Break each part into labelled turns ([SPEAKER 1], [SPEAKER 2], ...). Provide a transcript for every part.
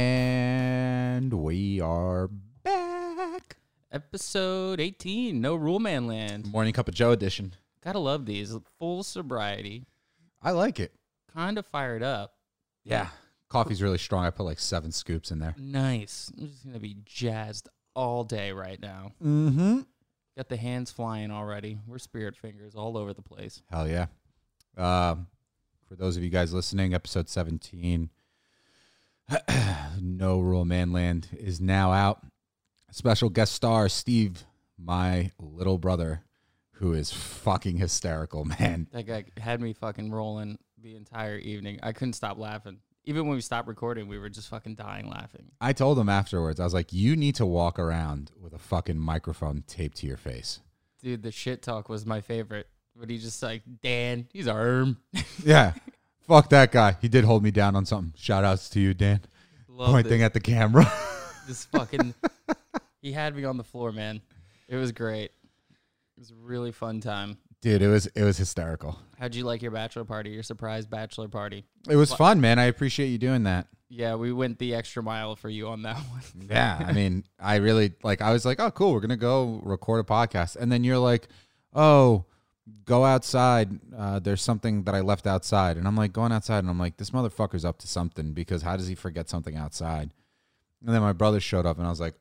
[SPEAKER 1] And we are back.
[SPEAKER 2] Episode 18, No Rule Man Land.
[SPEAKER 1] Morning Cup of Joe edition.
[SPEAKER 2] Gotta love these. Full sobriety.
[SPEAKER 1] I like it.
[SPEAKER 2] Kind of fired up.
[SPEAKER 1] Yeah. Coffee's really strong. I put like seven scoops in there.
[SPEAKER 2] Nice. I'm just gonna be jazzed all day right now.
[SPEAKER 1] Mm-hmm.
[SPEAKER 2] Got the hands flying already. We're spirit fingers all over the place.
[SPEAKER 1] Hell yeah. Um, for those of you guys listening, episode 17, No Rural Manland is now out. Special guest star, Steve, my little brother, who is fucking hysterical, man.
[SPEAKER 2] That guy had me fucking rolling the entire evening. I couldn't stop laughing. Even when we stopped recording, we were just fucking dying laughing.
[SPEAKER 1] I told him afterwards, I was like, you need to walk around with a fucking microphone taped to your face.
[SPEAKER 2] Dude, the shit talk was my favorite. But he just like, Dan, he's a erm.
[SPEAKER 1] Yeah. Fuck that guy. He did hold me down on something. Shout outs to you, Dan.
[SPEAKER 2] Loved
[SPEAKER 1] Pointing
[SPEAKER 2] it.
[SPEAKER 1] at the camera.
[SPEAKER 2] Just fucking, he had me on the floor, man. It was great. It was a really fun time.
[SPEAKER 1] Dude, it was it was hysterical.
[SPEAKER 2] How'd you like your bachelor party, your surprise bachelor party?
[SPEAKER 1] It was fun, man. I appreciate you doing that.
[SPEAKER 2] Yeah, we went the extra mile for you on that one.
[SPEAKER 1] Yeah. I mean, I really like I was like, oh cool, we're gonna go record a podcast. And then you're like, oh, go outside. Uh, there's something that I left outside. And I'm like going outside and I'm like, this motherfucker's up to something because how does he forget something outside? And then my brother showed up and I was like,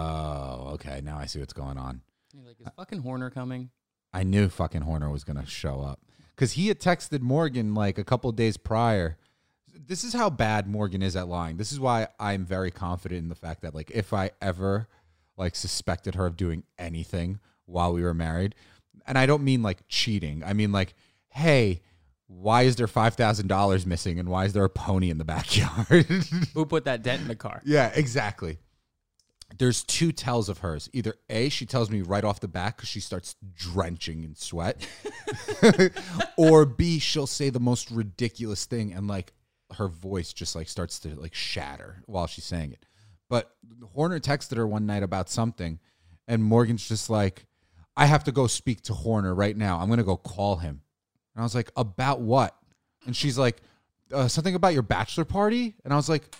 [SPEAKER 1] Oh, okay, now I see what's going on.
[SPEAKER 2] You're like, is fucking Horner coming?
[SPEAKER 1] I knew fucking Horner was gonna show up because he had texted Morgan like a couple days prior. This is how bad Morgan is at lying. This is why I'm very confident in the fact that like if I ever like suspected her of doing anything while we were married, and I don't mean like cheating. I mean like, hey, why is there five thousand dollars missing, and why is there a pony in the backyard?
[SPEAKER 2] Who put that dent in the car?
[SPEAKER 1] Yeah, exactly. There's two tells of hers. Either A, she tells me right off the bat because she starts drenching in sweat, or B, she'll say the most ridiculous thing and like her voice just like starts to like shatter while she's saying it. But Horner texted her one night about something, and Morgan's just like, I have to go speak to Horner right now. I'm going to go call him. And I was like, about what? And she's like, uh, something about your bachelor party. And I was like,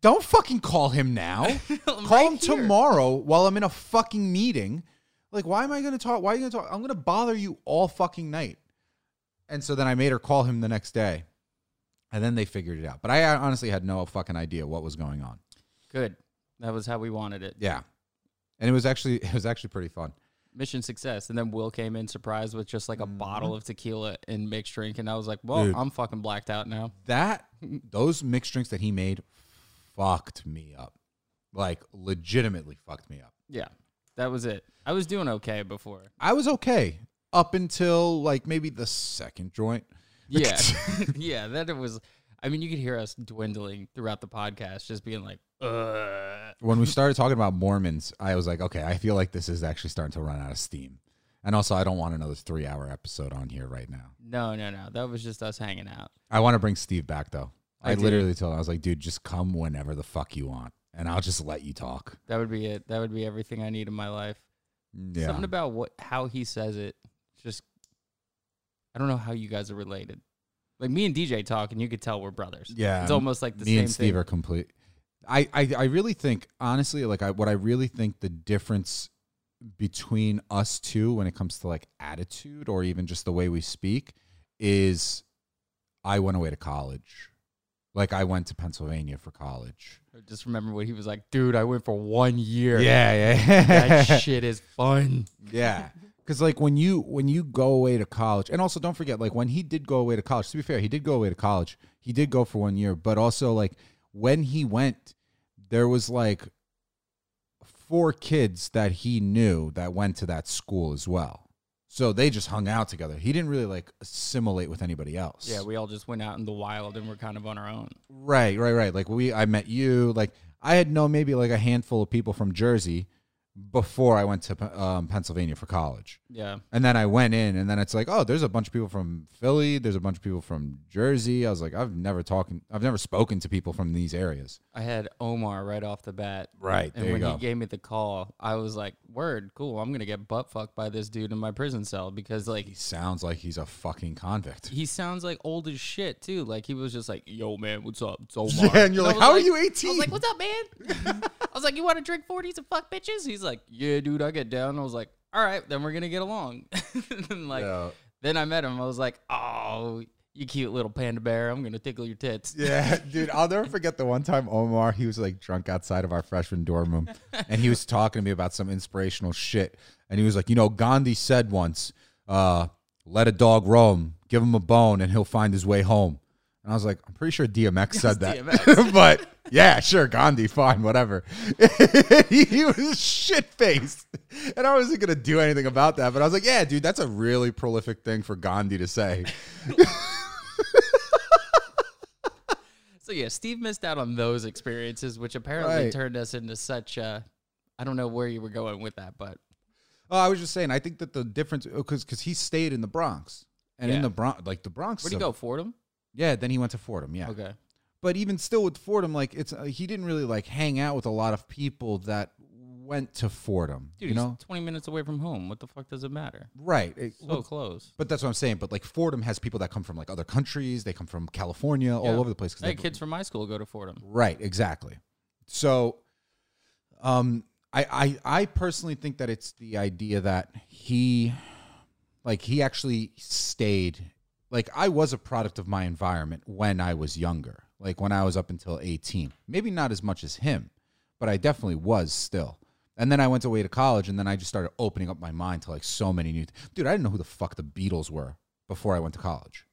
[SPEAKER 1] don't fucking call him now. call him tomorrow while I'm in a fucking meeting. Like, why am I going to talk? Why are you going to talk? I'm going to bother you all fucking night. And so then I made her call him the next day. And then they figured it out. But I honestly had no fucking idea what was going on.
[SPEAKER 2] Good. That was how we wanted it.
[SPEAKER 1] Yeah. And it was actually it was actually pretty fun.
[SPEAKER 2] Mission success. And then Will came in surprised with just like a bottle of tequila and mixed drink. And I was like, well,
[SPEAKER 1] Dude.
[SPEAKER 2] I'm fucking blacked out now.
[SPEAKER 1] that those mixed drinks that he made fucked me up. Like legitimately fucked me up.
[SPEAKER 2] Yeah, that was it. I was doing okay before.
[SPEAKER 1] I was okay up until like maybe the second joint.
[SPEAKER 2] Yeah. yeah, that it was. I mean, you could hear us dwindling throughout the podcast, just being like, Ugh.
[SPEAKER 1] When we started talking about Mormons, I was like, okay, I feel like this is actually starting to run out of steam. And also I don't want another 3-hour episode on here right now.
[SPEAKER 2] no, no, no. That was just us hanging out.
[SPEAKER 1] I want to bring Steve back though. I,
[SPEAKER 2] I do.
[SPEAKER 1] literally told him I was like, dude, just come whenever the fuck you want and I'll just let you talk.
[SPEAKER 2] That would be it. That would be everything I need in my life.
[SPEAKER 1] Yeah.
[SPEAKER 2] Something about what how he says it. Just I don't know how you guys are related. Like me and DJ talk, and you could tell we're brothers.
[SPEAKER 1] yeah. um,
[SPEAKER 2] it's almost like the
[SPEAKER 1] me
[SPEAKER 2] same
[SPEAKER 1] and Steve
[SPEAKER 2] thing.
[SPEAKER 1] are complete. I, I I really think honestly, like I what I really think the difference between us two when it comes to like attitude or even just the way we speak is I went away to college. Like I went to Pennsylvania for college.
[SPEAKER 2] I just remember what he was like, dude. I went for one year.
[SPEAKER 1] Yeah,
[SPEAKER 2] that shit is fun.
[SPEAKER 1] Yeah. Cause like when you when you go away to college, and also don't forget, like when he did go away to college, to be fair, he did go away to college. He did go for one year, but also like when he went, there was like four kids that he knew that went to that school as well. So they just hung out together. He didn't really like assimilate with anybody else.
[SPEAKER 2] Yeah, we all just went out in the wild and we're kind of on our own.
[SPEAKER 1] Right, right, right. Like we, I met you. Like I had known maybe like a handful of people from Jersey, before I went to Pe- um, Pennsylvania for college.
[SPEAKER 2] Yeah.
[SPEAKER 1] And then I went in, and then it's like, oh, there's a bunch of people from Philly. There's a bunch of people from Jersey. I was like, I've never talking, I've never spoken to people from these areas.
[SPEAKER 2] I had Omar right off the bat.
[SPEAKER 1] Right
[SPEAKER 2] And
[SPEAKER 1] there, you
[SPEAKER 2] when
[SPEAKER 1] go.
[SPEAKER 2] he gave me the call, I was like, word, cool. I'm going to get butt fucked by this dude in my prison cell because, like,
[SPEAKER 1] he sounds like he's a fucking convict.
[SPEAKER 2] he sounds like old as shit, too. Like, he was just like, yo, man, what's up? It's Omar.
[SPEAKER 1] Yeah, and you're
[SPEAKER 2] I
[SPEAKER 1] like,
[SPEAKER 2] was
[SPEAKER 1] how are you 18?
[SPEAKER 2] I was like, what's up, man? I was like, you want to drink 40s and fuck bitches? He's like, yeah, dude, I get down. I was like, all right, then we're going to get along. and like,
[SPEAKER 1] Yeah.
[SPEAKER 2] then I met him. I was like, oh, you cute little panda bear. I'm going to tickle your tits.
[SPEAKER 1] Yeah, dude, I'll never forget the one time Omar, he was like drunk outside of our freshman dorm room and he was talking to me about some inspirational shit. And he was like, you know, Gandhi said once, uh, let a dog roam, give him a bone, and he'll find his way home. And I was like, I'm pretty sure DMX said that.
[SPEAKER 2] DMX.
[SPEAKER 1] but yeah, sure, Gandhi, fine, whatever. he, he was shit faced. And I wasn't going to do anything about that. But I was like, yeah, dude, that's a really prolific thing for Gandhi to say.
[SPEAKER 2] So yeah, Steve missed out on those experiences, which apparently
[SPEAKER 1] Right.
[SPEAKER 2] turned us into such. Uh, I don't know where you were going with that, but
[SPEAKER 1] Oh, I was just saying. I think that the difference because because he stayed in the Bronx and in
[SPEAKER 2] Yeah.
[SPEAKER 1] the Bronx, like the Bronx.
[SPEAKER 2] where'd you
[SPEAKER 1] is
[SPEAKER 2] go,
[SPEAKER 1] a-
[SPEAKER 2] Fordham?
[SPEAKER 1] Yeah, then he went to Fordham. Yeah,
[SPEAKER 2] Okay,
[SPEAKER 1] but even still with Fordham, like it's uh, he didn't really like hang out with a lot of people that went to Fordham.
[SPEAKER 2] dude,
[SPEAKER 1] you know,
[SPEAKER 2] he's twenty minutes away from home. What the fuck does it matter?
[SPEAKER 1] right? It-
[SPEAKER 2] So
[SPEAKER 1] well,
[SPEAKER 2] close.
[SPEAKER 1] but that's what I'm saying. But like Fordham has people that come from like other countries. They come from California,
[SPEAKER 2] Yeah.
[SPEAKER 1] all over the place. 'cause
[SPEAKER 2] Hey,
[SPEAKER 1] they-
[SPEAKER 2] kids from my school go to Fordham.
[SPEAKER 1] Right, exactly. So um I, I I personally think that it's the idea that he like he actually stayed like I was a product of my environment when I was younger. Like when I was up until 18. Maybe not as much as him, but I definitely was still. And then I went away to college and then I just started opening up my mind to like so many new Dude, I didn't know who the fuck the Beatles were before I went to college.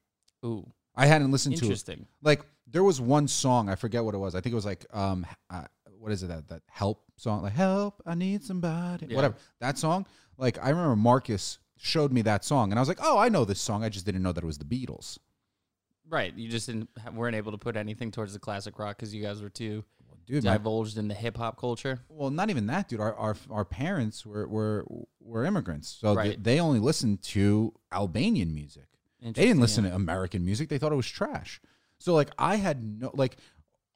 [SPEAKER 2] Ooh,
[SPEAKER 1] I hadn't listened to it
[SPEAKER 2] interesting.
[SPEAKER 1] like there was one song I forget what it was. I think it was like um uh, what is it that that help song like help I need somebody
[SPEAKER 2] Yeah.
[SPEAKER 1] whatever that song. Like I remember Marcus showed me that song and I was like oh I know this song I just didn't know that it was the Beatles.
[SPEAKER 2] Right, you just didn't, ha- weren't able to put anything towards the classic rock because you guys were too
[SPEAKER 1] Dude, my,
[SPEAKER 2] divulged into hip hop culture.
[SPEAKER 1] well not even that dude. Our our our parents were were were immigrants, so th-
[SPEAKER 2] Right.
[SPEAKER 1] they only listened to Albanian music. They
[SPEAKER 2] Interesting,
[SPEAKER 1] didn't listen
[SPEAKER 2] yeah.
[SPEAKER 1] to American music. They thought it was trash. So like I had no like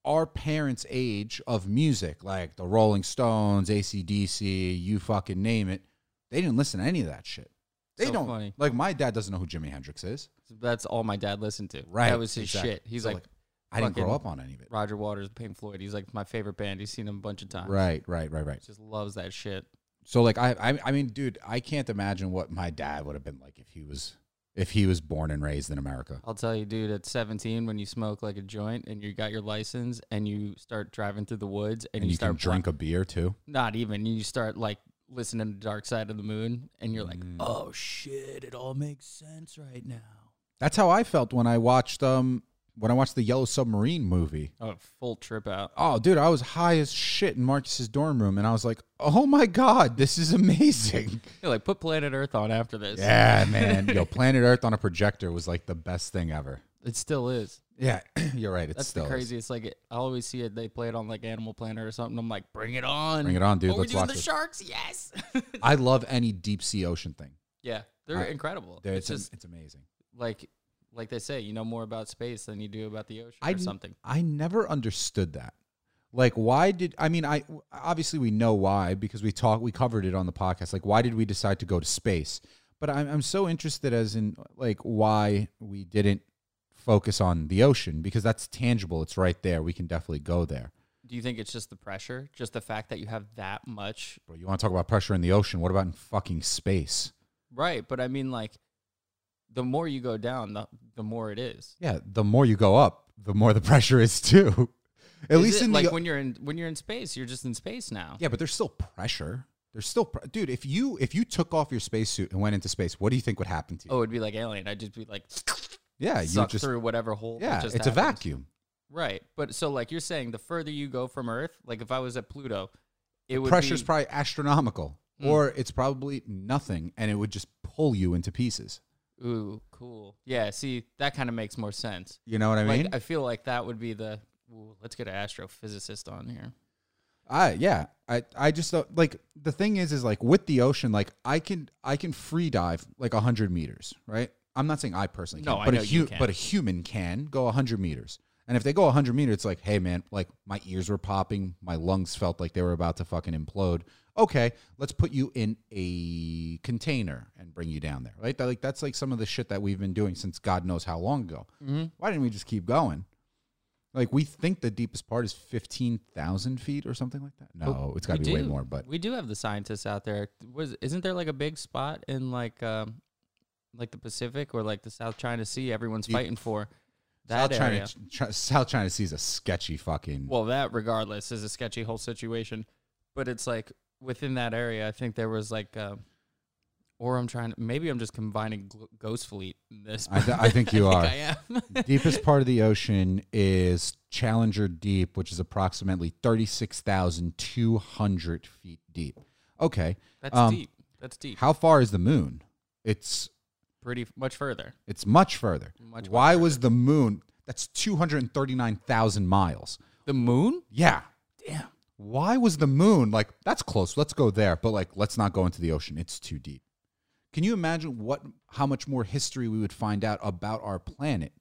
[SPEAKER 1] our parents' age of music, like the Rolling Stones, ACDC, you fucking name it. They didn't listen to any of that shit. They
[SPEAKER 2] So
[SPEAKER 1] don't
[SPEAKER 2] funny.
[SPEAKER 1] like my dad doesn't know who Jimi Hendrix is.
[SPEAKER 2] That's all my dad listened to.
[SPEAKER 1] Right.
[SPEAKER 2] that was his
[SPEAKER 1] exactly.
[SPEAKER 2] shit. He's
[SPEAKER 1] So,
[SPEAKER 2] like,
[SPEAKER 1] I didn't grow
[SPEAKER 2] fucking-
[SPEAKER 1] up on any of it.
[SPEAKER 2] Roger Waters, Pink Floyd. He's like my favorite band. He's seen them a bunch of times.
[SPEAKER 1] Right, right, right, right.
[SPEAKER 2] Just loves that shit.
[SPEAKER 1] So like I, I I mean, dude, I can't imagine what my dad would have been like if he was if he was born and raised in America.
[SPEAKER 2] I'll tell you, dude, at 17, when you smoke like a joint and you got your license and you start driving through the woods and,
[SPEAKER 1] And you,
[SPEAKER 2] start
[SPEAKER 1] can drink a beer too.
[SPEAKER 2] not even, you start like listening to Dark Side of the Moon and you're like,
[SPEAKER 1] Mm.
[SPEAKER 2] oh shit, it all makes sense right now.
[SPEAKER 1] That's how I felt when I watched um when I watched the Yellow Submarine movie.
[SPEAKER 2] Oh, full trip out.
[SPEAKER 1] Oh, dude, I was high as shit in Marcus's dorm room, and I was like, "Oh my god, this is amazing!"
[SPEAKER 2] You're like, put Planet Earth on after this.
[SPEAKER 1] Yeah, man. Yo, Planet Earth on a projector was like the best thing ever.
[SPEAKER 2] It still is.
[SPEAKER 1] Yeah, you're right. It's
[SPEAKER 2] That's
[SPEAKER 1] still
[SPEAKER 2] the
[SPEAKER 1] is.
[SPEAKER 2] craziest. Like, it, I always see it. They play it on like Animal Planet or something. I'm like, bring it on.
[SPEAKER 1] Bring it on, dude.
[SPEAKER 2] Oh,
[SPEAKER 1] Let's
[SPEAKER 2] we're doing
[SPEAKER 1] watch
[SPEAKER 2] the
[SPEAKER 1] this.
[SPEAKER 2] sharks. Yes.
[SPEAKER 1] I love any deep sea ocean thing.
[SPEAKER 2] yeah, they're
[SPEAKER 1] I-
[SPEAKER 2] incredible.
[SPEAKER 1] Dude, It's,
[SPEAKER 2] it's
[SPEAKER 1] am-
[SPEAKER 2] just
[SPEAKER 1] it's amazing.
[SPEAKER 2] like like they say, you know more about space than you do about the ocean
[SPEAKER 1] I
[SPEAKER 2] or
[SPEAKER 1] didn't-
[SPEAKER 2] something.
[SPEAKER 1] I never understood that. Like, why did I mean? I obviously we know why because we talked, we covered it on the podcast. Like, why did we decide to go to space? But I'm I'm so interested as in like why we didn't focus on the ocean because that's tangible. It's right there. We can definitely go there.
[SPEAKER 2] Do you think it's just the pressure, just the fact that you have that much,
[SPEAKER 1] But you want to talk about pressure in the ocean? What about in fucking space?
[SPEAKER 2] right? But I mean, like, the more you go down, the the more it is.
[SPEAKER 1] Yeah, the more you go up, the more the pressure is too. At
[SPEAKER 2] Is
[SPEAKER 1] least
[SPEAKER 2] it
[SPEAKER 1] in
[SPEAKER 2] like
[SPEAKER 1] the
[SPEAKER 2] when you're in when you're in space, you're just in space now.
[SPEAKER 1] Yeah, but there's still pressure. There's still, pr- dude. If you if you took off your spacesuit and went into space, what do you think would happen to you?
[SPEAKER 2] Oh, it'd be like alien. I'd just be like
[SPEAKER 1] yeah, you
[SPEAKER 2] suck
[SPEAKER 1] just
[SPEAKER 2] through whatever hole. that
[SPEAKER 1] yeah,
[SPEAKER 2] just
[SPEAKER 1] it's a
[SPEAKER 2] happened.
[SPEAKER 1] vacuum.
[SPEAKER 2] Right, but so like you're saying, the further you go from Earth, like if I was at Pluto, it would
[SPEAKER 1] Pressure's
[SPEAKER 2] be,
[SPEAKER 1] probably astronomical,
[SPEAKER 2] Mm.
[SPEAKER 1] or it's probably nothing, and it would just pull you into pieces.
[SPEAKER 2] ooh cool. Yeah, see that kind of makes more sense.
[SPEAKER 1] You know what I mean?
[SPEAKER 2] like I feel like that would be the ooh, let's get an astrophysicist on here.
[SPEAKER 1] I yeah. I, I just don't- like the thing is is like with the ocean like I can I can free dive like 100 meters, right? I'm not saying I personally can,
[SPEAKER 2] No, I
[SPEAKER 1] but a
[SPEAKER 2] know you
[SPEAKER 1] hu-
[SPEAKER 2] can.
[SPEAKER 1] but a human can go 100 meters. And if they go 100 meters it's like, "Hey man, like my ears were popping, my lungs felt like they were about to fucking implode." Okay, let's put you in a container and bring you down there. Right? That, like that's like some of the shit that we've been doing since God knows how long ago.
[SPEAKER 2] Mm-hmm.
[SPEAKER 1] Why didn't we just keep going? Like we think the deepest part is fifteen thousand feet or something like that. No, it's got to
[SPEAKER 2] Oh, We
[SPEAKER 1] be way
[SPEAKER 2] do.
[SPEAKER 1] more. But
[SPEAKER 2] we do have the scientists out there. Was isn't there like a big spot in like um like the Pacific or like the South China Sea? Everyone's
[SPEAKER 1] Deep.
[SPEAKER 2] fighting for that
[SPEAKER 1] South
[SPEAKER 2] area.
[SPEAKER 1] China, Chi- South China Sea is a sketchy fucking.
[SPEAKER 2] Well, that regardless is a sketchy whole situation, but it's like within that area. I think there was like, um or I'm trying. Maybe I'm just combining gl- Ghost Fleet. In this,
[SPEAKER 1] I, th- I think you are.
[SPEAKER 2] I am.
[SPEAKER 1] deepest part of the ocean is Challenger Deep, which is approximately thirty six thousand two hundred feet deep. Okay,
[SPEAKER 2] That's
[SPEAKER 1] Um,
[SPEAKER 2] deep. That's deep.
[SPEAKER 1] how far is the moon? It's
[SPEAKER 2] Pretty f- much further.
[SPEAKER 1] it's much further.
[SPEAKER 2] Much, much
[SPEAKER 1] Why was the moon? That's two hundred thirty nine thousand miles.
[SPEAKER 2] The moon?
[SPEAKER 1] Yeah.
[SPEAKER 2] Damn.
[SPEAKER 1] why was the moon like that's close let's go there but like let's not go into the ocean it's too deep can you imagine what how much more history we would find out about our planet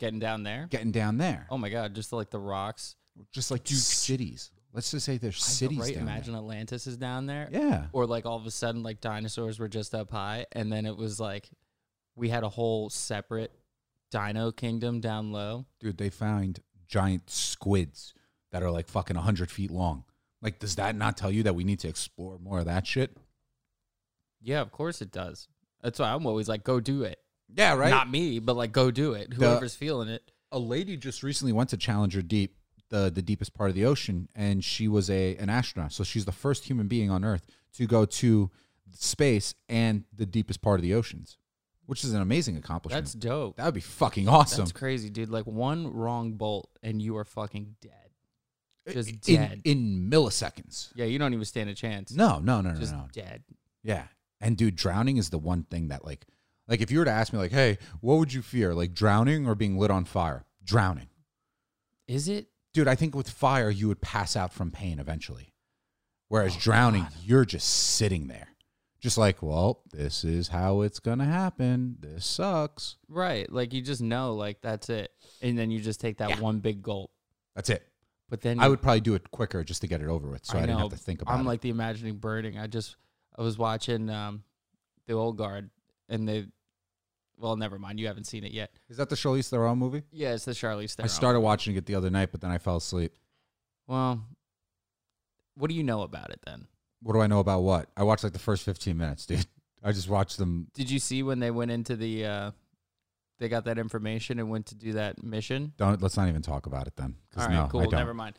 [SPEAKER 2] Getting down there.
[SPEAKER 1] getting down there
[SPEAKER 2] Oh my god! Just like the rocks.
[SPEAKER 1] just like cities let's just say there's cities
[SPEAKER 2] Right?
[SPEAKER 1] down
[SPEAKER 2] Imagine Atlantis is down there.
[SPEAKER 1] there yeah
[SPEAKER 2] Or like all of a sudden, like dinosaurs were just up high, and then it was like we had a whole separate dino kingdom down low.
[SPEAKER 1] dude they found giant squids that are like fucking 100 feet long like does that not tell you that we need to explore more of that shit
[SPEAKER 2] Yeah, of course it does. That's why I'm always like, go do it.
[SPEAKER 1] yeah right
[SPEAKER 2] Not me, but like, go do it. Whoever's feeling it.
[SPEAKER 1] a lady just recently went to Challenger Deep, the the deepest part of the ocean, and she was a an astronaut. So she's the first human being on Earth to go to space and the deepest part of the oceans, which is an amazing accomplishment.
[SPEAKER 2] That's dope.
[SPEAKER 1] that would be fucking awesome.
[SPEAKER 2] That's crazy, dude. Like one wrong bolt, and you are fucking dead. Just
[SPEAKER 1] in,
[SPEAKER 2] dead.
[SPEAKER 1] in milliseconds.
[SPEAKER 2] yeah, you don't even stand a chance.
[SPEAKER 1] No, no, no, no,
[SPEAKER 2] just
[SPEAKER 1] no.
[SPEAKER 2] dead.
[SPEAKER 1] Yeah. And dude, drowning is the one thing that like like if you were to ask me like, "Hey, what would you fear? Like drowning or being lit on fire?" Drowning.
[SPEAKER 2] Is it?
[SPEAKER 1] dude, I think with fire you would pass out from pain eventually.
[SPEAKER 2] Oh,
[SPEAKER 1] Whereas drowning, you're just sitting there. Just like, well, this is how it's gonna happen. This sucks.
[SPEAKER 2] Right. Like you just know, like that's it. And then you just take that one big gulp.
[SPEAKER 1] That's it.
[SPEAKER 2] But then
[SPEAKER 1] I would probably do it quicker just to get it over with, so I, didn't have to think about
[SPEAKER 2] I'm
[SPEAKER 1] it.
[SPEAKER 2] like the imagining burning. I just I was watching um the old guard and they well, never mind, you haven't seen it yet.
[SPEAKER 1] is that the Charlize Theron movie?
[SPEAKER 2] Yeah, it's the Charlize Theron.
[SPEAKER 1] I started watching it the other night, but then I fell asleep.
[SPEAKER 2] Well, what do you know about it then?
[SPEAKER 1] What do I know about what? I watched like the first 15 minutes, dude. I just watched them.
[SPEAKER 2] Did you see when they went into the uh they got that information and went to do that mission?
[SPEAKER 1] Don't let's not even talk about it then. 'cause
[SPEAKER 2] All right,
[SPEAKER 1] no, I
[SPEAKER 2] cool.
[SPEAKER 1] don't.
[SPEAKER 2] Never mind.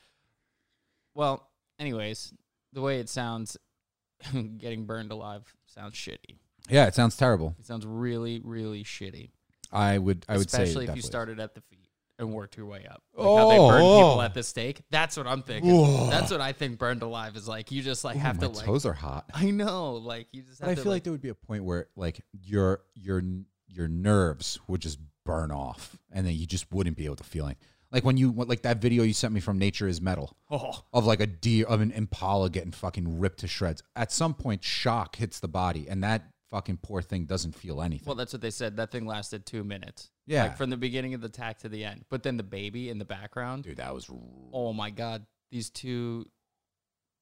[SPEAKER 2] Well, anyways, the way it sounds getting burned alive sounds shitty.
[SPEAKER 1] Yeah, it sounds terrible.
[SPEAKER 2] It sounds really, really shitty.
[SPEAKER 1] I would I would say
[SPEAKER 2] especially if
[SPEAKER 1] definitely
[SPEAKER 2] you
[SPEAKER 1] is.
[SPEAKER 2] started at the feet and worked your way up. Like how they
[SPEAKER 1] Oh,
[SPEAKER 2] burn
[SPEAKER 1] oh.
[SPEAKER 2] people at the stake. That's what I'm thinking.
[SPEAKER 1] Whoa.
[SPEAKER 2] That's what I think burned alive is like. You just like
[SPEAKER 1] Ooh,
[SPEAKER 2] have
[SPEAKER 1] my
[SPEAKER 2] to like.
[SPEAKER 1] toes are hot.
[SPEAKER 2] I know, like you just.
[SPEAKER 1] But
[SPEAKER 2] Have
[SPEAKER 1] I
[SPEAKER 2] to,
[SPEAKER 1] feel like, there would be a point where like your your your nerves would just burn off, and then you just wouldn't be able to feel it. Like when you like that video you sent me from Nature is Metal
[SPEAKER 2] oh,
[SPEAKER 1] of like a deer of an impala getting fucking ripped to shreds. At some point, shock hits the body, and that fucking poor thing doesn't feel anything.
[SPEAKER 2] well, that's what they said. That thing lasted two minutes.
[SPEAKER 1] yeah,
[SPEAKER 2] Like from the beginning of the attack to the end. But then the baby in the background.
[SPEAKER 1] dude, that was
[SPEAKER 2] Oh my god! These two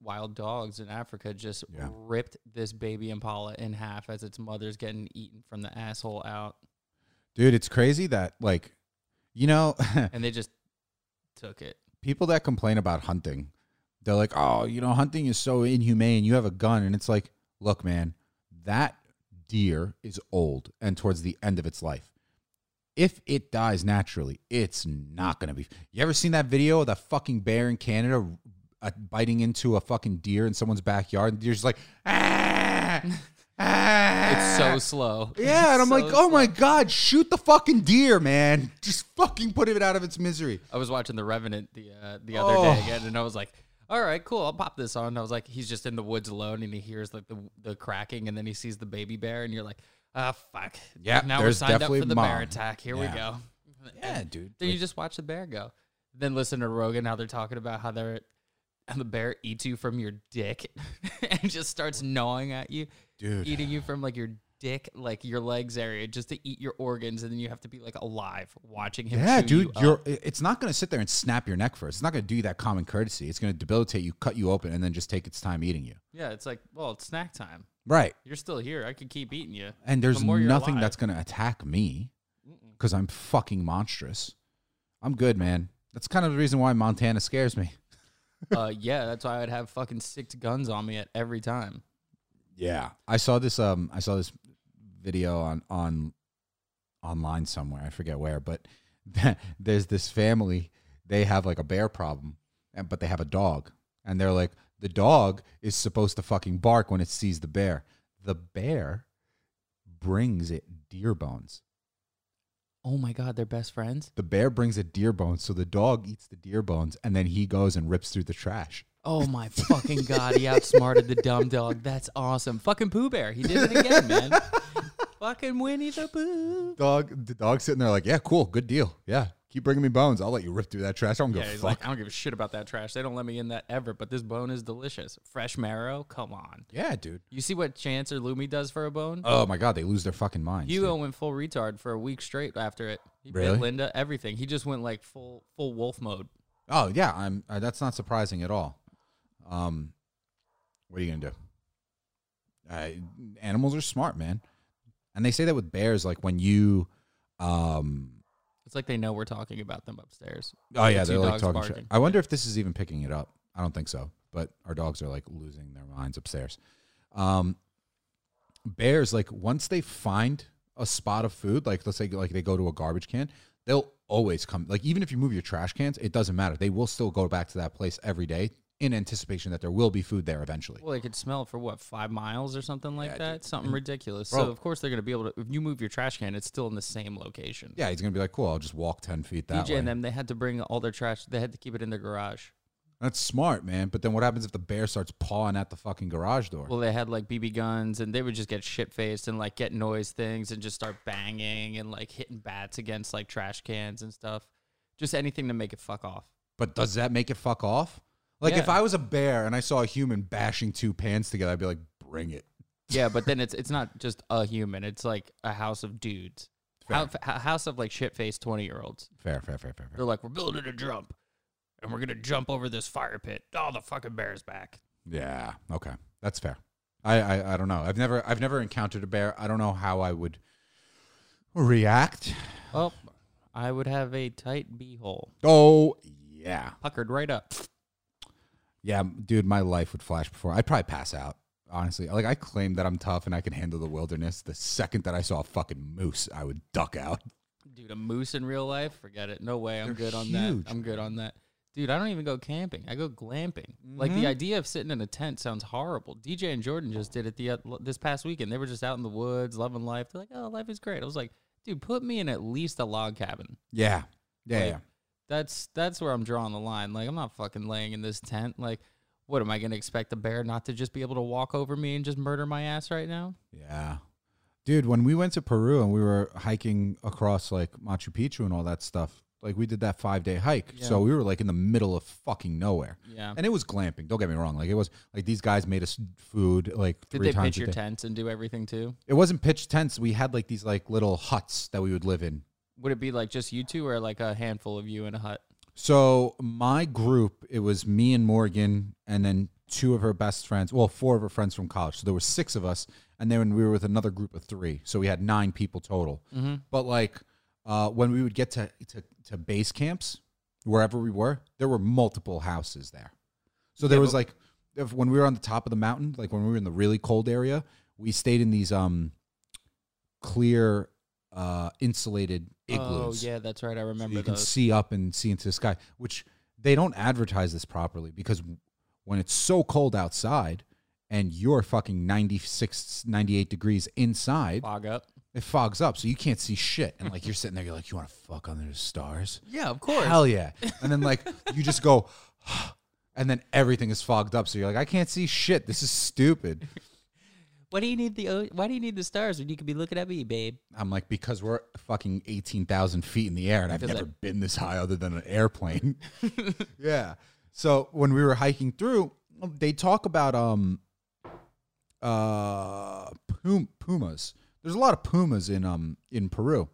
[SPEAKER 2] wild dogs in Africa just
[SPEAKER 1] Yeah.
[SPEAKER 2] ripped this baby impala in half as its mother's getting eaten from the asshole out,
[SPEAKER 1] dude. It's crazy that like you know
[SPEAKER 2] and they just took it.
[SPEAKER 1] people that complain about hunting, they're like, oh, you know, hunting is so inhumane. You have a gun. And it's like, look, man, that deer is old and towards the end of its life. If it dies naturally, it's not going to be. You ever seen that video of that fucking bear in Canada uh, biting into a fucking deer in someone's backyard? And the deer's just like, ah, ah.
[SPEAKER 2] It's so slow.
[SPEAKER 1] Yeah, and I'm
[SPEAKER 2] So
[SPEAKER 1] like, oh my
[SPEAKER 2] slow.
[SPEAKER 1] God, shoot the fucking deer, man. Just fucking put it out of its misery.
[SPEAKER 2] I was watching The Revenant the uh, the other
[SPEAKER 1] Oh.
[SPEAKER 2] day again, and I was like, all right, cool, I'll pop this on. And I was like, he's just in the woods alone, and he hears like the the cracking, and then he sees the baby bear, and you're like, ah, fuck.
[SPEAKER 1] Yeah,
[SPEAKER 2] now we're
[SPEAKER 1] there's
[SPEAKER 2] signed up
[SPEAKER 1] definitely
[SPEAKER 2] for the
[SPEAKER 1] mom.
[SPEAKER 2] bear attack. Here
[SPEAKER 1] Yeah.
[SPEAKER 2] we go.
[SPEAKER 1] Yeah, dude.
[SPEAKER 2] Then you just watch the bear go. Then listen to Rogan how they're talking about how they're and the bear eats you from your dick and just starts gnawing at you,
[SPEAKER 1] Dude.
[SPEAKER 2] eating you from like your dick, like your legs area, just to eat your organs, and then you have to be like alive watching him.
[SPEAKER 1] Yeah,
[SPEAKER 2] chew
[SPEAKER 1] dude,
[SPEAKER 2] you um,
[SPEAKER 1] you
[SPEAKER 2] up.
[SPEAKER 1] are it's not going to sit there and snap your neck first. It's not going to do you that common courtesy. It's going to debilitate you, cut you open, and then just take its time eating you.
[SPEAKER 2] yeah. It's like, well, it's snack time.
[SPEAKER 1] Right.
[SPEAKER 2] You're still here. I could keep eating you.
[SPEAKER 1] And there's
[SPEAKER 2] The more you're
[SPEAKER 1] nothing
[SPEAKER 2] alive.
[SPEAKER 1] that's going to attack me because I'm fucking monstrous. I'm good, man. That's kind of the reason why Montana scares me.
[SPEAKER 2] uh, yeah, that's why I'd have fucking six guns on me at every time.
[SPEAKER 1] Yeah. I saw this um I saw this video on on online somewhere. I forget where, but there's this family, they have like a bear problem, and but they have a dog. And they're like the dog is supposed to fucking bark when it sees the bear. The bear brings it deer bones.
[SPEAKER 2] Oh my god, they're best friends.
[SPEAKER 1] The bear brings it deer bones, so the dog eats the deer bones and then he goes and rips through the trash.
[SPEAKER 2] Oh my fucking god, he outsmarted the dumb dog. That's awesome. Fucking Pooh Bear, he did it again, man. fucking Winnie the Pooh.
[SPEAKER 1] Dog the dog's sitting there like, "Yeah, cool, good deal. Yeah. Keep bringing me bones. I'll let you rip through that trash. I don't give
[SPEAKER 2] Yeah,
[SPEAKER 1] a
[SPEAKER 2] he's
[SPEAKER 1] fuck."
[SPEAKER 2] like, I don't give a shit about that trash. They don't let me in that ever. But this bone is delicious. Fresh marrow. Come on.
[SPEAKER 1] Yeah, dude.
[SPEAKER 2] You see what Chance or Lumi does for a bone?
[SPEAKER 1] Oh my god, they lose their fucking minds. dude.
[SPEAKER 2] Hugo went full retard for a week straight after it. He
[SPEAKER 1] Really?
[SPEAKER 2] bit Linda, everything. He just went like full full wolf mode.
[SPEAKER 1] Oh yeah, I'm. Uh, that's not surprising at all. Um, what are you gonna do? Uh, animals are smart, man, and they say that with bears. Like when you, um,
[SPEAKER 2] It's like they know we're talking about them upstairs.
[SPEAKER 1] oh yeah,
[SPEAKER 2] The two
[SPEAKER 1] they're like
[SPEAKER 2] dogs
[SPEAKER 1] talking. Shit.
[SPEAKER 2] barking.
[SPEAKER 1] I wonder if this is even picking it up. I don't think so, but our dogs are like losing their minds upstairs. Um, bears like once they find a spot of food, like let's say like they go to a garbage can, they'll always come. Like even if you move your trash cans, it doesn't matter. They will still go back to that place every day in anticipation that there will be food there eventually.
[SPEAKER 2] Well, they could smell for what five miles or something like
[SPEAKER 1] Yeah,
[SPEAKER 2] that. Something ridiculous.
[SPEAKER 1] Bro.
[SPEAKER 2] So of course they're gonna be able to. If you move your trash can, it's still in the same location.
[SPEAKER 1] Yeah, he's gonna be like, cool. I'll just walk ten feet that
[SPEAKER 2] DJ and
[SPEAKER 1] way.
[SPEAKER 2] them, they had to bring all their trash. They had to keep it in their garage.
[SPEAKER 1] That's smart, man. But then what happens if the bear starts pawing at the fucking garage door?
[SPEAKER 2] Well, they had like BB guns, and they would just get shit faced and like get noise things and just start banging and like hitting bats against like trash cans and stuff. Just anything to make it fuck off.
[SPEAKER 1] But does that make it fuck off? Like if
[SPEAKER 2] Yeah.
[SPEAKER 1] I was a bear and I saw a human bashing two pans together, I'd be like, bring it.
[SPEAKER 2] Yeah, but then it's it's not just a human. It's like a house of dudes. Hou- a house of like shit faced twenty year olds.
[SPEAKER 1] Fair, fair, fair, fair, fair.
[SPEAKER 2] They're like, we're building a jump, and we're gonna jump over this fire pit. Oh, the fucking bear's back.
[SPEAKER 1] Yeah. Okay. That's fair. I, I I don't know. I've never I've never encountered a bear. I don't know how I would react.
[SPEAKER 2] Well, I would have a tight beehole
[SPEAKER 1] Oh yeah.
[SPEAKER 2] puckered right up.
[SPEAKER 1] Yeah, dude, my life would flash before. I'd probably pass out. Honestly, like I claim that I'm tough and I can handle the wilderness. The second that I saw a fucking moose, I would duck out.
[SPEAKER 2] Dude, a moose in real life? Forget it. No way. I'm
[SPEAKER 1] They're
[SPEAKER 2] good on
[SPEAKER 1] huge,
[SPEAKER 2] that. I'm good on that. Dude, I don't even go camping. I go glamping. Like
[SPEAKER 1] Mm-hmm.
[SPEAKER 2] the idea of sitting in a tent sounds horrible. DJ and Jordan just did it the oth- this past weekend. They were just out in the woods, loving life. They're like, "Oh, life is great." I was like, "Dude, put me in at least a log cabin."
[SPEAKER 1] Yeah. Yeah.
[SPEAKER 2] Like,
[SPEAKER 1] yeah.
[SPEAKER 2] That's that's where I'm drawing the line. Like, I'm not fucking laying in this tent. Like, what am I gonna expect a bear not to just be able to walk over me and just murder my ass right now?
[SPEAKER 1] Yeah. Dude, when we went to Peru and we were hiking across like Machu Picchu and all that stuff, like we did that five day hike. So we were like in the middle of fucking nowhere.
[SPEAKER 2] Yeah.
[SPEAKER 1] And it was glamping. Don't get me wrong. Like it was like these guys made us food like
[SPEAKER 2] Did
[SPEAKER 1] three
[SPEAKER 2] they
[SPEAKER 1] times
[SPEAKER 2] pitch
[SPEAKER 1] a
[SPEAKER 2] your
[SPEAKER 1] day.
[SPEAKER 2] tents and do everything too?
[SPEAKER 1] It wasn't pitched tents. We had like these like little huts that we would live in.
[SPEAKER 2] Would it be like just you two or like a handful of you in a hut?
[SPEAKER 1] So my group, it was me and Morgan, and then two of her best friends. Well, four of her friends from college. So there were six of us, and then we were with another group of three. So we had nine people total.
[SPEAKER 2] Mm-hmm.
[SPEAKER 1] But like uh, when we would get to, to to base camps, wherever we were, there were multiple houses there. So there was like if, when we were on the top of the mountain, like when we were in the really cold area, we stayed in these um clear uh insulated igloos
[SPEAKER 2] Oh yeah, that's right. I remember
[SPEAKER 1] you can
[SPEAKER 2] those.
[SPEAKER 1] see up and see into the sky, which they don't advertise this properly because when it's so cold outside and you're fucking 96, 98 degrees inside,
[SPEAKER 2] Fog up.
[SPEAKER 1] it fogs up. So you can't see shit. And like you're sitting there, you're like, you want to fuck under the stars?
[SPEAKER 2] Yeah, of course.
[SPEAKER 1] Hell yeah. And then like you just go, and then everything is fogged up. So you're like, I can't see shit. This is stupid.
[SPEAKER 2] Why do you need the o- Why do you need the stars when you could be looking at me, babe?
[SPEAKER 1] I'm like, because we're fucking 18,000 feet in the air and I've
[SPEAKER 2] Because
[SPEAKER 1] never been this high other than an airplane. yeah. So when we were hiking through, they talk about um uh pum- pumas. There's a lot of pumas in um in Peru.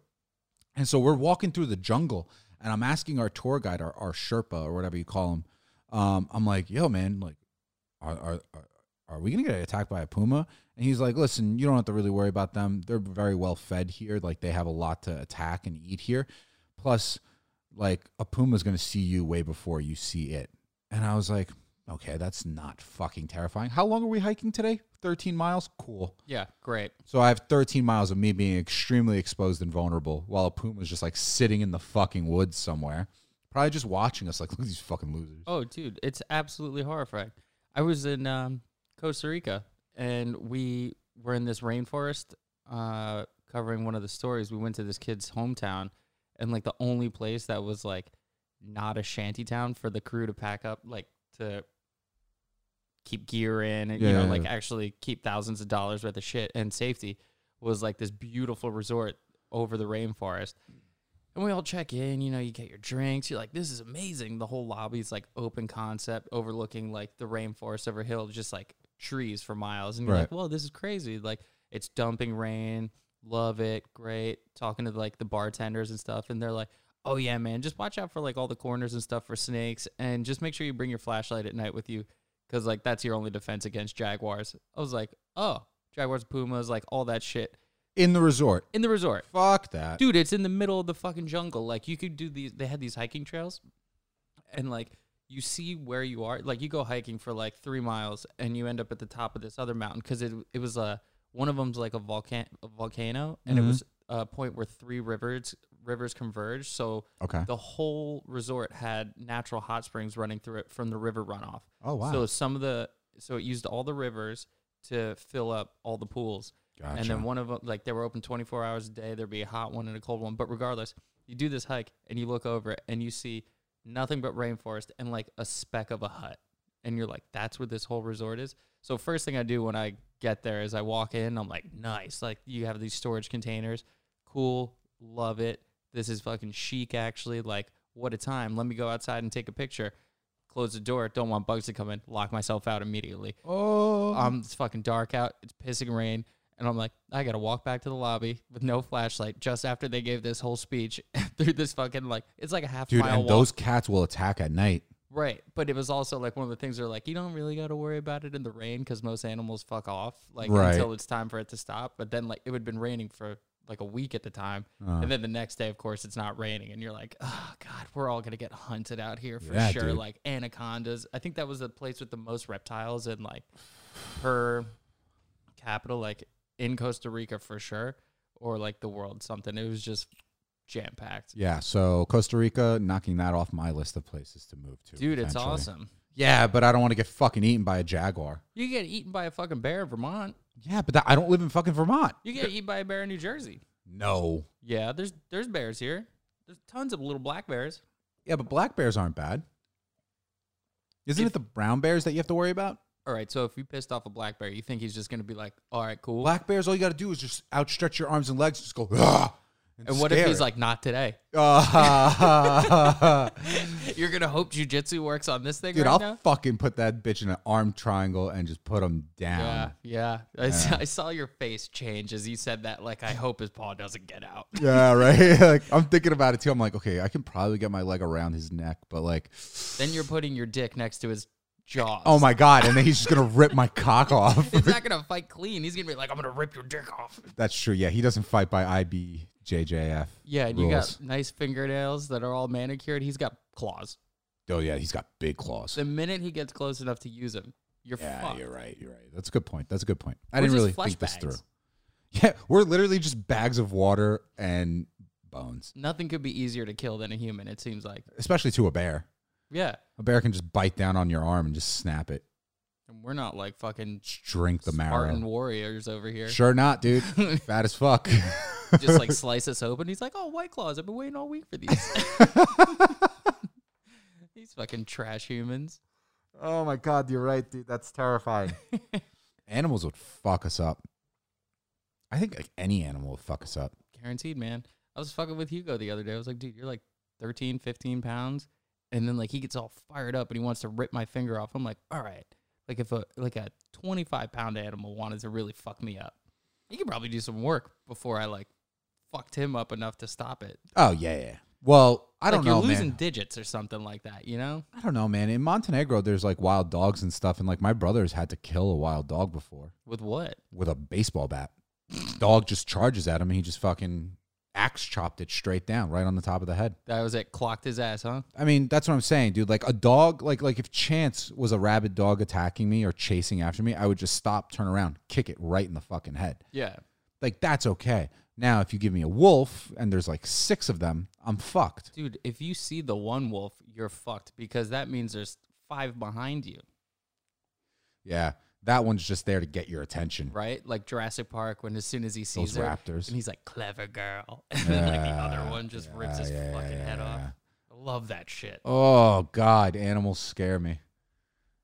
[SPEAKER 1] And so we're walking through the jungle and I'm asking our tour guide, our, our Sherpa or whatever you call him, um, I'm like, yo man, like are, are are are we gonna get attacked by a puma? And he's like, listen, you don't have to really worry about them. They're very well fed here. Like they have a lot to attack and eat here. Plus, like a puma's gonna see you way before you see it. And I was like, okay, that's not fucking terrifying. How long are we hiking today? 13 miles? Cool.
[SPEAKER 2] Yeah, great.
[SPEAKER 1] So I have 13 miles of me being extremely exposed and vulnerable while a puma's just like sitting in the fucking woods somewhere. Probably just watching us like, look at these fucking losers.
[SPEAKER 2] Oh, dude, it's absolutely horrifying. I was in um, Costa Rica and we were in this rainforest uh, covering one of the stories. We went to this kid's hometown and like the only place that was like not a shanty town for the crew to pack up, like to keep gear in and you
[SPEAKER 1] Yeah,
[SPEAKER 2] know
[SPEAKER 1] yeah,
[SPEAKER 2] like
[SPEAKER 1] yeah.
[SPEAKER 2] actually keep thousands of dollars worth of shit and safety was like this beautiful resort over the rainforest. And we all check in, you know, you get your drinks. You're like, this is amazing. The whole lobby's like open concept, overlooking like the rainforest over hill, just like trees for miles. And you're like,
[SPEAKER 1] Right.
[SPEAKER 2] whoa, this is crazy. Like, it's dumping rain. Love it. Great. Talking to like the bartenders and stuff. And they're like, oh, yeah, man, just watch out for like all the corners and stuff for snakes. And just make sure you bring your flashlight at night with you because like that's your only defense against jaguars. I was like, oh, jaguars, pumas, like all that shit
[SPEAKER 1] In the resort.
[SPEAKER 2] in the resort
[SPEAKER 1] Fuck that.
[SPEAKER 2] dude it's in the middle of the fucking jungle like you could do these they had these hiking trails and like you see where you are like you go hiking for like three miles and you end up at the top of this other mountain because it, it was a one of them's like a, volcan- a volcano and
[SPEAKER 1] Mhm.
[SPEAKER 2] it was a point where three rivers rivers converged so
[SPEAKER 1] Okay.
[SPEAKER 2] the whole resort had natural hot springs running through it from the river runoff
[SPEAKER 1] Oh, wow.
[SPEAKER 2] so some of the so it used all the rivers to fill up all the pools
[SPEAKER 1] gotcha.
[SPEAKER 2] and then one of them, like they were open 24 hours a day. There'd be a hot one and a cold one. But regardless, you do this hike and you look over it and you see nothing but rainforest and like a speck of a hut. And you're like, that's where this whole resort is. So, first thing I do when I get there is I walk in. I'm like, nice. Like, you have these storage containers. Cool. Love it. This is fucking chic, actually. Like, what a time. Let me go outside and take a picture. Close the door. Don't want bugs to come in. Lock myself out immediately.
[SPEAKER 1] oh.
[SPEAKER 2] Um, it's fucking dark out. It's pissing rain, and I'm like, I gotta walk back to the lobby with no flashlight. Just after they gave this whole speech through this fucking like, it's like a half
[SPEAKER 1] dude,
[SPEAKER 2] mile
[SPEAKER 1] and
[SPEAKER 2] walk,
[SPEAKER 1] those cats will attack at night.
[SPEAKER 2] right? But it was also like one of the things where like you don't really gotta worry about it in the rain because most animals fuck off like
[SPEAKER 1] Right.
[SPEAKER 2] until it's time for it to stop. But then like it would been raining for like a week at the time,
[SPEAKER 1] Uh,
[SPEAKER 2] and then the next day, of course, it's not raining, and you're like, oh god, we're all gonna get hunted out here for
[SPEAKER 1] Yeah,
[SPEAKER 2] sure.
[SPEAKER 1] dude.
[SPEAKER 2] Like anacondas. I think that was the place with the most reptiles in like per capital, like in Costa Rica for sure, or like the world something. It was just jam packed.
[SPEAKER 1] yeah. So Costa Rica, knocking that off my list of places to move to.
[SPEAKER 2] Dude, it's
[SPEAKER 1] potentially.
[SPEAKER 2] awesome.
[SPEAKER 1] Yeah, but I don't want to get fucking eaten by a jaguar.
[SPEAKER 2] You get eaten by a fucking bear in Vermont.
[SPEAKER 1] Yeah, but that, I don't live in fucking Vermont.
[SPEAKER 2] You get eaten by a bear in New Jersey.
[SPEAKER 1] No.
[SPEAKER 2] Yeah, there's there's bears here. There's tons of little black bears.
[SPEAKER 1] Yeah, but black bears aren't bad. Isn't
[SPEAKER 2] If-
[SPEAKER 1] it the brown bears that you have to worry about?
[SPEAKER 2] All right, so if you pissed off a black bear, you think he's just gonna be like, all right, cool.
[SPEAKER 1] Black bears, all you got to do is just outstretch your arms and legs, just go. "Ah,"
[SPEAKER 2] and what if
[SPEAKER 1] scare
[SPEAKER 2] he's
[SPEAKER 1] it.
[SPEAKER 2] like, not today?
[SPEAKER 1] Ah.
[SPEAKER 2] You're gonna hope jujitsu works on this thing
[SPEAKER 1] dude,
[SPEAKER 2] right
[SPEAKER 1] I'll
[SPEAKER 2] now.
[SPEAKER 1] fucking put that bitch in an arm triangle and just put him
[SPEAKER 2] Yeah,
[SPEAKER 1] down.
[SPEAKER 2] Uh, yeah. I, saw, I saw your face change as you said that. Like, I hope his paw doesn't get out.
[SPEAKER 1] Yeah, right. like I'm thinking about it too. I'm like, okay, I can probably get my leg around his neck, but like,
[SPEAKER 2] then you're putting your dick next to his jaw.
[SPEAKER 1] oh my god, and then he's just gonna rip my cock off.
[SPEAKER 2] He's not gonna fight clean. He's gonna be like, I'm gonna rip your dick off.
[SPEAKER 1] That's true. Yeah, he doesn't fight by IBJJF.
[SPEAKER 2] Yeah, and you
[SPEAKER 1] rules.
[SPEAKER 2] got nice fingernails that are all manicured. He's got claws.
[SPEAKER 1] Oh yeah, he's got big claws.
[SPEAKER 2] The minute he gets close enough to use them, you're
[SPEAKER 1] Yeah,
[SPEAKER 2] fucked.
[SPEAKER 1] you're right. You're right. That's a good point. That's a good point. I
[SPEAKER 2] We're
[SPEAKER 1] didn't
[SPEAKER 2] just
[SPEAKER 1] really
[SPEAKER 2] flesh
[SPEAKER 1] think this
[SPEAKER 2] bags.
[SPEAKER 1] through. Yeah, we're literally just bags of water and bones,
[SPEAKER 2] Nothing could be easier to kill than a human. It seems like.
[SPEAKER 1] especially to a bear.
[SPEAKER 2] Yeah,
[SPEAKER 1] A bear can just bite down on your arm and just snap it.
[SPEAKER 2] and we're not like fucking
[SPEAKER 1] Just drink the
[SPEAKER 2] Spartan
[SPEAKER 1] marrow.
[SPEAKER 2] warriors over here.
[SPEAKER 1] Sure not, dude. Fat as fuck.
[SPEAKER 2] just like slice us open. He's like, "Oh, white claws! I've been waiting all week for these." these fucking trash humans.
[SPEAKER 1] oh my god, you're right, dude. That's terrifying. Animals would fuck us up. I think like any animal would fuck us up.
[SPEAKER 2] Guaranteed, man. I was fucking with Hugo the other day. I was like, "Dude, you're like 13, 15 pounds, and then like he gets all fired up and he wants to rip my finger off. I'm like, all right, like if a like a 25 pound animal wanted to really fuck me up, he could probably do some work before I like fucked him up enough to stop it.
[SPEAKER 1] Oh yeah, yeah. Well, I don't
[SPEAKER 2] like
[SPEAKER 1] know,
[SPEAKER 2] you're losing
[SPEAKER 1] man.
[SPEAKER 2] digits or something like that, you know?
[SPEAKER 1] I don't know, man. In Montenegro, there's like wild dogs and stuff, and like my brother's had to kill a wild dog before
[SPEAKER 2] With what?
[SPEAKER 1] with a baseball bat. dog just charges at him, and he just fucking axe chopped it straight down, right on the top of the head.
[SPEAKER 2] That was it. Clocked his ass, huh?
[SPEAKER 1] I mean, that's what I'm saying, dude. Like a dog, like like if Chance was a rabid dog attacking me or chasing after me, I would just stop, turn around, kick it right in the fucking head.
[SPEAKER 2] Yeah.
[SPEAKER 1] Like that's okay. Now, if you give me a wolf and there's like six of them, I'm fucked.
[SPEAKER 2] Dude, if you see the one wolf, you're fucked because that means there's five behind you,
[SPEAKER 1] Yeah, that one's just there to get your attention.
[SPEAKER 2] right? Like Jurassic Park, when as soon as he sees
[SPEAKER 1] Those
[SPEAKER 2] her,
[SPEAKER 1] raptors.
[SPEAKER 2] and he's like, "Clever girl," and then like the other
[SPEAKER 1] Yeah,
[SPEAKER 2] one just rips
[SPEAKER 1] yeah,
[SPEAKER 2] his
[SPEAKER 1] yeah,
[SPEAKER 2] fucking
[SPEAKER 1] yeah,
[SPEAKER 2] head off.
[SPEAKER 1] yeah.
[SPEAKER 2] I love that shit.
[SPEAKER 1] Oh God, animals scare me.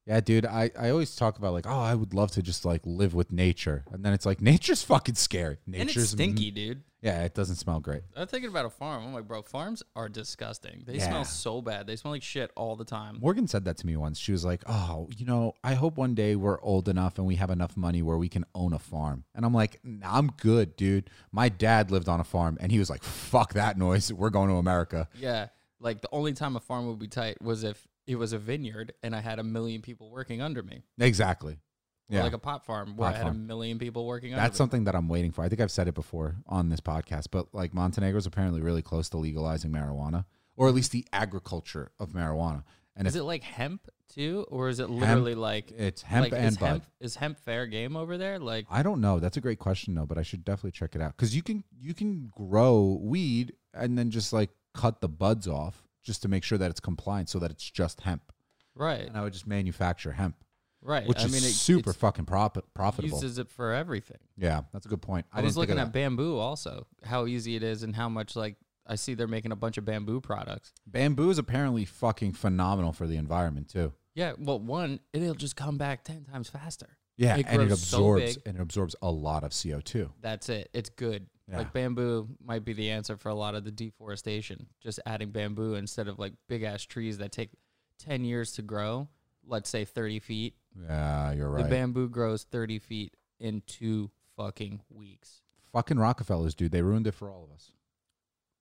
[SPEAKER 1] Yeah, dude, I, I always talk about like, oh, I would love to just like live with nature. And then it's like nature's fucking scary.
[SPEAKER 2] and
[SPEAKER 1] Nature's
[SPEAKER 2] it's stinky,
[SPEAKER 1] m-
[SPEAKER 2] dude.
[SPEAKER 1] yeah, it doesn't smell great.
[SPEAKER 2] I'm thinking about a farm. I'm like, bro, farms are disgusting. They
[SPEAKER 1] Yeah.
[SPEAKER 2] smell so bad. They smell like shit all the time.
[SPEAKER 1] Morgan said that to me once. She was like, "Oh, you know, I hope one day we're old enough and we have enough money where we can own a farm." And I'm like, nah, "I'm good, dude. My dad lived on a farm and he was like, "Fuck that noise. We're going to America."
[SPEAKER 2] Yeah. Like the only time a farm would be tight was if it was a vineyard and I had a million people working under me.
[SPEAKER 1] Exactly.
[SPEAKER 2] Or
[SPEAKER 1] Yeah.
[SPEAKER 2] like a pot farm where
[SPEAKER 1] Pot
[SPEAKER 2] I had a
[SPEAKER 1] farm.
[SPEAKER 2] million people working under
[SPEAKER 1] That's
[SPEAKER 2] me.
[SPEAKER 1] something that I'm waiting for. I think I've said it before on this podcast, but like Montenegro's apparently really close to legalizing marijuana or at least the agriculture of marijuana. And
[SPEAKER 2] Is
[SPEAKER 1] it's
[SPEAKER 2] it like hemp too? Or is it literally like
[SPEAKER 1] it's hemp
[SPEAKER 2] like,
[SPEAKER 1] and
[SPEAKER 2] is
[SPEAKER 1] bud.
[SPEAKER 2] hemp is hemp fair game over there? Like
[SPEAKER 1] I don't know. That's a great question though, but I should definitely check it out because you can you can grow weed and then just like cut the buds off just to make sure that it's compliant, so that it's just hemp.
[SPEAKER 2] right.
[SPEAKER 1] And I would just manufacture hemp,
[SPEAKER 2] Right.
[SPEAKER 1] which
[SPEAKER 2] I
[SPEAKER 1] is
[SPEAKER 2] mean it
[SPEAKER 1] super
[SPEAKER 2] it's-
[SPEAKER 1] fucking profit, profitable.
[SPEAKER 2] uses it for everything.
[SPEAKER 1] yeah, that's a good point.
[SPEAKER 2] I,
[SPEAKER 1] I, didn't
[SPEAKER 2] was
[SPEAKER 1] think of
[SPEAKER 2] looking at
[SPEAKER 1] that.
[SPEAKER 2] bamboo also, how easy it is and how much like I see they're making a bunch of bamboo products.
[SPEAKER 1] bamboo is apparently fucking phenomenal for the environment too.
[SPEAKER 2] Yeah, well, one, it'll just come back ten times faster.
[SPEAKER 1] Yeah,
[SPEAKER 2] It
[SPEAKER 1] and it
[SPEAKER 2] grows so
[SPEAKER 1] absorbs
[SPEAKER 2] big.
[SPEAKER 1] and it absorbs a lot of CO two.
[SPEAKER 2] That's it. It's good.
[SPEAKER 1] Yeah.
[SPEAKER 2] Like bamboo might be the answer for a lot of the deforestation. Just adding bamboo instead of like big ass trees that take ten years to grow. Let's say thirty feet.
[SPEAKER 1] Yeah, you're right.
[SPEAKER 2] The bamboo grows thirty feet in two fucking weeks.
[SPEAKER 1] fucking Rockefellers, dude, they ruined it for all of us.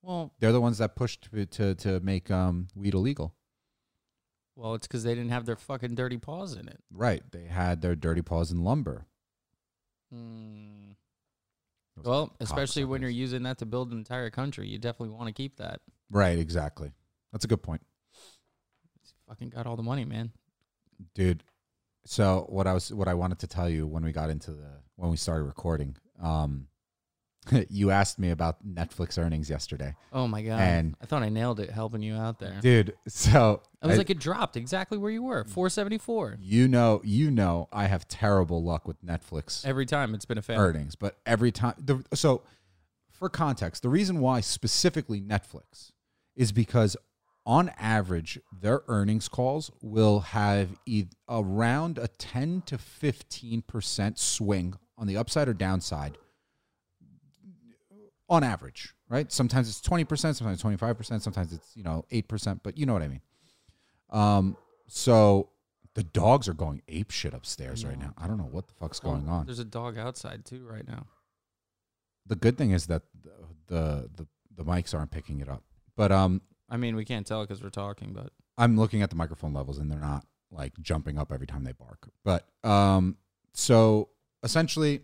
[SPEAKER 2] Well,
[SPEAKER 1] They're the ones that pushed to to, to make um, weed illegal.
[SPEAKER 2] well, it's because they didn't have their fucking dirty paws in it.
[SPEAKER 1] Right. They had their dirty paws in lumber.
[SPEAKER 2] Hmm.
[SPEAKER 1] Those
[SPEAKER 2] Well, especially when
[SPEAKER 1] cocksuckers.
[SPEAKER 2] you're using that to build an entire country, you definitely want to keep that.
[SPEAKER 1] Right, exactly. That's a good point.
[SPEAKER 2] It's fucking got all the money, man.
[SPEAKER 1] Dude, so what I was what I wanted to tell you when we got into the when we started recording, um you asked me about Netflix earnings yesterday.
[SPEAKER 2] Oh my god!
[SPEAKER 1] And-
[SPEAKER 2] I thought I nailed it helping you out there.
[SPEAKER 1] Dude, Mm. so
[SPEAKER 2] I was like, it dropped exactly where you were, 474.
[SPEAKER 1] you know, you know I have terrible luck with Netflix
[SPEAKER 2] Every time it's been a failure.
[SPEAKER 1] earnings, but every time the so for context, the reason why specifically Netflix is because on average their earnings calls will have e- around a 10 to 15% swing on the upside or downside on average, right? Sometimes it's 20%, sometimes 25%, sometimes it's, you know, 8%, but you know what I mean. Um so the dogs are going ape shit upstairs right now. I don't know what the fuck's going on
[SPEAKER 2] There's a dog outside too right now.
[SPEAKER 1] the good thing is that the the the mics aren't picking it up. But um,
[SPEAKER 2] I mean, we can't tell because we're talking, but
[SPEAKER 1] I'm looking at the microphone levels and they're not like jumping up every time they bark. But um, so essentially,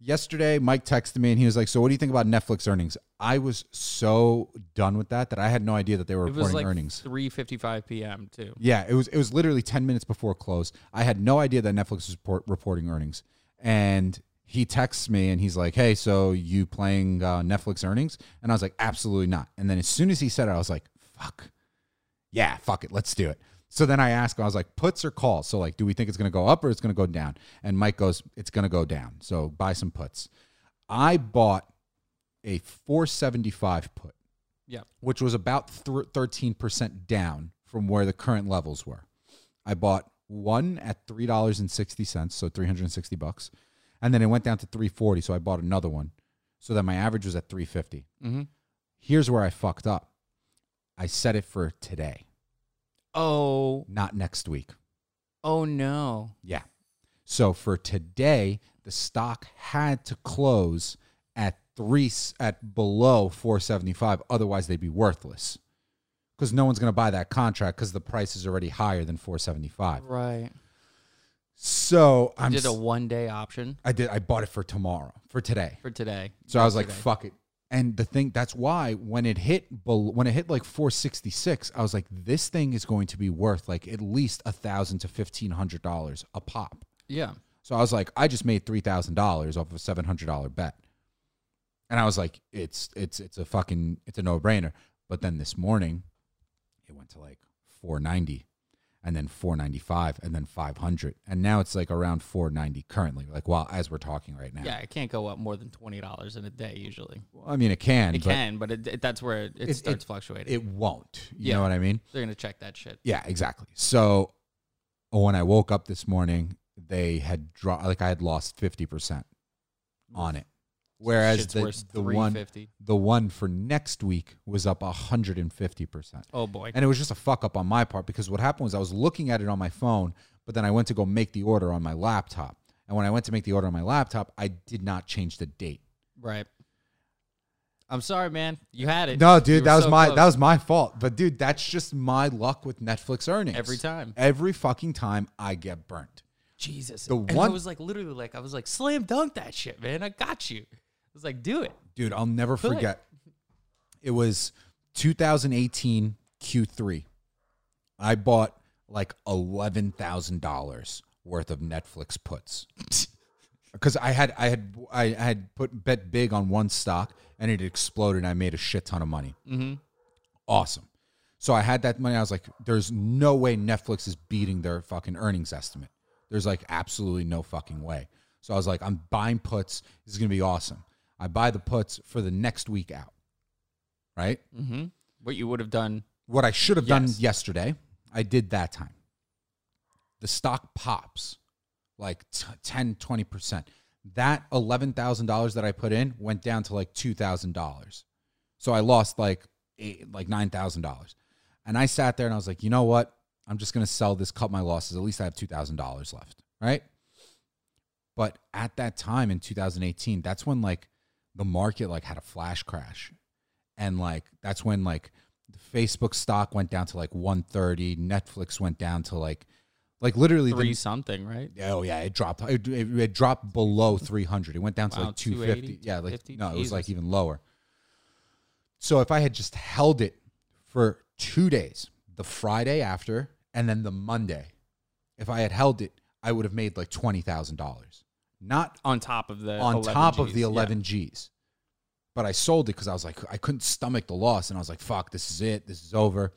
[SPEAKER 1] yesterday Mike texted me and he was like, "So what do you think about Netflix earnings?" I was so done with that that I had no idea that they were
[SPEAKER 2] it was
[SPEAKER 1] reporting
[SPEAKER 2] like
[SPEAKER 1] earnings.
[SPEAKER 2] 3:55 p.m. too.
[SPEAKER 1] Yeah, it was it was literally 10 minutes before close. I had no idea that Netflix was report, reporting earnings. And he texts me and he's like, "Hey, so you playing uh, Netflix earnings?" And I was like, "Absolutely not." And then as soon as he said it, I was like, "Fuck. Yeah, fuck it. Let's do it." So then I asked him, I was like, "Puts or calls?" So like, do we think it's going to go up or it's going to go down? And Mike goes, "It's going to go down. So buy some puts." I bought a 475 put
[SPEAKER 2] Yeah.
[SPEAKER 1] which was about thr- 13% down from where the current levels were. I bought one at $3.60, so 360 bucks. And then it went down to 340, so I bought another one. So that my average was at 350.
[SPEAKER 2] Mm-hmm.
[SPEAKER 1] Here's where I fucked up. I set it for today.
[SPEAKER 2] Oh,
[SPEAKER 1] not next week.
[SPEAKER 2] oh no.
[SPEAKER 1] Yeah. So for today, the stock had to close at three s- at below 475. Otherwise, they'd be worthless because no one's going to buy that contract because the price is already higher than 475.
[SPEAKER 2] Right.
[SPEAKER 1] So
[SPEAKER 2] I
[SPEAKER 1] I'm
[SPEAKER 2] did a
[SPEAKER 1] s-
[SPEAKER 2] one day option
[SPEAKER 1] I did I bought it for tomorrow for today.
[SPEAKER 2] for today.
[SPEAKER 1] So I was like,
[SPEAKER 2] today.
[SPEAKER 1] fuck it. And the thing that's why when it hit bel- when it hit like 466, I was like, this thing is going to be worth like at least a thousand to fifteen hundred dollars a pop.
[SPEAKER 2] Yeah.
[SPEAKER 1] So I was like, I just made three thousand dollars off of a seven hundred dollar bet, and I was like, it's it's it's a fucking it's a no brainer. But then this morning, it went to like four ninety, and then four ninety five, and then five hundred, and now it's like around four ninety currently. Like while as we're talking right now,
[SPEAKER 2] Yeah. It can't go up more than $20 in a day usually.
[SPEAKER 1] Well, I mean it can,
[SPEAKER 2] It
[SPEAKER 1] but
[SPEAKER 2] can, but it, it- that's where it, it
[SPEAKER 1] it-
[SPEAKER 2] starts
[SPEAKER 1] it-
[SPEAKER 2] fluctuating.
[SPEAKER 1] it won't. You
[SPEAKER 2] Yeah.
[SPEAKER 1] know what I mean?
[SPEAKER 2] They're going to check that shit.
[SPEAKER 1] Yeah, exactly. So when I woke up this morning, they had draw like I had lost fifty percent on it, whereas
[SPEAKER 2] Shit's
[SPEAKER 1] the,
[SPEAKER 2] worth
[SPEAKER 1] the one
[SPEAKER 2] 350.
[SPEAKER 1] the one for next week was up 150%.
[SPEAKER 2] Oh boy.
[SPEAKER 1] And it was just a fuck up on my part because what happened was I was looking at it on my phone, but then I went to go make the order on my laptop. And when I went to make the order on my laptop, I did not change the date.
[SPEAKER 2] Right. I'm sorry, man. You had it.
[SPEAKER 1] No,
[SPEAKER 2] You
[SPEAKER 1] dude,
[SPEAKER 2] were
[SPEAKER 1] that was
[SPEAKER 2] so
[SPEAKER 1] my
[SPEAKER 2] close.
[SPEAKER 1] that was my fault. But dude, that's just my luck with Netflix earnings.
[SPEAKER 2] every time.
[SPEAKER 1] Every fucking time I get burnt.
[SPEAKER 2] Jesus.
[SPEAKER 1] The
[SPEAKER 2] and
[SPEAKER 1] one-
[SPEAKER 2] I was like literally like I was like slam dunk that shit, man. I got you. I was like do it.
[SPEAKER 1] Dude, I'll never
[SPEAKER 2] Good.
[SPEAKER 1] forget. It was 2018 Q3. I bought like $11,000 worth of Netflix puts. Cuz I had I had I had put bet big on one stock and it exploded and I made a shit ton of money.
[SPEAKER 2] Mhm.
[SPEAKER 1] Awesome. So I had that money. I was like, there's no way Netflix is beating their fucking earnings estimate. There's like absolutely no fucking way. So I was like, I'm buying puts. This is going to be awesome. I buy the puts for the next week out, right?
[SPEAKER 2] Mhm. What you would have done.
[SPEAKER 1] What I should have done
[SPEAKER 2] Yes.
[SPEAKER 1] yesterday, I did that time. The stock pops like t- 10, 20%. That $11,000 that I put in went down to like $2,000. So I lost like eight, like $9,000. And I sat there and I was like, you know what? I'm just going to sell this, cut my losses. At least I have $2,000 left. Right. But at that time in 2018, that's when like the market like had a flash crash. And like that's when like the Facebook stock went down to like 130, Netflix went down to like like literally the-
[SPEAKER 2] Three something, right?
[SPEAKER 1] Oh yeah, it dropped. It, it, it dropped below 300. It went down to
[SPEAKER 2] Wow,
[SPEAKER 1] like 250.
[SPEAKER 2] 280,
[SPEAKER 1] Yeah, like
[SPEAKER 2] 250?
[SPEAKER 1] no, it was like
[SPEAKER 2] Jesus.
[SPEAKER 1] even lower. So if I had just held it for 2 days, the Friday after and then the Monday, if I had held it, I would have made like $20,000. Not
[SPEAKER 2] On top of the
[SPEAKER 1] on
[SPEAKER 2] 11
[SPEAKER 1] top of
[SPEAKER 2] Gs.
[SPEAKER 1] the
[SPEAKER 2] Yeah.
[SPEAKER 1] 11 G's. But I sold it because I was like, I couldn't stomach the loss. And I was like, fuck, this is it. This is over.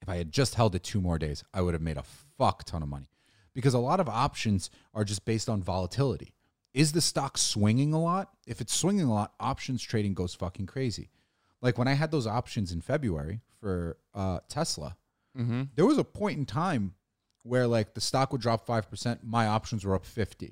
[SPEAKER 1] If I had just held it two more days, I would have made a fuck ton of money because a lot of options are just based on volatility. Is the stock swinging a lot? If it's swinging a lot, options trading goes fucking crazy. Like when I had those options in February for uh, Tesla,
[SPEAKER 2] Mhm.
[SPEAKER 1] there was a point in time where like the stock would drop 5%, my options were up 50,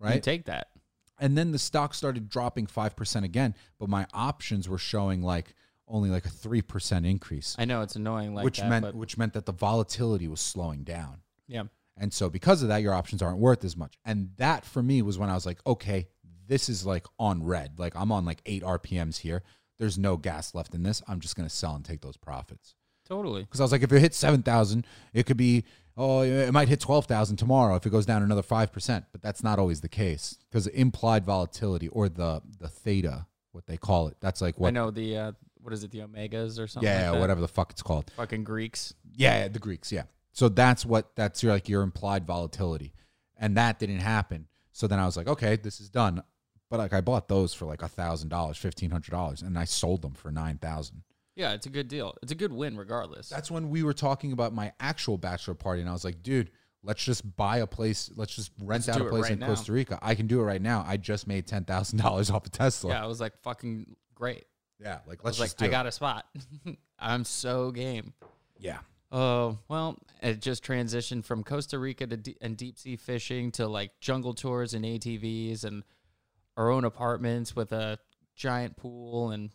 [SPEAKER 2] You
[SPEAKER 1] right?
[SPEAKER 2] take that.
[SPEAKER 1] And then the stock started dropping 5% again, but my options were showing like only like a 3% increase,
[SPEAKER 2] I know it's annoying like
[SPEAKER 1] which
[SPEAKER 2] that,
[SPEAKER 1] meant
[SPEAKER 2] but
[SPEAKER 1] which meant that the volatility was slowing down.
[SPEAKER 2] yeah.
[SPEAKER 1] And so because of that your options aren't worth as much. And that for me was when I was like, okay, this is like on red. Like I'm on like 8 RPMs here. There's no gas left in this. I'm just going to sell and take those profits.
[SPEAKER 2] Totally.
[SPEAKER 1] Because I was like, if it hits 7,000, it could be, oh, it might hit 12,000 tomorrow if it goes down another 5%. But that's not always the case because implied volatility or the, the theta, what they call it, that's like
[SPEAKER 2] I
[SPEAKER 1] what,
[SPEAKER 2] know the uh, what is it, the omegas or something?
[SPEAKER 1] yeah,
[SPEAKER 2] like that?
[SPEAKER 1] whatever the fuck it's called.
[SPEAKER 2] Fucking Greeks.
[SPEAKER 1] Yeah, the Greeks, yeah. So that's what, that's your, like your implied volatility. And that didn't happen. So then I was like, okay, this is done. But like I bought those for like $1,000, $1,500, and I sold them for 9000
[SPEAKER 2] Yeah, it's a good deal. It's a good win regardless.
[SPEAKER 1] That's when we were talking about my actual bachelor party, and I was like, dude, let's just buy a place. Let's just rent
[SPEAKER 2] Let's
[SPEAKER 1] out a
[SPEAKER 2] do it
[SPEAKER 1] place
[SPEAKER 2] right
[SPEAKER 1] in
[SPEAKER 2] now.
[SPEAKER 1] Costa Rica. I can do it right now. I just made ten thousand dollars off of Tesla.
[SPEAKER 2] yeah, I was like fucking great.
[SPEAKER 1] Yeah, like
[SPEAKER 2] I
[SPEAKER 1] let's
[SPEAKER 2] was
[SPEAKER 1] just
[SPEAKER 2] like,
[SPEAKER 1] do
[SPEAKER 2] I
[SPEAKER 1] it.
[SPEAKER 2] got a spot. I'm so game.
[SPEAKER 1] yeah,
[SPEAKER 2] Oh well, it just transitioned from Costa Rica to de- and deep sea fishing to like jungle tours and ATVs and our own apartments with a giant pool and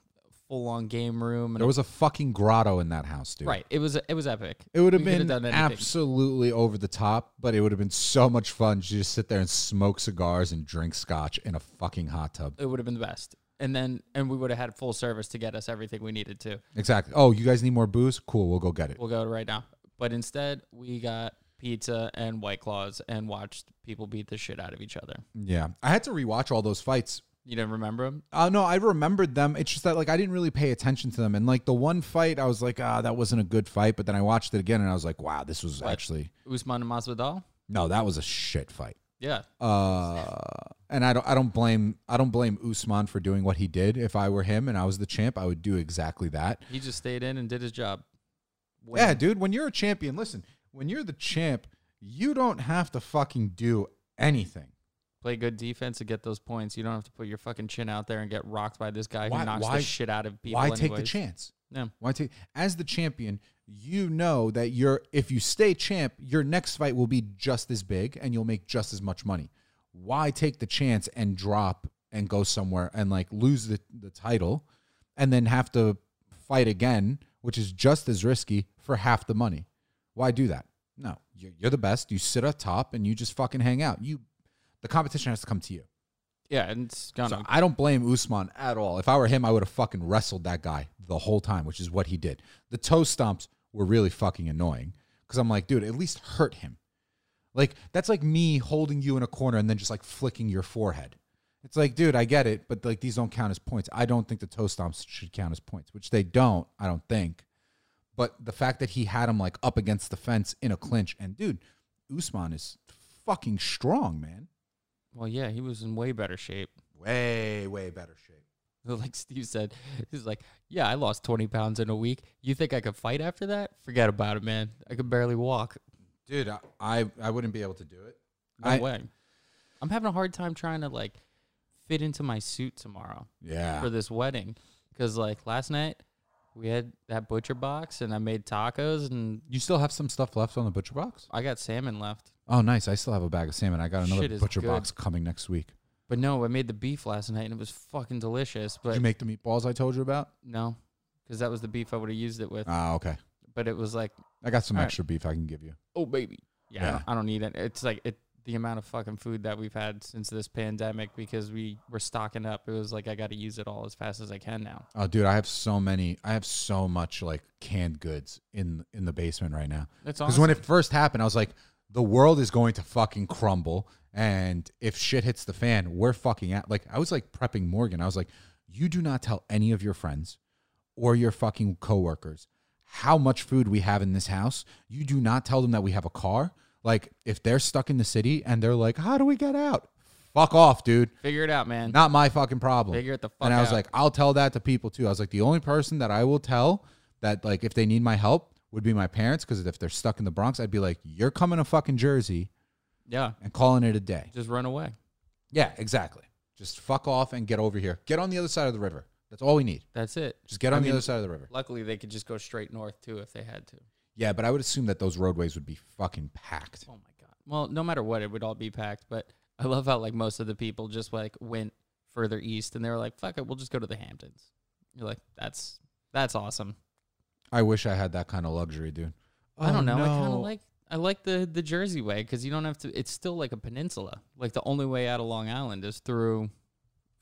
[SPEAKER 2] full on game room. And
[SPEAKER 1] There was a fucking grotto in that house, dude.
[SPEAKER 2] right. It was it was epic.
[SPEAKER 1] It would have
[SPEAKER 2] We could
[SPEAKER 1] been
[SPEAKER 2] done anything.
[SPEAKER 1] absolutely over the top, but it would have been so much fun to just sit there and smoke cigars and drink scotch in a fucking hot tub.
[SPEAKER 2] It would have been the best. And then and we would have had full service to get us everything we needed to.
[SPEAKER 1] Exactly. Oh, you guys need more booze? Cool, we'll go get it.
[SPEAKER 2] We'll go right now. But instead, we got pizza and white claws and watched people beat the shit out of each other.
[SPEAKER 1] Yeah. I had to rewatch all those fights
[SPEAKER 2] You didn't remember them?
[SPEAKER 1] Uh, no, I remembered them. It's just that like I didn't really pay attention to them. And like the one fight, I was like, ah, that wasn't a good fight. But then I watched it again, and I was like, wow, this was actually
[SPEAKER 2] Usman and Masvidal?
[SPEAKER 1] no, that was a shit fight.
[SPEAKER 2] Yeah.
[SPEAKER 1] Uh, and I don't, I don't blame, I don't blame Usman for doing what he did. If I were him and I was the champ, I would do exactly that.
[SPEAKER 2] He just stayed in and did his job. Win.
[SPEAKER 1] Yeah, dude. When you're a champion, listen. When you're the champ, you don't have to fucking do anything.
[SPEAKER 2] Play good defense and get those points. You don't have to put your fucking chin out there and get rocked by this guy who
[SPEAKER 1] Why-
[SPEAKER 2] knocks
[SPEAKER 1] why-
[SPEAKER 2] the shit out of people.
[SPEAKER 1] Why take the
[SPEAKER 2] anyways.
[SPEAKER 1] chance?
[SPEAKER 2] Yeah.
[SPEAKER 1] Why take as the champion? You know that you're if you stay champ, your next fight will be just as big, and you'll make just as much money. Why take the chance and drop and go somewhere and like lose the, the title, and then have to fight again, which is just as risky for half the money? Why do that? No, you're, you're the best. You sit up top and you just fucking hang out. You, the competition has to come to you.
[SPEAKER 2] Yeah, and it's gonna
[SPEAKER 1] So I don't blame Usman at all. If I were him, I would have fucking wrestled that guy the whole time, which is what he did. The toe stomps were really fucking annoying because I'm like, dude, at least hurt him. Like that's like me holding you in a corner and then just like flicking your forehead. It's like, dude, I get it, but like these don't count as points. I don't think the toe stomps should count as points, which they don't. I don't think. But the fact that he had him like up against the fence in a clinch, and dude, Usman is fucking strong, man.
[SPEAKER 2] Well, yeah, he was in way better shape.
[SPEAKER 1] Way, way better shape.
[SPEAKER 2] Like Steve said, he's like, "Yeah, I lost twenty pounds in a week. You think I could fight after that? Forget about it, man. I could barely walk.
[SPEAKER 1] dude I, I i wouldn't be able to do it
[SPEAKER 2] No
[SPEAKER 1] I-
[SPEAKER 2] way. I'm having a hard time trying to like fit into my suit tomorrow
[SPEAKER 1] yeah
[SPEAKER 2] for this wedding because like last night we had that butcher box and I made tacos and
[SPEAKER 1] you still have some stuff left on the butcher box
[SPEAKER 2] I got salmon left.
[SPEAKER 1] oh nice i still have a bag of salmon i got another
[SPEAKER 2] Shit is
[SPEAKER 1] butcher
[SPEAKER 2] good.
[SPEAKER 1] box coming next week
[SPEAKER 2] But no, I made the beef last night and it was fucking delicious.
[SPEAKER 1] did
[SPEAKER 2] But
[SPEAKER 1] you make the meatballs i told you about
[SPEAKER 2] no, because that was the beef I would have used it with.
[SPEAKER 1] ah okay
[SPEAKER 2] but it was like,
[SPEAKER 1] i got some
[SPEAKER 2] All right.
[SPEAKER 1] extra beef i can give you
[SPEAKER 2] oh baby, yeah, I
[SPEAKER 1] Yeah.
[SPEAKER 2] don't- I don't need it. It's like it the amount of fucking food that we've had since this pandemic because we were stocking up. It was like I got to use it all as fast as I can now.
[SPEAKER 1] oh dude i have so many i have so much like canned goods in in the basement right now
[SPEAKER 2] That's
[SPEAKER 1] because
[SPEAKER 2] awesome.
[SPEAKER 1] when it first happened i was like the world is going to fucking crumble and if shit hits the fan we're fucking at like i was like prepping morgan i was like you do not tell any of your friends or your fucking coworkers how much food we have in this house. You do not tell them that we have a car. Like if they're stuck in the city and they're like, "How do we get out?" Fuck off, dude.
[SPEAKER 2] Figure it out, man.
[SPEAKER 1] Not my fucking problem.
[SPEAKER 2] Figure it the fuck
[SPEAKER 1] And I was
[SPEAKER 2] out.
[SPEAKER 1] like, I'll tell that to people too. I was like, the only person that I will tell that like if they need my help would be my parents because if they're stuck in the Bronx, I'd be like, "You're coming to fucking Jersey
[SPEAKER 2] yeah,
[SPEAKER 1] and calling it a day."
[SPEAKER 2] just run away.
[SPEAKER 1] Yeah, exactly. Just fuck off and get over here. Get on the other side of the river. That's all we need.
[SPEAKER 2] That's it.
[SPEAKER 1] Just get on
[SPEAKER 2] I
[SPEAKER 1] the
[SPEAKER 2] mean,
[SPEAKER 1] other side of the river.
[SPEAKER 2] Luckily, they could just go straight north too if they had to.
[SPEAKER 1] Yeah, but I would assume that those roadways would be fucking packed.
[SPEAKER 2] Oh my god. Well, no matter what, it would all be packed. But I love how like most of the people just like went further east and they were like, "Fuck it, we'll just go to the Hamptons." You're like, "That's that's awesome."
[SPEAKER 1] I wish I had that kind of luxury, dude. Oh,
[SPEAKER 2] I don't know. I kind
[SPEAKER 1] no.
[SPEAKER 2] of like I like the the Jersey way because you don't have to. It's still like a peninsula. Like the only way out of Long Island is through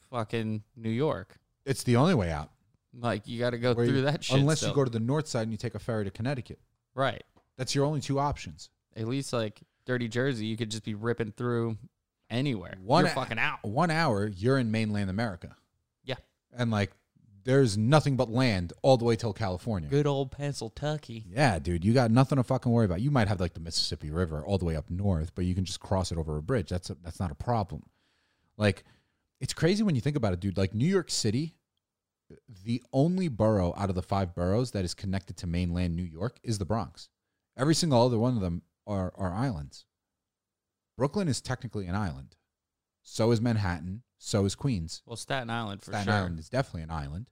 [SPEAKER 2] fucking New York.
[SPEAKER 1] it's the only way out.
[SPEAKER 2] Like you got to go
[SPEAKER 1] Where
[SPEAKER 2] through
[SPEAKER 1] you-
[SPEAKER 2] that shit.
[SPEAKER 1] unless
[SPEAKER 2] still.
[SPEAKER 1] you go to the north side and you take a ferry to Connecticut.
[SPEAKER 2] right.
[SPEAKER 1] That's your only two options.
[SPEAKER 2] At least like Dirty Jersey, you could just be ripping through anywhere.
[SPEAKER 1] One
[SPEAKER 2] You're
[SPEAKER 1] a-
[SPEAKER 2] fucking out.
[SPEAKER 1] One hour, you're in mainland America.
[SPEAKER 2] Yeah.
[SPEAKER 1] And like, there's nothing but land all the way till California.
[SPEAKER 2] Good old Pennsylvania.
[SPEAKER 1] Yeah, dude, you got nothing to fucking worry about. You might have like the Mississippi River all the way up north, but you can just cross it over a bridge. That's a, that's not a problem. Like, it's crazy when you think about it, dude. Like New York City, the only borough out of the five boroughs that is connected to mainland New York is the Bronx. Every single other one of them are are islands. Brooklyn is technically an island. So is Manhattan. So is Queens.
[SPEAKER 2] Well, Staten Island for
[SPEAKER 1] Staten
[SPEAKER 2] sure.
[SPEAKER 1] Island is definitely an island.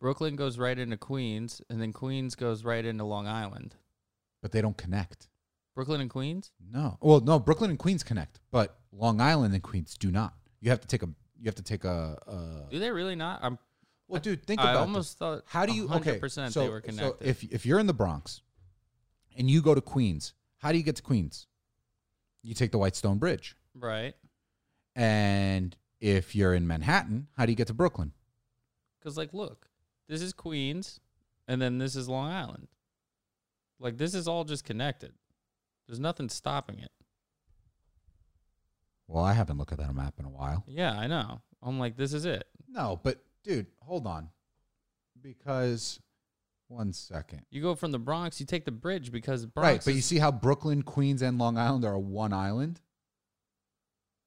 [SPEAKER 2] Brooklyn goes right into Queens, and then Queens goes right into Long Island.
[SPEAKER 1] But they don't connect.
[SPEAKER 2] Brooklyn and Queens?
[SPEAKER 1] No. Well, no, Brooklyn and Queens connect, but Long Island and Queens do not. You have to take a you have to take a, a
[SPEAKER 2] Do they really not? I'm
[SPEAKER 1] Well, dude, think
[SPEAKER 2] I
[SPEAKER 1] about this.
[SPEAKER 2] almost thought
[SPEAKER 1] How do you okay?
[SPEAKER 2] 100%
[SPEAKER 1] so-
[SPEAKER 2] they were connected.
[SPEAKER 1] So if if you're in the Bronx and you go to Queens, how do you get to Queens? You take the Whitestone Bridge.
[SPEAKER 2] right?
[SPEAKER 1] And if you're in Manhattan, how do you get to Brooklyn?
[SPEAKER 2] Because like, look, this is Queens, and then this is Long Island. Like this is all just connected. There's nothing stopping it.
[SPEAKER 1] Well, I haven't looked at that map in a while.
[SPEAKER 2] Yeah, I know. I'm like, this is it.
[SPEAKER 1] No, but dude, hold on. Because one second.
[SPEAKER 2] You go from the Bronx, you take the bridge because Bronx.
[SPEAKER 1] Right, but you
[SPEAKER 2] is-
[SPEAKER 1] see how Brooklyn, Queens, and Long Island are one island?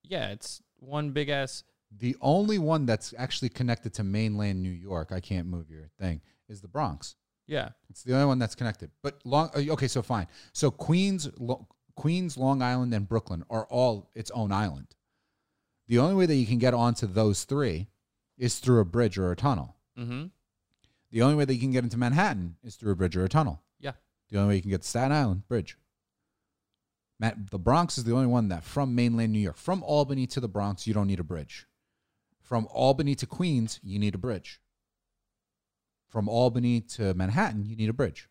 [SPEAKER 2] yeah, it's one big ass.
[SPEAKER 1] The only one that's actually connected to mainland New York, I can't move your thing, is the Bronx.
[SPEAKER 2] Yeah,
[SPEAKER 1] It's the only one that's connected. But long uh, okay, so fine. So Queens, Lo- Queens, Long Island, and Brooklyn are all its own island. The only way that you can get onto those three is through a bridge or a tunnel.
[SPEAKER 2] mm-hmm.
[SPEAKER 1] The only way that you can get into Manhattan is through a bridge or a tunnel.
[SPEAKER 2] Yeah.
[SPEAKER 1] The only way you can get to Staten Island bridge. Matt, the Bronx is the only one that from mainland New York, from Albany to the Bronx, you don't need a bridge. From Albany to Queens, you need a bridge. From Albany to Manhattan, you need a bridge.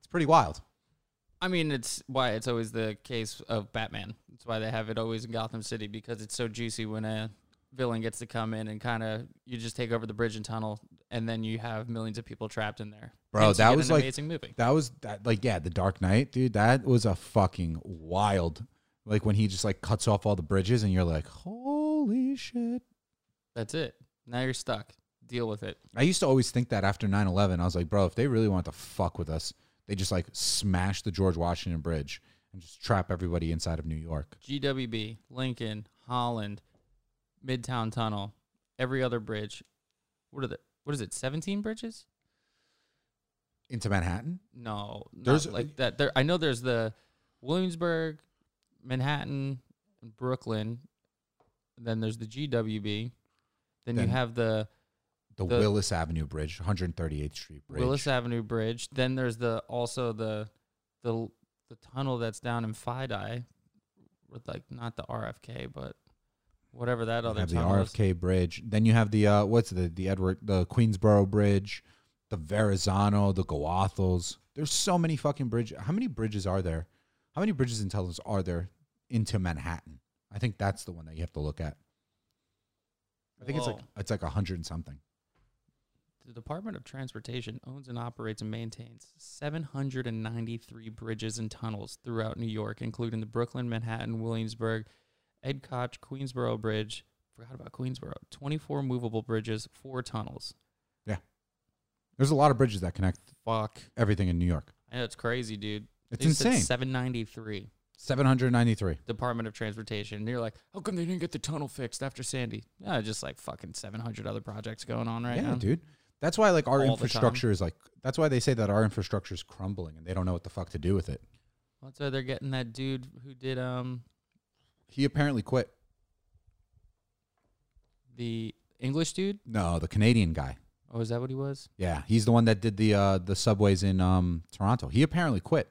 [SPEAKER 1] It's pretty wild.
[SPEAKER 2] I mean, it's why it's always the case of Batman. It's why they have it always in Gotham City because it's so juicy when a villain gets to come in and kind of you just take over the bridge and tunnel, and then you have millions of people trapped in there.
[SPEAKER 1] Bro,
[SPEAKER 2] Hence, you
[SPEAKER 1] that
[SPEAKER 2] get
[SPEAKER 1] was
[SPEAKER 2] an
[SPEAKER 1] like-
[SPEAKER 2] amazing movie.
[SPEAKER 1] That was that like yeah, the Dark Knight, dude. That was a fucking wild. Like when he just like cuts off all the bridges, and you're like, holy shit.
[SPEAKER 2] That's it. Now you're stuck. Deal with it.
[SPEAKER 1] I used to always think that after 9 11, I was like, bro, if they really want to fuck with us, they just like smash the George Washington Bridge and just trap everybody inside of New York.
[SPEAKER 2] GWB, Lincoln, Holland, Midtown Tunnel, every other bridge. What are the? What is it? Seventeen bridges?
[SPEAKER 1] Into Manhattan?
[SPEAKER 2] No, not
[SPEAKER 1] There's-
[SPEAKER 2] like that. There, I know there's the Williamsburg, Manhattan, and Brooklyn. Then there's the GWB. Then,
[SPEAKER 1] Then
[SPEAKER 2] you have the
[SPEAKER 1] The,
[SPEAKER 2] The-
[SPEAKER 1] Willis Avenue Bridge, 138th Street Bridge.
[SPEAKER 2] Willis Avenue Bridge. Then there's the also the the the tunnel that's down in Fidei, with like not the RFK, but whatever that
[SPEAKER 1] you
[SPEAKER 2] other
[SPEAKER 1] have the
[SPEAKER 2] tunnel is.
[SPEAKER 1] RFK Bridge. Then you have the, uh, what's the, the Edward, the Queensboro Bridge, the Verrazano, the Goethals. There's so many fucking bridges. How many bridges are there? How many bridges in Tulsa are there into Manhattan? I think that's the one that you have to look at. I think it's like
[SPEAKER 2] Whoa.
[SPEAKER 1] it's like a hundred and something.
[SPEAKER 2] The Department of Transportation owns and operates and maintains 793 bridges and tunnels throughout New York, including the Brooklyn, Manhattan, Williamsburg, Edcotch, Queensboro Bridge. Forgot about Queensboro. 24 movable bridges, four tunnels.
[SPEAKER 1] There's a lot of bridges that connect
[SPEAKER 2] Fuck.
[SPEAKER 1] everything in New York.
[SPEAKER 2] I know it's crazy, dude.
[SPEAKER 1] It's
[SPEAKER 2] They said
[SPEAKER 1] insane.
[SPEAKER 2] 793
[SPEAKER 1] Seven hundred ninety-three.
[SPEAKER 2] Department of Transportation. And you're like, how come they didn't get the tunnel fixed after Sandy? Yeah, just like fucking 700 other projects going on right
[SPEAKER 1] yeah,
[SPEAKER 2] now.
[SPEAKER 1] dude. That's why like our
[SPEAKER 2] All the
[SPEAKER 1] infrastructure is like. That's why they say that our infrastructure is crumbling and they don't know what the fuck to do with it.
[SPEAKER 2] That's why they're getting that dude who did um
[SPEAKER 1] He apparently quit.
[SPEAKER 2] the English dude.
[SPEAKER 1] No, the Canadian guy.
[SPEAKER 2] Oh, is that what he was?
[SPEAKER 1] Yeah, he's the one that did the uh, the subways in um, Toronto. He apparently quit.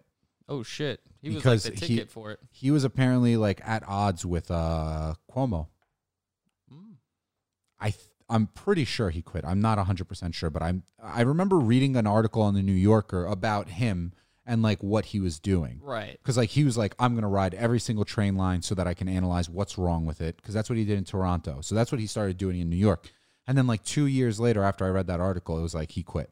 [SPEAKER 2] Oh shit! He
[SPEAKER 1] Because
[SPEAKER 2] was like the
[SPEAKER 1] he-
[SPEAKER 2] ticket for it.
[SPEAKER 1] He was apparently like at odds with uh, Cuomo.
[SPEAKER 2] Mm.
[SPEAKER 1] I th- I'm pretty sure he quit. I'm not 100% sure, but I'm I remember reading an article on the New Yorker about him and like what he was doing.
[SPEAKER 2] Right.
[SPEAKER 1] Cuz like he was like I'm going to ride every single train line so that I can analyze what's wrong with it cuz that's what he did in Toronto. So that's what he started doing in New York. And then like 2 years later after I read that article, it was like he quit.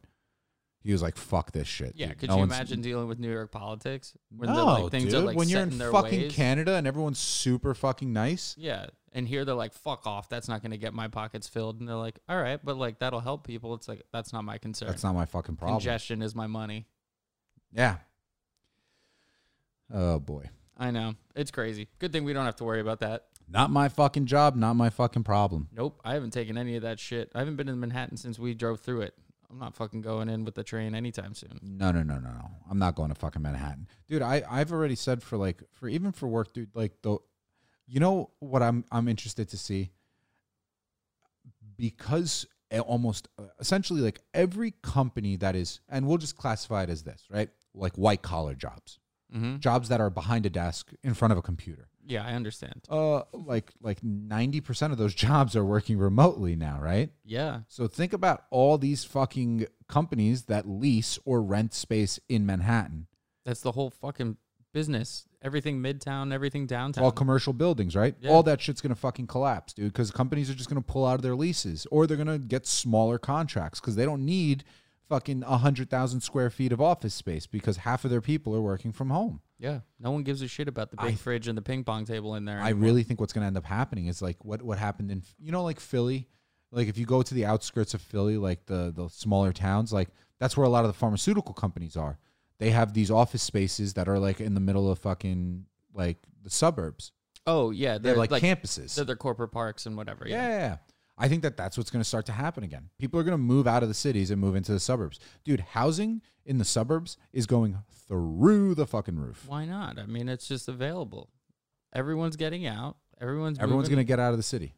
[SPEAKER 1] He was like fuck this shit.
[SPEAKER 2] Yeah.
[SPEAKER 1] dude.
[SPEAKER 2] Could
[SPEAKER 1] No
[SPEAKER 2] you
[SPEAKER 1] one's-
[SPEAKER 2] imagine dealing with New York politics
[SPEAKER 1] no,
[SPEAKER 2] they're,
[SPEAKER 1] Oh, dude. when you're
[SPEAKER 2] set
[SPEAKER 1] in
[SPEAKER 2] their
[SPEAKER 1] fucking
[SPEAKER 2] ways?
[SPEAKER 1] Canada and everyone's super fucking nice,
[SPEAKER 2] Yeah, and here they're like, "Fuck off! That's not going to get my pockets filled." And they're like, "All right, but like that'll help people." It's like that's not my concern.
[SPEAKER 1] that's not my fucking problem.
[SPEAKER 2] Congestion is my money.
[SPEAKER 1] yeah. Oh boy.
[SPEAKER 2] I know it's crazy. Good thing we don't have to worry about that.
[SPEAKER 1] Not my fucking job, not my fucking problem.
[SPEAKER 2] Nope, I haven't taken any of that shit. I haven't been in Manhattan since we drove through it. I'm not fucking going in with the train anytime soon.
[SPEAKER 1] No, no, no, no, no. I'm not going to fucking Manhattan. Dude, I, I've already said for like for even for work, dude, like the you know what I'm I'm interested to see? Because a- almost uh, essentially like every company that is and we'll just classify it as this, right? Like white collar jobs.
[SPEAKER 2] Mm-hmm.
[SPEAKER 1] Jobs that are behind a desk in front of a computer.
[SPEAKER 2] Yeah, I understand.
[SPEAKER 1] Uh, like like ninety percent of those jobs are working remotely now, right?
[SPEAKER 2] Yeah.
[SPEAKER 1] So think about all these fucking companies that lease or rent space in Manhattan,
[SPEAKER 2] That's the whole fucking business. Everything midtown, everything downtown.
[SPEAKER 1] all commercial buildings, right?
[SPEAKER 2] Yeah.
[SPEAKER 1] All that shit's gonna fucking collapse, dude, because companies are just gonna pull out of their leases or they're gonna get smaller contracts because they don't need fucking a hundred thousand square feet of office space because half of their people are working from home.
[SPEAKER 2] yeah. No one gives a shit about the big
[SPEAKER 1] I-
[SPEAKER 2] fridge and the ping pong table in there.
[SPEAKER 1] I really think what's going to end up happening is like what what happened in you know like Philly, like if you go to the outskirts of Philly, like the the smaller towns, like that's where a lot of the pharmaceutical companies are. They have these office spaces that are like in the middle of fucking like the suburbs.
[SPEAKER 2] oh, yeah.
[SPEAKER 1] They're, like, campuses.
[SPEAKER 2] They're their corporate parks and whatever.
[SPEAKER 1] yeah. yeah, yeah. I think that that's what's going to start to happen again. People are going to move out of the cities and move into the suburbs. Dude, housing in the suburbs is going through the fucking roof.
[SPEAKER 2] Why not? I mean, it's just available. Everyone's getting out. Everyone's
[SPEAKER 1] Everyone's going to get out of the city.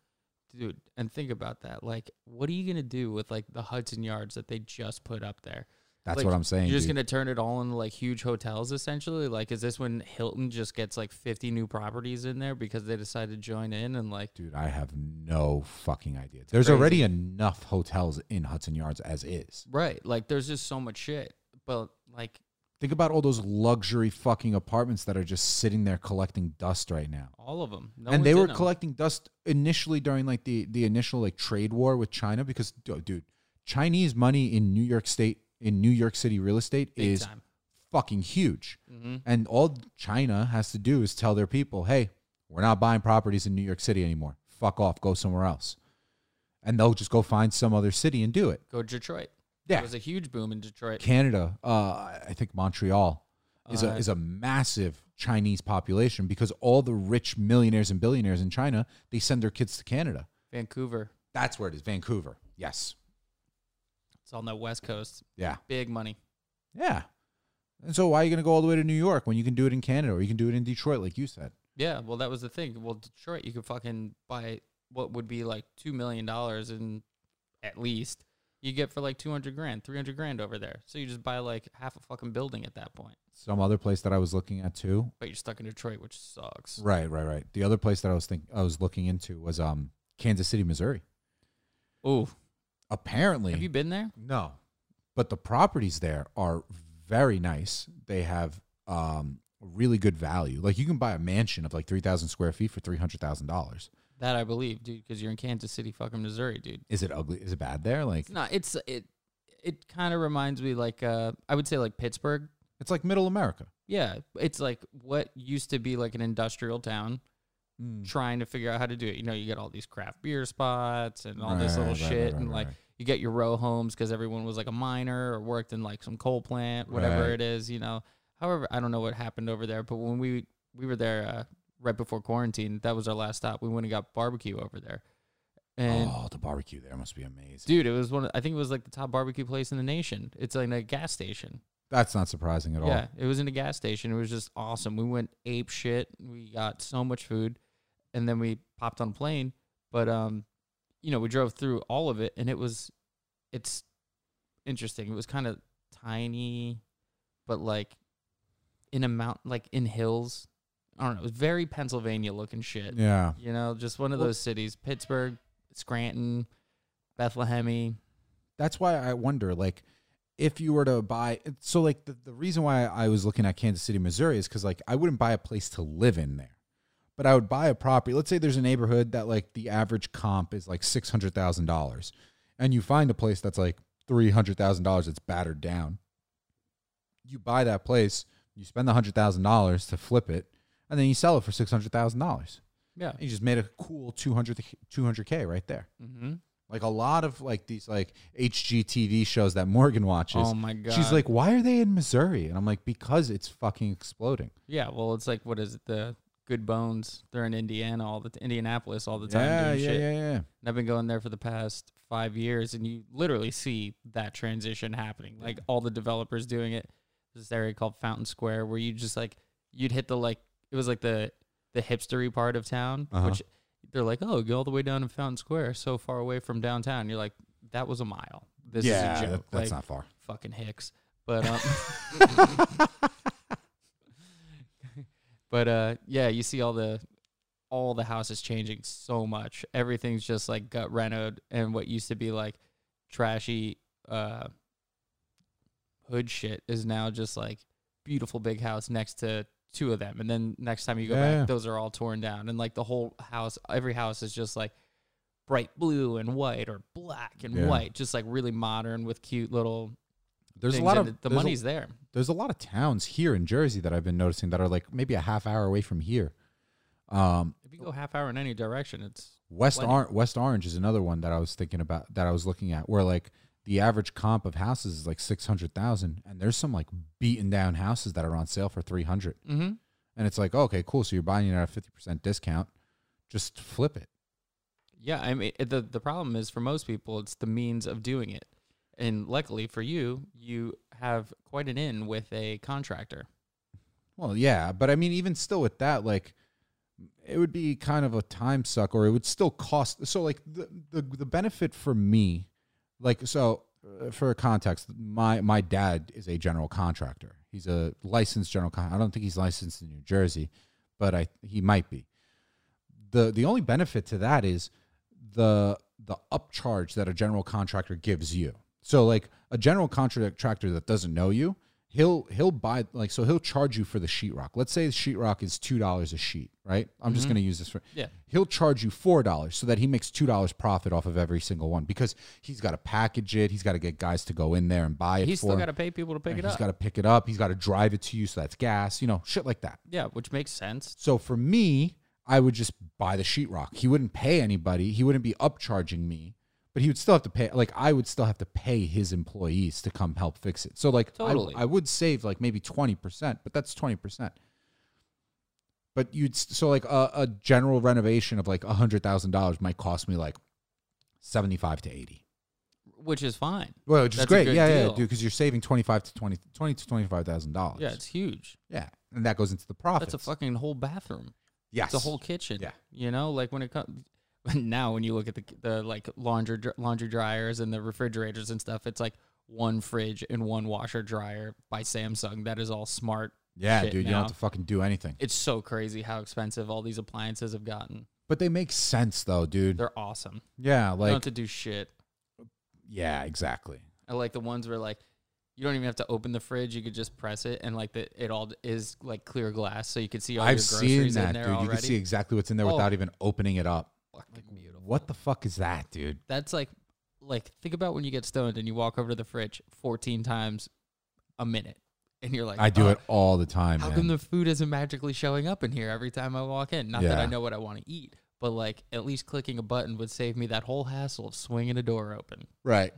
[SPEAKER 2] gonna dude. And think about that. Like, what are you gonna do with like the Hudson Yards that they just put up there?
[SPEAKER 1] That's
[SPEAKER 2] Like,
[SPEAKER 1] what I'm saying.
[SPEAKER 2] You're just
[SPEAKER 1] dude.
[SPEAKER 2] gonna turn it all into like huge hotels, essentially. Like, is this when Hilton just gets like 50 new properties in there because they decide to join in and like,
[SPEAKER 1] Dude, I have no fucking idea. There's
[SPEAKER 2] crazy.
[SPEAKER 1] already enough hotels in Hudson Yards as is.
[SPEAKER 2] right? Like, there's just so much shit. But like,
[SPEAKER 1] Think about all those luxury fucking apartments that are just sitting there collecting dust right now.
[SPEAKER 2] all of them, no
[SPEAKER 1] and
[SPEAKER 2] one's
[SPEAKER 1] they
[SPEAKER 2] in
[SPEAKER 1] were
[SPEAKER 2] 'em.
[SPEAKER 1] collecting dust initially during like the the initial like trade war with China because du- dude, Chinese money in New York State in New York City real estate
[SPEAKER 2] big
[SPEAKER 1] is
[SPEAKER 2] time. Mm-hmm.
[SPEAKER 1] fucking huge. And all China has to do is tell their people, hey, we're not buying properties in New York City anymore. Fuck off, go somewhere else. And they'll just go find some other city and do it.
[SPEAKER 2] Go to Detroit.
[SPEAKER 1] Yeah.
[SPEAKER 2] There was a huge boom in Detroit.
[SPEAKER 1] Canada, uh, I think Montreal is
[SPEAKER 2] Uh,
[SPEAKER 1] a is a massive Chinese population because all the rich millionaires and billionaires in China, they send their kids to Canada.
[SPEAKER 2] Vancouver.
[SPEAKER 1] That's where it is, Vancouver. Yes.
[SPEAKER 2] It's on the West Coast.
[SPEAKER 1] Yeah.
[SPEAKER 2] Big money.
[SPEAKER 1] Yeah. And so why are you going to go all the way to New York when you can do it in Canada or you can do it in Detroit like you said?
[SPEAKER 2] Yeah, well, that was the thing. Well, Detroit, you could fucking buy what would be like two million dollars in at least you get for like two hundred grand, three hundred grand over there. So you just buy like half a fucking building at that point.
[SPEAKER 1] Some other place that I was looking at too,
[SPEAKER 2] But you're stuck in Detroit, which sucks.
[SPEAKER 1] Right, right, right. The other place that I was think I was looking into was um Kansas City, Missouri.
[SPEAKER 2] Oh,
[SPEAKER 1] Apparently,
[SPEAKER 2] have you been there?
[SPEAKER 1] no, but the properties there are very nice. They have um really good value. Like you can buy a mansion of like three thousand square feet for three hundred thousand dollars.
[SPEAKER 2] That I believe, dude, because you're in Kansas City, fucking Missouri, dude.
[SPEAKER 1] Is it ugly? Is it bad there? Like
[SPEAKER 2] It's not. It's it. It kind of reminds me like uh, I would say like Pittsburgh.
[SPEAKER 1] it's like Middle America.
[SPEAKER 2] Yeah, it's like what used to be like an industrial town
[SPEAKER 1] Mm.
[SPEAKER 2] trying to figure out how to do it. You know, you get all these craft beer spots and all this
[SPEAKER 1] Right,
[SPEAKER 2] little
[SPEAKER 1] right, right,
[SPEAKER 2] shit,
[SPEAKER 1] right,
[SPEAKER 2] and
[SPEAKER 1] right,
[SPEAKER 2] like
[SPEAKER 1] right.
[SPEAKER 2] you get your row homes because everyone was like a miner or worked in like some coal plant, whatever
[SPEAKER 1] Right.
[SPEAKER 2] it is. You know, however, I don't know what happened over there, but when we we were there uh, right before quarantine, that was our last stop. We went and got barbecue over there, and.
[SPEAKER 1] oh, the barbecue there must be amazing.
[SPEAKER 2] Dude, it was one. Of, I think it was like the top barbecue place in the nation. It's like a gas station.
[SPEAKER 1] That's not surprising at all.
[SPEAKER 2] Yeah, it was in a gas station. It was just awesome. We went ape shit. We got so much food, and then we popped on a plane. But um, you know, we drove through all of it, and it was, it's interesting. It was kind of tiny, but like in a mount, like in hills. I don't know. It was very Pennsylvania looking shit.
[SPEAKER 1] Yeah.
[SPEAKER 2] You know, just one of
[SPEAKER 1] Well-
[SPEAKER 2] those cities: Pittsburgh, Scranton, Bethlehem.
[SPEAKER 1] that's why I wonder, like, if you were to buy, so like the, the reason why I was looking at Kansas City, Missouri is because like I wouldn't buy a place to live in there, but I would buy a property. Let's say there's a neighborhood that like the average comp is like six hundred thousand dollars, and you find a place that's like three hundred thousand dollars that's battered down. You buy that place, you spend the hundred thousand dollars to flip it, and then you sell it for six hundred thousand dollars.
[SPEAKER 2] Yeah.
[SPEAKER 1] You just made a cool 200 200k right there.
[SPEAKER 2] Mm-hmm.
[SPEAKER 1] Like a lot of like these like HGTV shows that Morgan watches.
[SPEAKER 2] Oh my god.
[SPEAKER 1] She's like, why are they in Missouri? And I'm like, because it's fucking exploding.
[SPEAKER 2] Yeah, well, it's like what is it? The Good Bones. They're in Indiana all the Indianapolis all the time doing shit.
[SPEAKER 1] yeah, yeah.
[SPEAKER 2] And I've been going there for the past five years, and you literally see that transition happening. Like all the developers doing it. This area called Fountain Square, where you just like you'd hit the like it was like the the hipstery part of town,
[SPEAKER 1] Uh-huh.
[SPEAKER 2] which they're like, oh, go all the way down to Fountain Square, so far away from downtown. You're like, that was a mile. This is a joke.
[SPEAKER 1] that's
[SPEAKER 2] Like,
[SPEAKER 1] not far.
[SPEAKER 2] fucking Hicks. But um, but uh, yeah, you see all the all the house is changing so much. Everything's just like gut renoed and what used to be like trashy uh hood shit is now just like beautiful big house next to two of them and then next time you go
[SPEAKER 1] Yeah.
[SPEAKER 2] back those are all torn down and like the whole house every house is just like bright blue and white or black and
[SPEAKER 1] Yeah.
[SPEAKER 2] white just like really modern with cute little
[SPEAKER 1] There's a
[SPEAKER 2] things
[SPEAKER 1] lot
[SPEAKER 2] in
[SPEAKER 1] of
[SPEAKER 2] it. the
[SPEAKER 1] there's a-
[SPEAKER 2] money's there
[SPEAKER 1] there's a lot of towns here in Jersey that I've been noticing that are like maybe a half hour away from here. Um,
[SPEAKER 2] if you go half hour in any direction it's
[SPEAKER 1] West
[SPEAKER 2] Plenty.
[SPEAKER 1] Orange, West Orange is another one that I was thinking about that I was looking at where like the average comp of houses is like 600,000 and there's some like beaten down houses that are on sale for 300
[SPEAKER 2] mm-hmm.
[SPEAKER 1] and it's like okay cool so you're buying it at a 50% discount just flip it
[SPEAKER 2] Yeah, I mean it- the the problem is for most people it's the means of doing it. And luckily for you, you have quite an in with a contractor.
[SPEAKER 1] well yeah but I mean even still with that like it would be kind of a time suck or it would still cost so like the the, the benefit for me like so uh, for context my my dad is a general contractor he's a licensed general con- i don't think he's licensed in new jersey but i he might be the the only benefit to that is the the upcharge that a general contractor gives you so like a general contractor that doesn't know you he'll he'll buy like so he'll charge you for the sheetrock let's say the sheetrock is $2 a sheet right i'm just going to use this for
[SPEAKER 2] Mm-hmm. Yeah.
[SPEAKER 1] he'll charge you four dollars so that he makes two dollars profit off of every single one because he's got to package it, he's got to get guys to go in there and buy it.
[SPEAKER 2] He's
[SPEAKER 1] for
[SPEAKER 2] still
[SPEAKER 1] him.
[SPEAKER 2] got to pay people to pick it
[SPEAKER 1] He's
[SPEAKER 2] up.
[SPEAKER 1] got to pick it up. He's got to drive it to you, so that's gas. You know, shit like that.
[SPEAKER 2] yeah, which makes sense.
[SPEAKER 1] So for me, I would just buy the sheetrock. He wouldn't pay anybody. He wouldn't be upcharging me, but he would still have to pay. Like I would still have to pay his employees to come help fix it. So like I-
[SPEAKER 2] Totally.
[SPEAKER 1] I, would save like maybe twenty percent, but that's twenty percent. But you'd s- so like a, a general renovation of like a hundred thousand dollars might cost me like seventy five to eighty.
[SPEAKER 2] Which is fine.
[SPEAKER 1] Well, which is
[SPEAKER 2] That's a
[SPEAKER 1] great,
[SPEAKER 2] good
[SPEAKER 1] yeah, yeah,
[SPEAKER 2] deal.
[SPEAKER 1] dude, because you're saving twenty five to 20, 20 to twenty five thousand dollars.
[SPEAKER 2] Yeah, it's huge.
[SPEAKER 1] yeah, and that goes into the profits.
[SPEAKER 2] That's a fucking whole bathroom.
[SPEAKER 1] yes,
[SPEAKER 2] It's a whole kitchen.
[SPEAKER 1] Yeah.
[SPEAKER 2] You know, like when it comes now when you look at the the like laundry dr- laundry dryers and the refrigerators and stuff, it's like one fridge and one washer dryer by Samsung that is all smart.
[SPEAKER 1] yeah,
[SPEAKER 2] shit
[SPEAKER 1] dude. You don't
[SPEAKER 2] now.
[SPEAKER 1] have to fucking do anything.
[SPEAKER 2] It's so crazy how expensive all these appliances have gotten.
[SPEAKER 1] But they make sense though, dude.
[SPEAKER 2] They're awesome.
[SPEAKER 1] yeah,
[SPEAKER 2] you
[SPEAKER 1] like
[SPEAKER 2] don't have to do shit.
[SPEAKER 1] yeah, exactly.
[SPEAKER 2] I like the ones where like you don't even have to open the fridge. You could just press it and like the, it all is like clear glass, so you can see all
[SPEAKER 1] I've
[SPEAKER 2] your
[SPEAKER 1] seen
[SPEAKER 2] groceries
[SPEAKER 1] that, dude.
[SPEAKER 2] in there
[SPEAKER 1] You
[SPEAKER 2] already.
[SPEAKER 1] can see exactly what's in there
[SPEAKER 2] Oh.
[SPEAKER 1] without even opening it up.
[SPEAKER 2] Fucking beautiful.
[SPEAKER 1] What the fuck is that, dude?
[SPEAKER 2] That's like like think about when you get stoned and you walk over to the fridge 14 times a minute, and you're like,
[SPEAKER 1] I do
[SPEAKER 2] "Oh,
[SPEAKER 1] it all the time,
[SPEAKER 2] How
[SPEAKER 1] man.
[SPEAKER 2] come the food isn't magically showing up in here every time I walk in? Not that I
[SPEAKER 1] Yeah.
[SPEAKER 2] know what I want to eat, but like at least clicking a button would save me that whole hassle of swinging a door open.
[SPEAKER 1] right.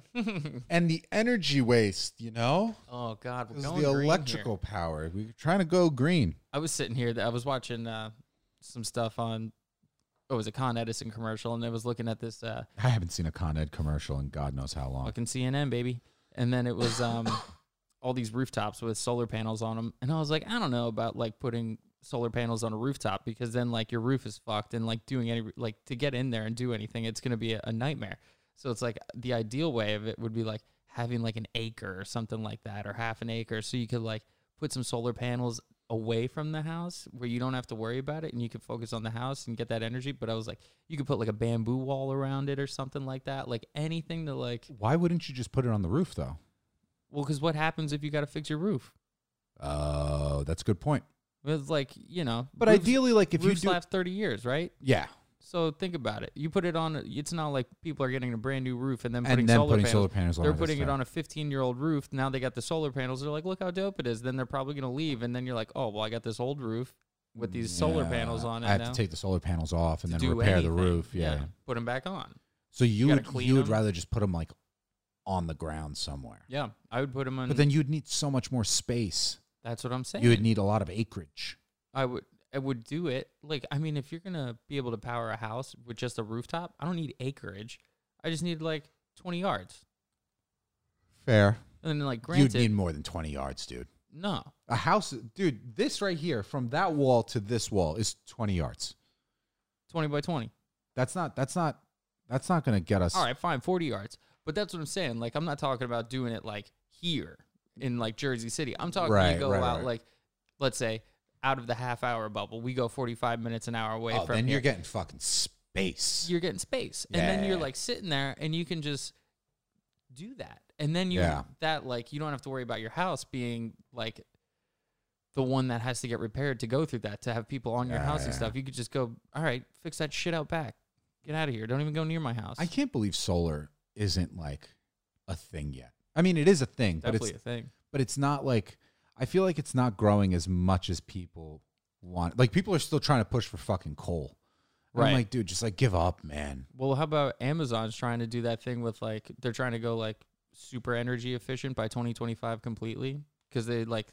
[SPEAKER 1] and the energy waste, you know,
[SPEAKER 2] Oh God, we're
[SPEAKER 1] This is
[SPEAKER 2] going
[SPEAKER 1] the
[SPEAKER 2] green here.
[SPEAKER 1] electrical power. We're trying to go green.
[SPEAKER 2] I was sitting here. I was watching uh, some stuff on. Oh, it was a Con Edison commercial, and I was looking at this uh,
[SPEAKER 1] I haven't seen a Con Ed commercial in God knows how long.
[SPEAKER 2] fucking CNN baby, and then it was um, all these rooftops with solar panels on them, and I was like, I don't know about like putting solar panels on a rooftop because then like your roof is fucked, and like doing any like to get in there and do anything, it's gonna be a, a nightmare. So it's like the ideal way of it would be like having like an acre or something like that, or half an acre, so you could like put some solar panels away from the house where you don't have to worry about it and you could focus on the house and get that energy but i was like you could put like a bamboo wall around it or something like that like anything to like
[SPEAKER 1] Why wouldn't you just put it on the roof though?
[SPEAKER 2] well, because what happens if you got to fix your roof?
[SPEAKER 1] Oh, that's a good point.
[SPEAKER 2] It's like you know,
[SPEAKER 1] But
[SPEAKER 2] roofs-
[SPEAKER 1] ideally, like if you
[SPEAKER 2] roofs
[SPEAKER 1] do,
[SPEAKER 2] last thirty years, right?
[SPEAKER 1] yeah,
[SPEAKER 2] So think about it. You put it on. It's not like people are getting a brand new roof and then putting,
[SPEAKER 1] and then
[SPEAKER 2] solar,
[SPEAKER 1] putting
[SPEAKER 2] panels.
[SPEAKER 1] solar panels on.
[SPEAKER 2] They're
[SPEAKER 1] that's
[SPEAKER 2] putting it
[SPEAKER 1] fair.
[SPEAKER 2] on a fifteen-year-old roof. Now they got the solar panels. They're like, look how dope it is. Then they're probably gonna leave, and then you're like, oh well, I got this old roof with these solar
[SPEAKER 1] Yeah,
[SPEAKER 2] panels on it
[SPEAKER 1] I have
[SPEAKER 2] now.
[SPEAKER 1] to take the solar panels off and
[SPEAKER 2] to
[SPEAKER 1] then
[SPEAKER 2] do
[SPEAKER 1] repair the
[SPEAKER 2] anything."
[SPEAKER 1] roof. Yeah.
[SPEAKER 2] put them back on.
[SPEAKER 1] So you
[SPEAKER 2] gotta
[SPEAKER 1] would,
[SPEAKER 2] clean
[SPEAKER 1] you would
[SPEAKER 2] them.
[SPEAKER 1] rather just put them like on the ground somewhere.
[SPEAKER 2] Yeah, I would put them on.
[SPEAKER 1] But then you'd need so much more space.
[SPEAKER 2] that's what I'm saying.
[SPEAKER 1] You would need a lot of acreage.
[SPEAKER 2] I would I would do it. Like I mean, if you're gonna be able to power a house with just a rooftop, I don't need acreage. I just need like twenty yards.
[SPEAKER 1] Fair.
[SPEAKER 2] And then like
[SPEAKER 1] You'd
[SPEAKER 2] granted,
[SPEAKER 1] need more than 20 yards, dude.
[SPEAKER 2] no,
[SPEAKER 1] A house, dude, this right here from that wall to this wall is 20 yards.
[SPEAKER 2] twenty by twenty.
[SPEAKER 1] That's not that's not that's not going to get us
[SPEAKER 2] All right, fine, forty yards. But that's what I'm saying. Like I'm not talking about doing it like here in like Jersey City. I'm talking
[SPEAKER 1] Right,
[SPEAKER 2] you go
[SPEAKER 1] right,
[SPEAKER 2] out
[SPEAKER 1] right.
[SPEAKER 2] like let's say out of the half hour bubble. We go 45 minutes an hour away
[SPEAKER 1] Oh,
[SPEAKER 2] from
[SPEAKER 1] then
[SPEAKER 2] here.
[SPEAKER 1] you're getting fucking space.
[SPEAKER 2] you're getting space and then you're
[SPEAKER 1] Yeah.
[SPEAKER 2] like sitting there and you can just do that and then you
[SPEAKER 1] Yeah.
[SPEAKER 2] that like you don't have to worry about your house being like the one that has to get repaired to go through that to have people on your
[SPEAKER 1] Yeah,
[SPEAKER 2] house and
[SPEAKER 1] yeah.
[SPEAKER 2] stuff you could just go all right fix that shit out back get out of here don't even go near my house
[SPEAKER 1] I can't believe solar isn't like a thing yet. I mean, it is a thing, but
[SPEAKER 2] definitely
[SPEAKER 1] it's
[SPEAKER 2] a thing
[SPEAKER 1] but it's not like I feel like it's not growing as much as people want. Like people are still trying to push for fucking coal. And I'm
[SPEAKER 2] Right.
[SPEAKER 1] like, dude, just like give up, man.
[SPEAKER 2] well how about amazon's trying to do that thing with like they're trying to go like super energy efficient by 2025 completely because they like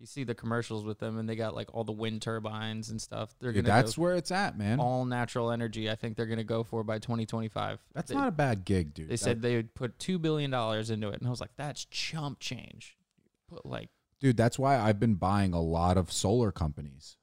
[SPEAKER 2] you see the commercials with them and they got like all the wind turbines and stuff they're
[SPEAKER 1] Dude,
[SPEAKER 2] gonna go
[SPEAKER 1] that's where it's at, man.
[SPEAKER 2] all natural energy I think they're going to go for by 2025.
[SPEAKER 1] That's
[SPEAKER 2] they,
[SPEAKER 1] not a bad gig, dude.
[SPEAKER 2] They said they would put 2 billion dollars into it and I was like that's chump change. Put like
[SPEAKER 1] dude, that's why I've been buying a lot of solar companies.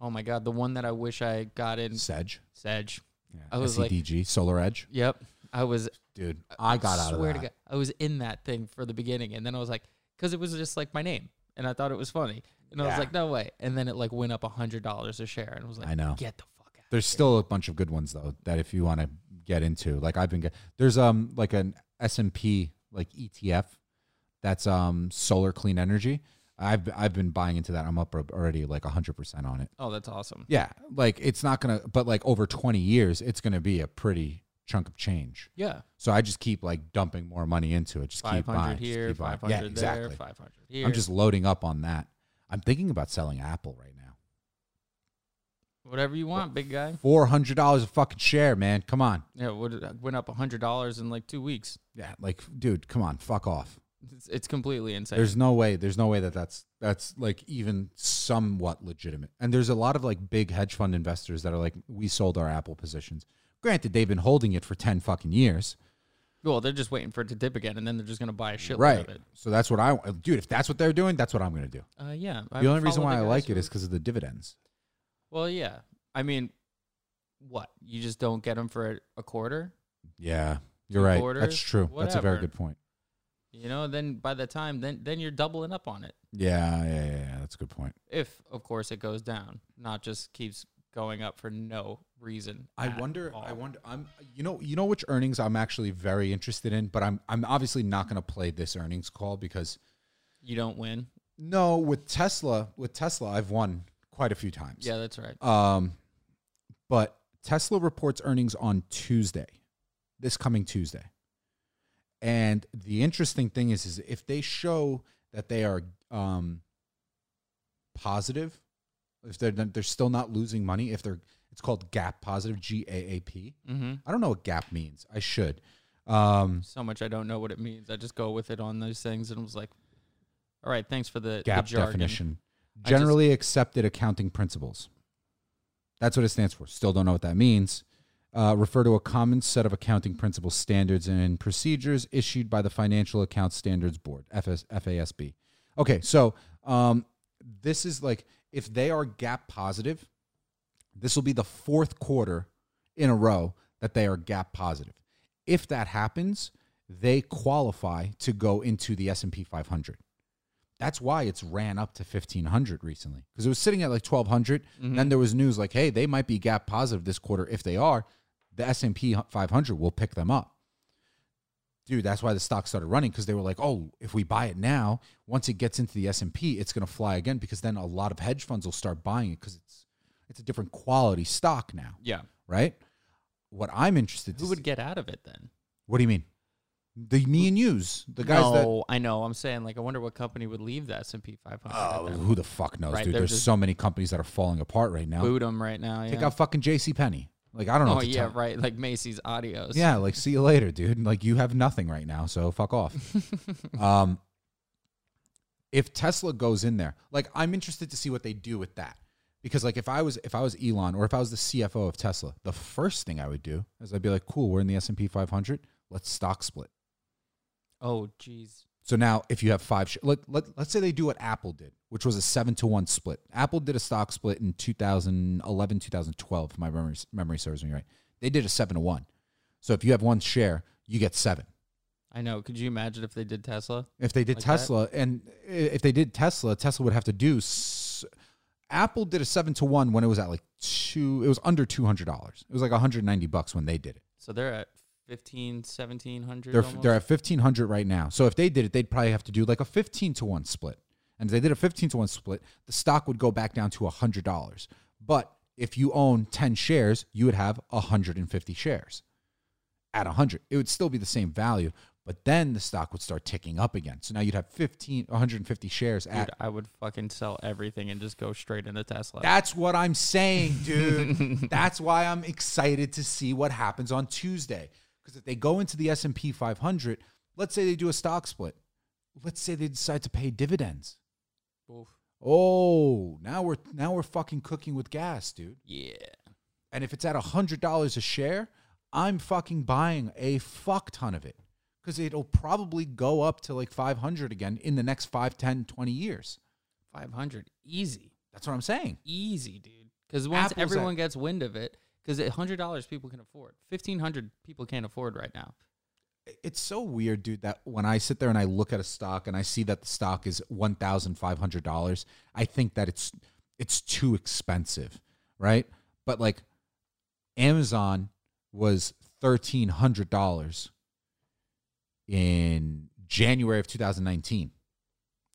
[SPEAKER 2] oh my god, the one that I wish I got in
[SPEAKER 1] Sedge,
[SPEAKER 2] Sedge.
[SPEAKER 1] yeah. E
[SPEAKER 2] I was like-
[SPEAKER 1] SEDG, Solar Edge,
[SPEAKER 2] Yep. I was
[SPEAKER 1] dude. I got out of
[SPEAKER 2] swear
[SPEAKER 1] that.
[SPEAKER 2] to god I was in that thing for the beginning and then I was like cuz it was just like my name and I thought it was funny. And I was
[SPEAKER 1] Yeah.
[SPEAKER 2] like no way. And then it like went up $100 a share and I was like
[SPEAKER 1] I know.
[SPEAKER 2] get the fuck out.
[SPEAKER 1] There's still a bunch of good ones though that if you want to get into, like I've been get, there's um like an S and P like ETF that's um solar clean energy. I've I've been buying into that. I'm up already like 100% on it.
[SPEAKER 2] Oh, that's awesome.
[SPEAKER 1] Yeah, like it's not going to but like over 20 years it's going to be a pretty chunk of change.
[SPEAKER 2] Yeah.
[SPEAKER 1] So I just keep like dumping more money into it. Just keep
[SPEAKER 2] 500
[SPEAKER 1] buying.
[SPEAKER 2] here,
[SPEAKER 1] just keep buying.
[SPEAKER 2] 500 there,
[SPEAKER 1] yeah, exactly.
[SPEAKER 2] 500 here.
[SPEAKER 1] I'm just loading up on that. I'm thinking about selling Apple right now.
[SPEAKER 2] whatever you want, big guy.
[SPEAKER 1] $400 a fucking share, man. Come on.
[SPEAKER 2] Yeah, it would- went up hundred dollars in like two weeks.
[SPEAKER 1] Yeah, like dude, come on, fuck off.
[SPEAKER 2] It's, it's completely insane.
[SPEAKER 1] There's no way. There's no way that that's that's like even somewhat legitimate. And there's a lot of like big hedge fund investors that are like, we sold our Apple positions. Granted, they've been holding it for ten fucking years,
[SPEAKER 2] well, they're just waiting for it to dip again, and then they're just gonna buy a shitload
[SPEAKER 1] right?
[SPEAKER 2] of it.
[SPEAKER 1] So that's what I, want. dude. If that's what they're doing, that's what I'm gonna do.
[SPEAKER 2] Uh, yeah. I
[SPEAKER 1] the only reason
[SPEAKER 2] follow
[SPEAKER 1] why I
[SPEAKER 2] guys
[SPEAKER 1] like it
[SPEAKER 2] who-
[SPEAKER 1] is because of the dividends.
[SPEAKER 2] well, yeah. I mean, what you just don't get them for a, a quarter,
[SPEAKER 1] Yeah, you're
[SPEAKER 2] Two
[SPEAKER 1] right.
[SPEAKER 2] quarters,
[SPEAKER 1] that's true. That's a very
[SPEAKER 2] whatever.
[SPEAKER 1] good point.
[SPEAKER 2] you know. Then by the time then then you're doubling up on it,
[SPEAKER 1] Yeah, yeah, yeah, yeah. That's a good point.
[SPEAKER 2] if of course it goes down, not just keeps going up for no reason.
[SPEAKER 1] I
[SPEAKER 2] at
[SPEAKER 1] wonder. I
[SPEAKER 2] all.
[SPEAKER 1] wonder. I'm. You know. You know which earnings I'm actually very interested in, but I'm. I'm obviously not going to play this earnings call because
[SPEAKER 2] you don't win.
[SPEAKER 1] no, with Tesla, with Tesla, I've won quite a few times.
[SPEAKER 2] Yeah, that's right.
[SPEAKER 1] Um, but Tesla reports earnings on Tuesday, this coming Tuesday, and the interesting thing is, is if they show that they are um positive, if they're they're still not losing money, if they're it's called gap positive, G A A P.
[SPEAKER 2] hmm
[SPEAKER 1] I don't know what gap means. I should. Um,
[SPEAKER 2] so much I don't know what it means. I just go with it on those things and was like, all right, thanks for the,
[SPEAKER 1] gap
[SPEAKER 2] the jargon.
[SPEAKER 1] definition.
[SPEAKER 2] I just-
[SPEAKER 1] Generally accepted accounting principles. That's what it stands for. Still don't know what that means. Uh, refer to a common set of accounting principles, standards, and procedures issued by the Financial Accounts Standards Board, FS, FASB. Okay, so um, this is like if they are gap positive, this will be the fourth quarter in a row that they are gap positive. If that happens, they qualify to go into the S&P 500. That's why it's ran up to 1500 recently because it was sitting at like 1200.
[SPEAKER 2] Mm-hmm.
[SPEAKER 1] Then there was news like, "Hey, they might be gap positive this quarter. If they are, the S&P 500 will pick them up." Dude, that's why the stock started running because they were like, "Oh, if we buy it now, once it gets into the S&P, it's going to fly again because then a lot of hedge funds will start buying it because it's it's a different quality stock now,
[SPEAKER 2] Yeah.
[SPEAKER 1] right? What I'm interested to
[SPEAKER 2] Who would
[SPEAKER 1] see-
[SPEAKER 2] get out of it then?
[SPEAKER 1] What do you mean? The me and yous, the guys that
[SPEAKER 2] no, I know. I'm saying like I wonder what company would leave the S and P 500. at
[SPEAKER 1] Oh,
[SPEAKER 2] that
[SPEAKER 1] who the fuck knows,
[SPEAKER 2] Right,
[SPEAKER 1] dude?
[SPEAKER 2] they're
[SPEAKER 1] There's
[SPEAKER 2] just-
[SPEAKER 1] so many companies that are falling apart right now.
[SPEAKER 2] Boot 'em right now. Yeah.
[SPEAKER 1] Take out fucking J.C. Penney. Like I don't know.
[SPEAKER 2] oh
[SPEAKER 1] what to
[SPEAKER 2] yeah,
[SPEAKER 1] tell-
[SPEAKER 2] right. Like Macy's Audios.
[SPEAKER 1] Yeah, like see you later, dude. Like you have nothing right now, so fuck off. um, if Tesla goes in there, like I'm interested to see what they do with that. Because like if I was if I was Elon or if I was the CFO of Tesla, the first thing I would do is I'd be like, cool, we're in the S and P 500. Let's stock split.
[SPEAKER 2] Oh jeez.
[SPEAKER 1] So now, if you have five, sh- let, let, let's say they do what Apple did, which was a seven to one split. Apple did a stock split in 2011, 2012, if my memory, memory serves me right. They did a seven to one. So if you have one share, you get seven.
[SPEAKER 2] I know. Could you imagine if they did Tesla?
[SPEAKER 1] If they did
[SPEAKER 2] Like that?
[SPEAKER 1] Tesla, and i- if they did Tesla, Tesla would have to do s- Apple did a seven to one when it was at like two. It was under two hundred dollars. It was like one hundred ninety bucks when they did it.
[SPEAKER 2] So they're at 15, 1700.
[SPEAKER 1] They're
[SPEAKER 2] almost?
[SPEAKER 1] they're at fifteen hundred right now. So if they did it, they'd probably have to do like a fifteen to one split. And if they did a fifteen to one split, the stock would go back down to hundred dollars. But if you own ten shares, you would have hundred and fifty shares. At hundred, it would still be the same value, but then the stock would start ticking up again. So now you'd have 15, 150 shares at
[SPEAKER 2] Dude, I would fucking sell everything and just go straight into Tesla.
[SPEAKER 1] That's what I'm saying, dude. That's why I'm excited to see what happens on Tuesday. Because if they go into the S&P 500, let's say they do a stock split. Let's say they decide to pay dividends.
[SPEAKER 2] Oof.
[SPEAKER 1] Oh, now we're now we're fucking cooking with gas, dude.
[SPEAKER 2] Yeah.
[SPEAKER 1] And if it's at $100 a share, I'm fucking buying a fuck ton of it. Because it'll probably go up to like 500 again in the next 5, 10, 20 years.
[SPEAKER 2] 500. Easy.
[SPEAKER 1] That's what I'm saying.
[SPEAKER 2] Easy, dude. Because once
[SPEAKER 1] Apple's
[SPEAKER 2] everyone
[SPEAKER 1] at-
[SPEAKER 2] gets wind of it, because $100 people can afford, 1500 people can't afford right now.
[SPEAKER 1] it's so weird, dude, that when I sit there and I look at a stock and I see that the stock is one thousand five hundred dollars, I think that it's it's too expensive, right? But like Amazon was thirteen hundred dollars in January of two thousand nineteen.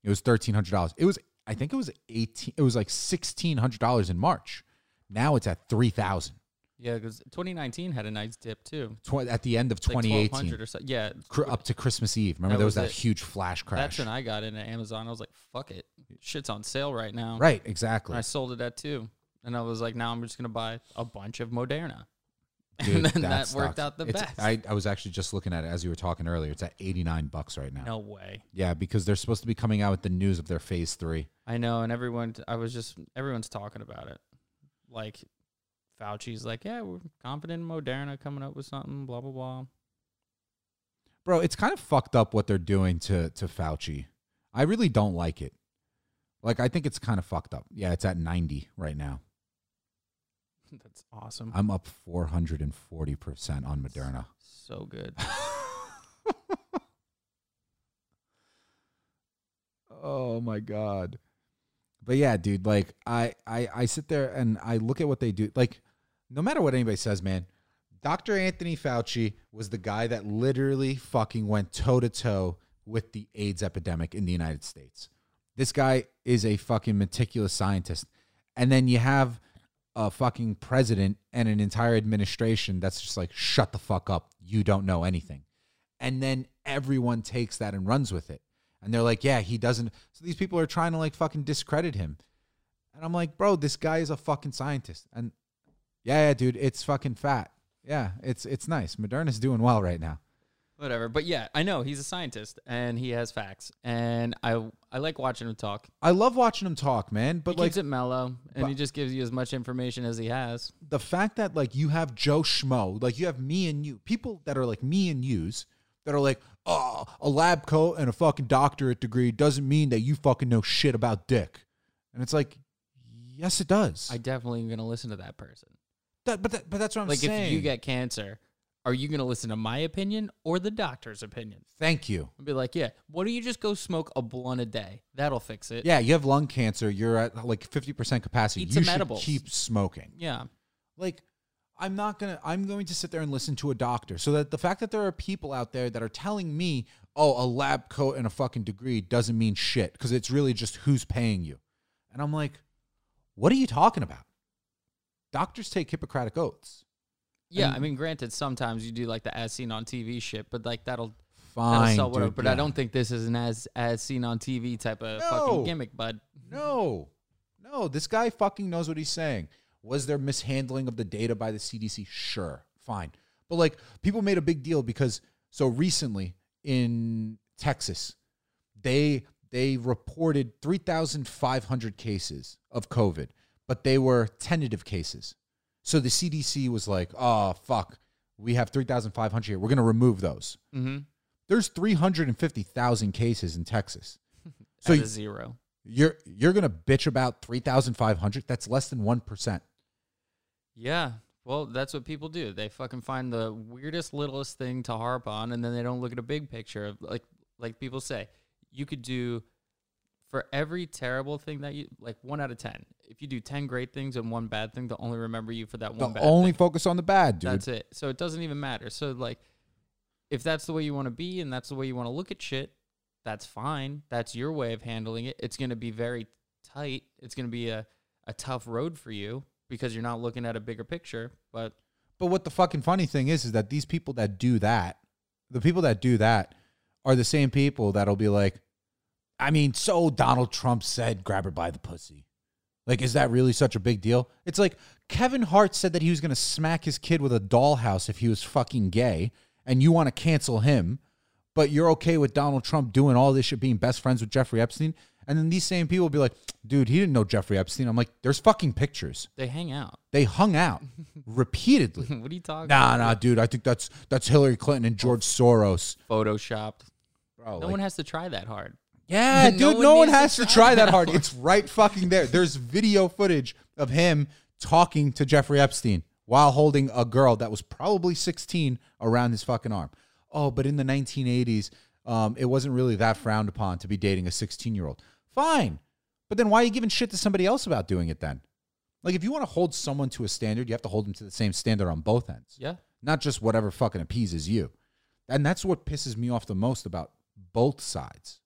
[SPEAKER 1] It was thirteen hundred dollars. It was I think it was eighteen it was like sixteen hundred dollars in March. Now it's at three thousand.
[SPEAKER 2] Yeah, because 2019 had a nice dip too.
[SPEAKER 1] Tw- at the end of
[SPEAKER 2] It's like
[SPEAKER 1] 2018
[SPEAKER 2] 1200 or so. Yeah.
[SPEAKER 1] cr- up to Christmas Eve. Remember
[SPEAKER 2] That
[SPEAKER 1] there was,
[SPEAKER 2] was
[SPEAKER 1] that
[SPEAKER 2] it.
[SPEAKER 1] huge flash crash.
[SPEAKER 2] That's when I got into Amazon. I was like, fuck it. Shit's on sale right now.
[SPEAKER 1] Right,
[SPEAKER 2] And I
[SPEAKER 1] exactly.
[SPEAKER 2] sold it at two. And I was like, now I'm just going to buy a bunch of Moderna.
[SPEAKER 1] Dude,
[SPEAKER 2] and then that,
[SPEAKER 1] stock-
[SPEAKER 2] worked out the
[SPEAKER 1] it's-
[SPEAKER 2] best.
[SPEAKER 1] I, I was actually just looking at it as you were talking earlier. It's at 89 bucks right now.
[SPEAKER 2] no way.
[SPEAKER 1] Yeah, because they're supposed to be coming out with the news of their phase three.
[SPEAKER 2] I know. And everyone, I was just, everyone's talking about it. Like, Fauci's like, yeah, we're confident in Moderna coming up with something, blah, blah, blah.
[SPEAKER 1] Bro, it's kind of fucked up what they're doing to, to Fauci. I really don't like it. Like, I think it's kind of fucked up. Yeah, it's at 90 right now.
[SPEAKER 2] That's awesome.
[SPEAKER 1] I'm up 440% on Moderna.
[SPEAKER 2] so good.
[SPEAKER 1] oh my god but yeah dude like I, I i sit there and i look at what they do like no matter what anybody says man dr anthony fauci was the guy that literally fucking went toe to toe with the aids epidemic in the united states this guy is a fucking meticulous scientist and then you have a fucking president and an entire administration that's just like shut the fuck up you don't know anything and then everyone takes that and runs with it and they're like yeah he doesn't so these people are trying to like fucking discredit him and i'm like bro this guy is a fucking scientist and yeah yeah dude it's fucking fat yeah it's it's nice moderna's doing well right now
[SPEAKER 2] Whatever. But yeah, I know he's a scientist and he has facts. And I, I like watching him talk.
[SPEAKER 1] i love watching him talk man but
[SPEAKER 2] He
[SPEAKER 1] like
[SPEAKER 2] keeps it mellow and
[SPEAKER 1] but-
[SPEAKER 2] he just gives you as much information as he has.
[SPEAKER 1] the fact that like you have Joe Schmo, like you have me and you, people that are like me and yous that are like, oh, a lab coat and a fucking doctorate degree doesn't mean that you fucking know shit about dick. And it's like, yes, it does.
[SPEAKER 2] I definitely am going to listen to that person.
[SPEAKER 1] That- but that, but that's what I'm
[SPEAKER 2] like
[SPEAKER 1] saying.
[SPEAKER 2] if you get cancer, are you going to listen to my opinion or the doctor's opinion?
[SPEAKER 1] Thank you.
[SPEAKER 2] And be like, yeah, why don't you just go smoke a blunt a day? That'll fix it.
[SPEAKER 1] Yeah, you have lung cancer. You're at like 50% capacity.
[SPEAKER 2] Eat
[SPEAKER 1] you
[SPEAKER 2] some
[SPEAKER 1] should
[SPEAKER 2] edibles.
[SPEAKER 1] keep smoking.
[SPEAKER 2] Yeah.
[SPEAKER 1] like i'm not gonna i'm going to sit there and listen to a doctor so that the fact that there are people out there that are telling me oh a lab coat and a fucking degree doesn't mean shit because it's really just who's paying you and i'm like what are you talking about doctors take hippocratic oaths
[SPEAKER 2] Yeah.
[SPEAKER 1] And-
[SPEAKER 2] I mean, granted, sometimes you do like the as seen on TV shit, but like that'll, that'll
[SPEAKER 1] fine
[SPEAKER 2] sell whatever.
[SPEAKER 1] dude,
[SPEAKER 2] but I
[SPEAKER 1] yeah.
[SPEAKER 2] don't think this is an as as seen on TV type of
[SPEAKER 1] No.
[SPEAKER 2] fucking gimmick, bud.
[SPEAKER 1] No, no, this guy fucking knows what he's saying. Was there mishandling of the data by the CDC? Sure, fine. But like people made a big deal because so recently in Texas, they they reported 3,500 cases of COVID, but they were tentative cases. So the CDC was like, "Oh fuck, we have 3,500 here. We're going to remove those."
[SPEAKER 2] Mm-hmm.
[SPEAKER 1] There's 350,000 cases in Texas. So
[SPEAKER 2] So
[SPEAKER 1] you-
[SPEAKER 2] a zero.
[SPEAKER 1] you're you're gonna bitch about three thousand five hundred. That's less than one percent.
[SPEAKER 2] Yeah. Well, that's what people do. They fucking find the weirdest, littlest thing to harp on, and then they don't look at a big picture of like, like people say, you could do for every terrible thing that you like one out of ten. If if you do 10 great things and one bad thing, they'll only remember you for that
[SPEAKER 1] The
[SPEAKER 2] one bad
[SPEAKER 1] only
[SPEAKER 2] thing.
[SPEAKER 1] focus on the bad, dude.
[SPEAKER 2] That's it. So it doesn't even matter. So, like, if that's the way you want to be and that's the way you want to look at shit, that's fine. That's your way of handling it. It's going to be very tight. It's going to be a, a tough road for you because you're not looking at a bigger picture. But
[SPEAKER 1] But what the fucking funny thing is, is that these people that do that, the people that do that are the same people that'll be like, I mean, so Donald Trump said, grab her by the pussy. Like, is that really such a big deal? It's like Kevin Hart said that he was going to smack his kid with a dollhouse if he was fucking gay, and you want to cancel him, but you're okay with Donald Trump doing all this shit, being best friends with Jeffrey Epstein. And then these same people will be like, dude, he didn't know Jeffrey Epstein. I'm like, there's fucking pictures.
[SPEAKER 2] they hang out.
[SPEAKER 1] They hung out repeatedly.
[SPEAKER 2] what are you talking
[SPEAKER 1] Nah,
[SPEAKER 2] about?
[SPEAKER 1] nah, dude. I think that's that's Hillary Clinton and George Soros.
[SPEAKER 2] Photoshopped.
[SPEAKER 1] Bro,
[SPEAKER 2] No one has to try that hard.
[SPEAKER 1] yeah,
[SPEAKER 2] no
[SPEAKER 1] dude.
[SPEAKER 2] one
[SPEAKER 1] No one,
[SPEAKER 2] needs to
[SPEAKER 1] has to
[SPEAKER 2] try
[SPEAKER 1] try that
[SPEAKER 2] that
[SPEAKER 1] hard. It's right fucking there. There's video footage of him talking to Jeffrey Epstein while holding a girl that was probably 16 around his fucking arm. Oh, but in the 1980s, um, it wasn't really that frowned upon to be dating a 16 year old. Fine, but then why are you giving shit to somebody else about doing it then? Like, if you want to hold someone to a standard, you have to hold them to the same standard on both ends.
[SPEAKER 2] Yeah.
[SPEAKER 1] not just whatever fucking appeases you. And that's what pisses me off the most about both sides.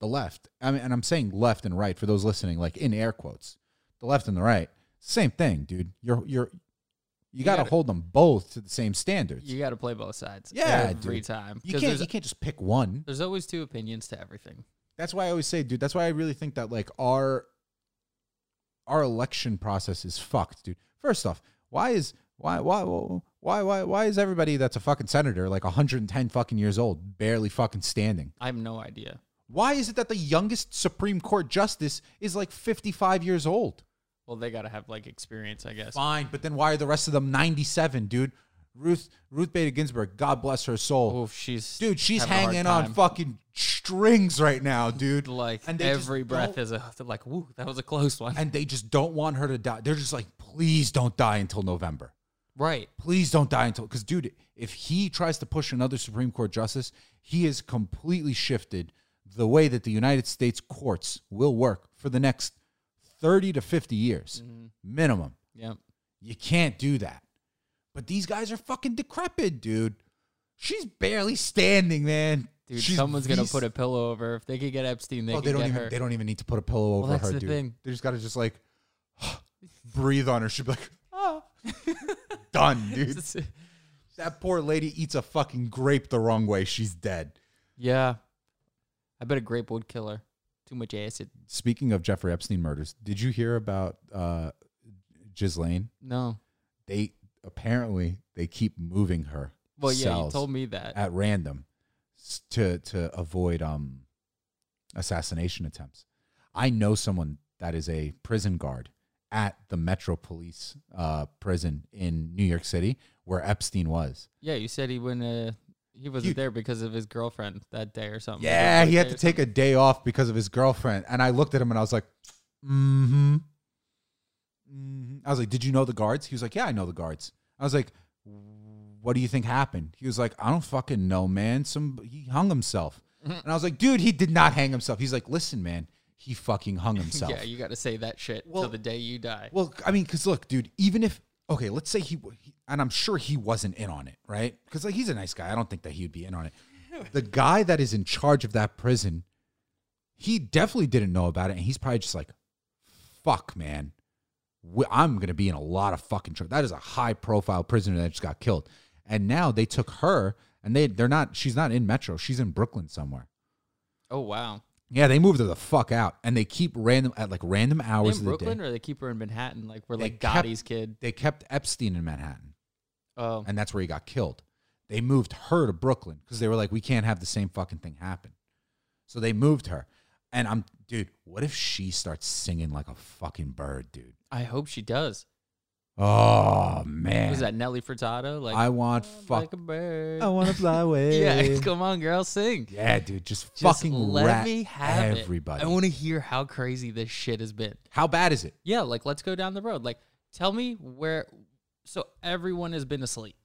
[SPEAKER 1] The left, I mean, and I'm saying left and right for those listening, like in air quotes. The left and the right, same thing, dude. You're you're you, got to
[SPEAKER 2] gotta-
[SPEAKER 1] hold them both to the same standards.
[SPEAKER 2] You got to play both sides.
[SPEAKER 1] Yeah,
[SPEAKER 2] every
[SPEAKER 1] dude.
[SPEAKER 2] time.
[SPEAKER 1] you
[SPEAKER 2] 'Cause
[SPEAKER 1] can't
[SPEAKER 2] there's-
[SPEAKER 1] you can't just pick one.
[SPEAKER 2] There's always two opinions to everything.
[SPEAKER 1] That's why I always say, dude. That's why I really think that like our our election process is fucked, dude. First off, why is why why why why why is everybody that's a fucking senator like 110 fucking years old, barely fucking standing?
[SPEAKER 2] I have no idea.
[SPEAKER 1] Why is it that the youngest Supreme Court justice is like 55 years old?
[SPEAKER 2] Well, they got to have like experience, I guess.
[SPEAKER 1] Fine, but then why are the rest of them 97, dude? Ruth Ruth Bader Ginsburg, God bless her soul.
[SPEAKER 2] Oh, she's
[SPEAKER 1] Dude, she's
[SPEAKER 2] having a hard
[SPEAKER 1] hanging on
[SPEAKER 2] time.
[SPEAKER 1] fucking strings right now, dude.
[SPEAKER 2] like
[SPEAKER 1] And they just
[SPEAKER 2] every breath
[SPEAKER 1] don't-
[SPEAKER 2] is a they're like, woo, that was a close one.
[SPEAKER 1] and they just don't want her to die. They're just like, please don't die until November.
[SPEAKER 2] right.
[SPEAKER 1] Please don't die until because, dude, if he tries to push another Supreme Court justice, he has completely shifted the way that the United States courts will work for the next thirty to fifty years
[SPEAKER 2] Mm-hmm.
[SPEAKER 1] minimum.
[SPEAKER 2] Yep.
[SPEAKER 1] You can't do that. But these guys are fucking decrepit, dude. She's barely standing, man.
[SPEAKER 2] Dude,
[SPEAKER 1] She's
[SPEAKER 2] someone's gonna
[SPEAKER 1] vis-
[SPEAKER 2] put a pillow over. her. If they could get Epstein, they
[SPEAKER 1] Oh,
[SPEAKER 2] could
[SPEAKER 1] they don't
[SPEAKER 2] get
[SPEAKER 1] even
[SPEAKER 2] her.
[SPEAKER 1] they don't even need to put a pillow over
[SPEAKER 2] that's
[SPEAKER 1] her,
[SPEAKER 2] the
[SPEAKER 1] dude.
[SPEAKER 2] thing.
[SPEAKER 1] They just gotta just like breathe on her. She'd be like, oh. done, dude. That poor lady eats a fucking grape the wrong way. She's dead.
[SPEAKER 2] yeah. I bet a grape would kill her. Too much acid.
[SPEAKER 1] Speaking of Jeffrey Epstein murders, did you hear about uh Ghislaine?
[SPEAKER 2] No.
[SPEAKER 1] They apparently they keep moving her
[SPEAKER 2] Well, yeah, you
[SPEAKER 1] cells
[SPEAKER 2] told me that.
[SPEAKER 1] at random s- to to avoid um assassination attempts. I know someone that is a prison guard at the Metro Police uh, prison in New York City where Epstein was.
[SPEAKER 2] yeah, you said he wouldn't. Uh, he wasn't
[SPEAKER 1] You-
[SPEAKER 2] there because of his girlfriend that day or something.
[SPEAKER 1] Yeah, he had to
[SPEAKER 2] Birthday or
[SPEAKER 1] take a day off because of his girlfriend. And I looked at him and I was like, mm-hmm. hmm I was like, did you know the guards? He was like, yeah, I know the guards. I was like, what do you think happened? He was like, I don't fucking know, man. Some he hung himself. And I was like, dude, he did not hang himself. He's like, listen, man, he fucking hung himself.
[SPEAKER 2] Yeah, you got to say that shit
[SPEAKER 1] Well-
[SPEAKER 2] till the day you die.
[SPEAKER 1] Well, I mean, because look, dude, even if okay, let's say he, he and I'm sure he wasn't in on it, right? Because like he's a nice guy. I don't think that he would be in on it. The guy that is in charge of that prison, he definitely didn't know about it, and he's probably just like, "Fuck, man, we- I'm gonna be in a lot of fucking trouble." That is a high profile prisoner that just got killed, and now they took her, and they they're not. She's not in Metro. She's in Brooklyn somewhere.
[SPEAKER 2] oh wow.
[SPEAKER 1] Yeah, they moved her the fuck out, and they keep random at like random hours
[SPEAKER 2] in
[SPEAKER 1] of the day.
[SPEAKER 2] Brooklyn or they keep her in Manhattan, like we're
[SPEAKER 1] They
[SPEAKER 2] like
[SPEAKER 1] kept-
[SPEAKER 2] Gotti's kid.
[SPEAKER 1] they kept Epstein in Manhattan,
[SPEAKER 2] Oh,
[SPEAKER 1] and that's where he got killed. They moved her to Brooklyn because they were like, we can't have the same fucking thing happen. So they moved her. And I'm, dude, what if she starts singing like a fucking bird, dude?
[SPEAKER 2] I hope she does.
[SPEAKER 1] Oh,
[SPEAKER 2] Was
[SPEAKER 1] man.
[SPEAKER 2] that Nelly Furtado? Like
[SPEAKER 1] I want
[SPEAKER 2] like
[SPEAKER 1] fuck.
[SPEAKER 2] a bird.
[SPEAKER 1] want to fly away.
[SPEAKER 2] yeah, come on, girl, sing.
[SPEAKER 1] Oh, Yeah, dude, just,
[SPEAKER 2] Just
[SPEAKER 1] fucking
[SPEAKER 2] let
[SPEAKER 1] rat
[SPEAKER 2] me have
[SPEAKER 1] everybody.
[SPEAKER 2] It. I want to hear how crazy this shit has been.
[SPEAKER 1] How bad is it?
[SPEAKER 2] Yeah, like let's go down the road. Like, tell me where. So everyone has been asleep.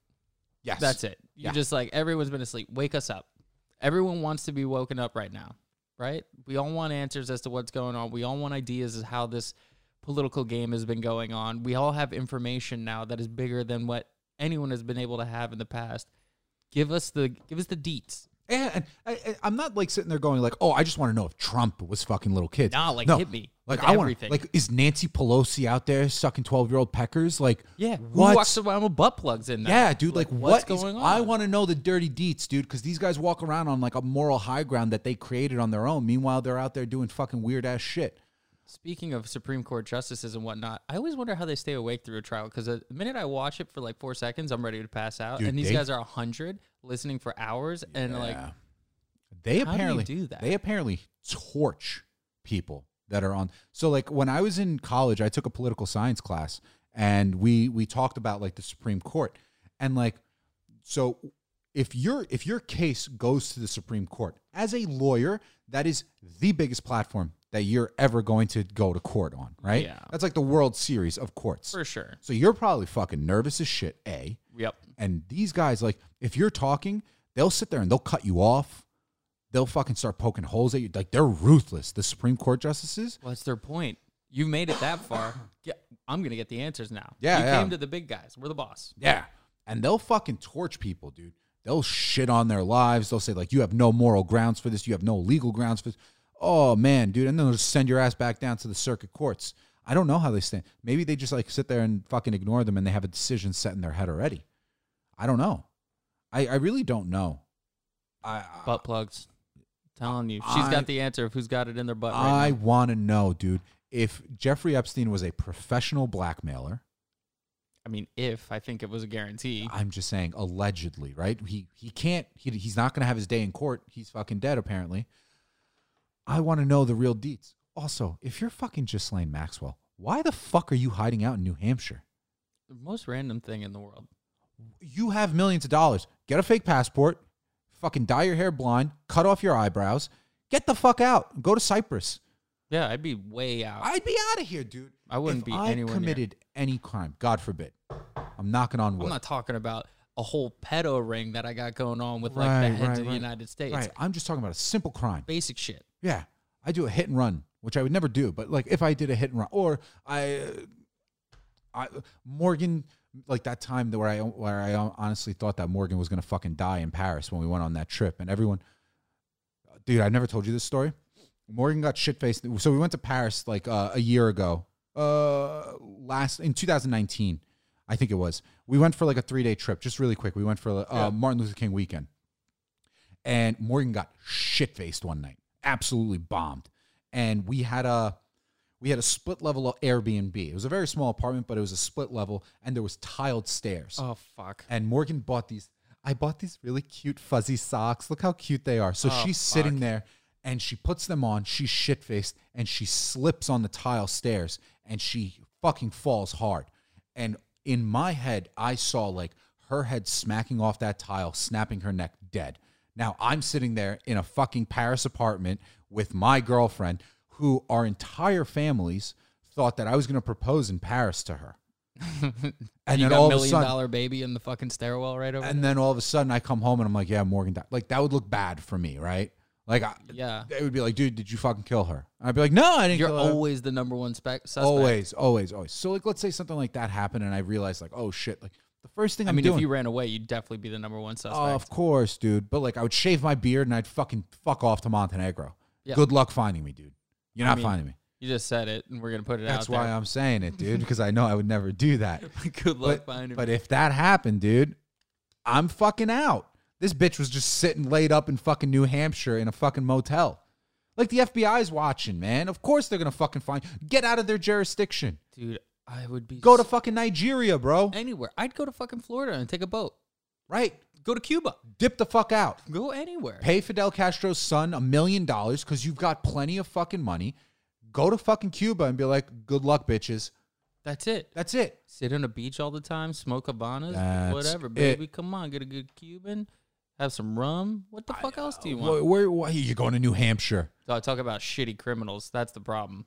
[SPEAKER 1] Yes.
[SPEAKER 2] That's it. You
[SPEAKER 1] Yeah.
[SPEAKER 2] just like everyone's been asleep. Wake us up. Everyone wants to be woken up right now, right? We all want answers as to what's going on. We all want ideas as how this political game has been going on. We all have information now that is bigger than what anyone has been able to have in the past. Give us the give us the deets.
[SPEAKER 1] And I, I, I'm not like sitting there going like, oh, I just want to know if Trump was fucking little kids.
[SPEAKER 2] Nah, like, hit me
[SPEAKER 1] Like
[SPEAKER 2] with
[SPEAKER 1] I want
[SPEAKER 2] everything.
[SPEAKER 1] like is Nancy Pelosi out there sucking 12 year old peckers? Like
[SPEAKER 2] Yeah, who
[SPEAKER 1] what?
[SPEAKER 2] walks around with butt plugs in? Now?
[SPEAKER 1] Yeah, dude. Like,
[SPEAKER 2] what's
[SPEAKER 1] what is-
[SPEAKER 2] going on?
[SPEAKER 1] I want to know the dirty deets, dude, because these guys walk around on like a moral high ground that they created on their own. Meanwhile, they're out there doing fucking weird ass shit.
[SPEAKER 2] Speaking of Supreme Court justices and whatnot, I always wonder how they stay awake through a trial because the minute I watch it for like four seconds, I'm ready to pass out.
[SPEAKER 1] Dude,
[SPEAKER 2] and these
[SPEAKER 1] they-
[SPEAKER 2] guys are hundred listening for hours and like
[SPEAKER 1] Yeah. they
[SPEAKER 2] do you
[SPEAKER 1] apparently
[SPEAKER 2] do that?
[SPEAKER 1] They apparently torch people that are on. So like when I was in college, I took a political science class and we we talked about like the Supreme Court and like so if your if your case goes to the Supreme Court as a lawyer, that is the biggest platform that you're ever going to go to court on, right?
[SPEAKER 2] Yeah.
[SPEAKER 1] That's like the World Series of courts.
[SPEAKER 2] for sure.
[SPEAKER 1] So you're probably fucking nervous as shit, A.
[SPEAKER 2] Yep.
[SPEAKER 1] And these guys, like, if you're talking, they'll sit there and they'll cut you off. They'll fucking start poking holes at you. Like, they're ruthless. The Supreme Court justices.
[SPEAKER 2] What's their point? You made it that far. Get, I'm gonna get the answers now.
[SPEAKER 1] Yeah,
[SPEAKER 2] you
[SPEAKER 1] yeah.
[SPEAKER 2] came to the big guys. We're the boss.
[SPEAKER 1] Yeah. And they'll fucking torch people, dude. They'll shit on their lives. They'll say, like, you have no moral grounds for this. You have no legal grounds for this. Oh, man, dude. And then they'll just send your ass back down to the circuit courts. I don't know how they stand. Maybe they just, like, sit there and fucking ignore them and they have a decision set in their head already. I don't know. I, I really don't know. I, I
[SPEAKER 2] Butt plugs. Telling you, she's
[SPEAKER 1] I-
[SPEAKER 2] got the answer of who's got it in their butt. Right
[SPEAKER 1] I
[SPEAKER 2] now.
[SPEAKER 1] want to know, dude, if Jeffrey Epstein was a professional blackmailer.
[SPEAKER 2] I mean, if I think it was a guarantee.
[SPEAKER 1] I'm just saying, allegedly, right? He he can't. He, he's not going to have his day in court. He's fucking dead, apparently. I want to know the real deets. Also, if you're fucking Ghislaine Maxwell, why the fuck are you hiding out in New Hampshire?
[SPEAKER 2] The most random thing in the world.
[SPEAKER 1] You have millions of dollars. Get a fake passport. Fucking dye your hair blonde. Cut off your eyebrows. Get the fuck out. Go to Cyprus.
[SPEAKER 2] Yeah, I'd be way out.
[SPEAKER 1] I'd be out of here, dude.
[SPEAKER 2] I wouldn't
[SPEAKER 1] if
[SPEAKER 2] be
[SPEAKER 1] I
[SPEAKER 2] anywhere near.
[SPEAKER 1] committed any crime, God forbid. I'm knocking on wood.
[SPEAKER 2] I'm not talking about a whole pedo ring that I got going on with
[SPEAKER 1] Right,
[SPEAKER 2] like the heads
[SPEAKER 1] right,
[SPEAKER 2] of the
[SPEAKER 1] right.
[SPEAKER 2] United States.
[SPEAKER 1] right. I'm just talking about a simple crime.
[SPEAKER 2] Basic shit.
[SPEAKER 1] Yeah. I do a hit and run, which I would never do, but like if I did a hit and run or I uh, I Morgan like that time that where I where I honestly thought that Morgan was going to fucking die in Paris when we went on that trip and everyone Dude, I never told you this story. Morgan got shit-faced. So we went to Paris like uh, a year ago. Uh last in 2019, I think it was. We went for like a 3-day trip, just really quick. We went for uh,
[SPEAKER 2] Yeah.
[SPEAKER 1] Martin Luther King weekend and Morgan got shit faced one night, absolutely bombed. And we had a we had a split level of Airbnb. It was a very small apartment, but it was a split level, and there was tiled stairs.
[SPEAKER 2] Oh fuck.
[SPEAKER 1] And Morgan bought these. I bought these really cute fuzzy socks. Look how cute they are. So
[SPEAKER 2] Oh,
[SPEAKER 1] she's
[SPEAKER 2] fuck.
[SPEAKER 1] sitting there and she puts them on. She's shit faced and she slips on the tile stairs and she fucking falls hard. And in my head, I saw like her head smacking off that tile, snapping her neck dead. Now I'm sitting there in a fucking Paris apartment with my girlfriend, who our entire families thought that I was going to propose in Paris to her.
[SPEAKER 2] And
[SPEAKER 1] and then
[SPEAKER 2] you got
[SPEAKER 1] all of a
[SPEAKER 2] million dollar
[SPEAKER 1] sudden,
[SPEAKER 2] baby in the fucking stairwell right over.
[SPEAKER 1] and then all of a sudden, I come home and I'm like, yeah, Morgan died. Like that would look bad for me, right? Like, I,
[SPEAKER 2] there. Yeah.
[SPEAKER 1] they would be like, dude, did you fucking kill her? I'd be like, no, I didn't.
[SPEAKER 2] You're
[SPEAKER 1] kill her.
[SPEAKER 2] always the number one spec suspect.
[SPEAKER 1] always, always, always. So like, let's say something like that happened, and I realized like, oh shit, like the first thing
[SPEAKER 2] I
[SPEAKER 1] I'm
[SPEAKER 2] mean,
[SPEAKER 1] doing.
[SPEAKER 2] if you ran away, you'd definitely be the number one suspect.
[SPEAKER 1] Oh, of course, dude. But like, I would shave my beard and I'd fucking fuck off to Montenegro.
[SPEAKER 2] Yeah.
[SPEAKER 1] Good luck finding me, dude. You're not
[SPEAKER 2] mean,
[SPEAKER 1] finding me.
[SPEAKER 2] you just said it, and we're gonna put it
[SPEAKER 1] That's
[SPEAKER 2] out
[SPEAKER 1] why I'm saying it, dude, because I know I would never do that.
[SPEAKER 2] there. Good luck
[SPEAKER 1] But,
[SPEAKER 2] finding.
[SPEAKER 1] but
[SPEAKER 2] me.
[SPEAKER 1] if that happened, dude, I'm fucking out. This bitch was just sitting laid up in fucking New Hampshire in a fucking motel. Like the FBI's watching, man. Of course they're gonna fucking find. Get out of their jurisdiction.
[SPEAKER 2] dude, I would be
[SPEAKER 1] Go to
[SPEAKER 2] s-
[SPEAKER 1] fucking Nigeria, bro.
[SPEAKER 2] anywhere. I'd go to fucking Florida and take a boat.
[SPEAKER 1] Right.
[SPEAKER 2] Go to Cuba.
[SPEAKER 1] Dip the fuck out.
[SPEAKER 2] Go anywhere.
[SPEAKER 1] Pay Fidel Castro's son a million dollars because you've got plenty of fucking money. Go to fucking Cuba and be like, good luck, bitches.
[SPEAKER 2] That's it.
[SPEAKER 1] That's it.
[SPEAKER 2] Sit on a beach all the time, smoke Habanas,
[SPEAKER 1] That's
[SPEAKER 2] whatever,
[SPEAKER 1] it.
[SPEAKER 2] baby. Come on, get a good Cuban, have some rum. What the fuck else do you want?
[SPEAKER 1] Where, Uh, where, why you going to New Hampshire?
[SPEAKER 2] Dog, talk about shitty criminals. That's the problem.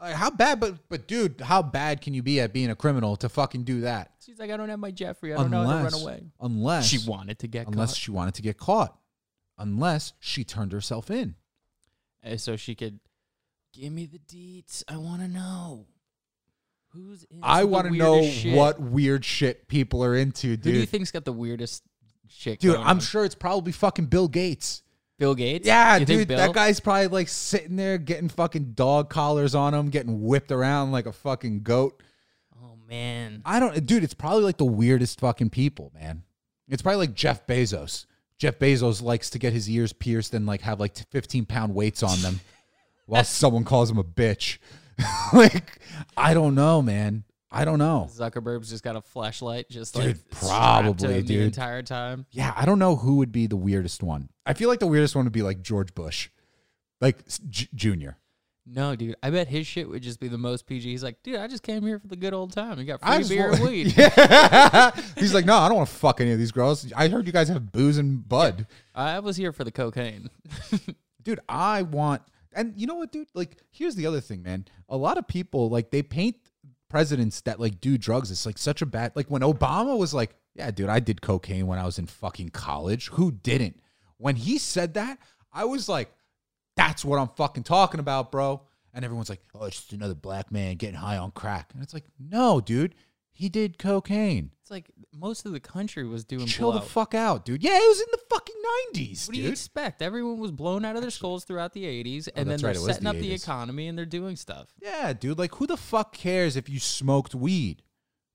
[SPEAKER 1] Like, how bad? But but dude, how bad can you be at being a criminal to fucking do that?
[SPEAKER 2] She's like, I don't have my Jeffrey. I don't know how to run away.
[SPEAKER 1] Unless
[SPEAKER 2] She wanted to get
[SPEAKER 1] unless
[SPEAKER 2] caught,
[SPEAKER 1] she wanted to get caught, unless she turned herself in.
[SPEAKER 2] Eh, And so she could give me the deets. I want to know. Who's in
[SPEAKER 1] I want to know what weird shit people are into,
[SPEAKER 2] Who do you
[SPEAKER 1] dude.
[SPEAKER 2] think's got the weirdest shit?
[SPEAKER 1] Dude,
[SPEAKER 2] going
[SPEAKER 1] I'm
[SPEAKER 2] on?
[SPEAKER 1] sure it's probably fucking Bill Gates.
[SPEAKER 2] Bill Gates.
[SPEAKER 1] Yeah,
[SPEAKER 2] You think
[SPEAKER 1] dude, that
[SPEAKER 2] Bill?
[SPEAKER 1] guy's probably like sitting there getting fucking dog collars on him, getting whipped around like a fucking goat.
[SPEAKER 2] Oh man,
[SPEAKER 1] I don't, dude, it's probably like the weirdest fucking people, man. It's probably like Jeff Bezos. Jeff Bezos likes to get his ears pierced and like have like 15 pound weights on them while someone calls him a bitch. like, I don't know, man. I don't know.
[SPEAKER 2] Zuckerberg's just got a flashlight, just
[SPEAKER 1] Dude,
[SPEAKER 2] like strapped to
[SPEAKER 1] probably,
[SPEAKER 2] him
[SPEAKER 1] dude.
[SPEAKER 2] the entire time.
[SPEAKER 1] Yeah, I don't know who would be the weirdest one. I feel like the weirdest one would be like George Bush, like s- J- Junior.
[SPEAKER 2] No, dude, I bet his shit would just be the most PG. He's like, dude, I just came here for the good old time. You got
[SPEAKER 1] I
[SPEAKER 2] free
[SPEAKER 1] just
[SPEAKER 2] beer
[SPEAKER 1] want-
[SPEAKER 2] and weed.
[SPEAKER 1] Yeah. He's like, no, I don't want to fuck any of these girls. I heard you guys have booze and bud.
[SPEAKER 2] I was here for the cocaine.
[SPEAKER 1] Dude, I want. And you know what, dude? Like, here's the other thing, man. A lot of people, like, they paint presidents that, like, do drugs. It's, like, such a bad. Like, when Obama was like, yeah, dude, I did cocaine when I was in fucking college. Who didn't? When he said that, I was like, that's what I'm fucking talking about, bro. And everyone's like, oh, it's just another black man getting high on crack. And it's like, no, dude, he did cocaine.
[SPEAKER 2] it's like most of the country was doing
[SPEAKER 1] Chill
[SPEAKER 2] blow.
[SPEAKER 1] the fuck out, dude. Yeah, it was in the fucking nineties,
[SPEAKER 2] What do you
[SPEAKER 1] dude. Oh,
[SPEAKER 2] expect? Everyone was blown out of their skulls throughout the 80s, and then
[SPEAKER 1] that's
[SPEAKER 2] they're
[SPEAKER 1] right, it was
[SPEAKER 2] setting
[SPEAKER 1] the
[SPEAKER 2] up the
[SPEAKER 1] 80s.
[SPEAKER 2] economy and they're doing stuff.
[SPEAKER 1] Yeah, dude. Like, who the fuck cares if you smoked weed?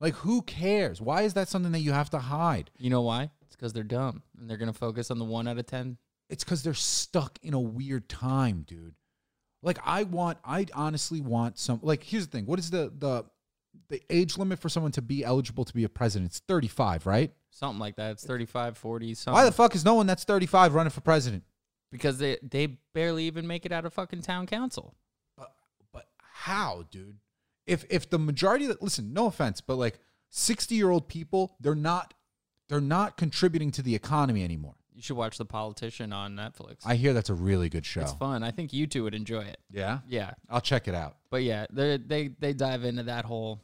[SPEAKER 1] Like, who cares? Why is that something that you have to hide?
[SPEAKER 2] You know why? It's because they're dumb and they're going to focus on the one out of 10.
[SPEAKER 1] It's because they're stuck in a weird time, dude. Like, I want, I honestly want some. Like, here's the thing: what is the the the age limit for someone to be eligible to be a president? It's 35, right?
[SPEAKER 2] Something like that. It's 35, 40, something.
[SPEAKER 1] Why the fuck is no one that's 35 running for president?
[SPEAKER 2] because they, they barely even make it out of fucking town council.
[SPEAKER 1] But but how, dude? If if the majority that listen, no offense, but like 60-year-old people, they're not they're not contributing to the economy anymore.
[SPEAKER 2] You should watch The Politician on Netflix.
[SPEAKER 1] I hear that's a really good show.
[SPEAKER 2] it's fun. I think you two would enjoy it.
[SPEAKER 1] Yeah.
[SPEAKER 2] Yeah.
[SPEAKER 1] I'll check it out.
[SPEAKER 2] But yeah, they they they dive into that whole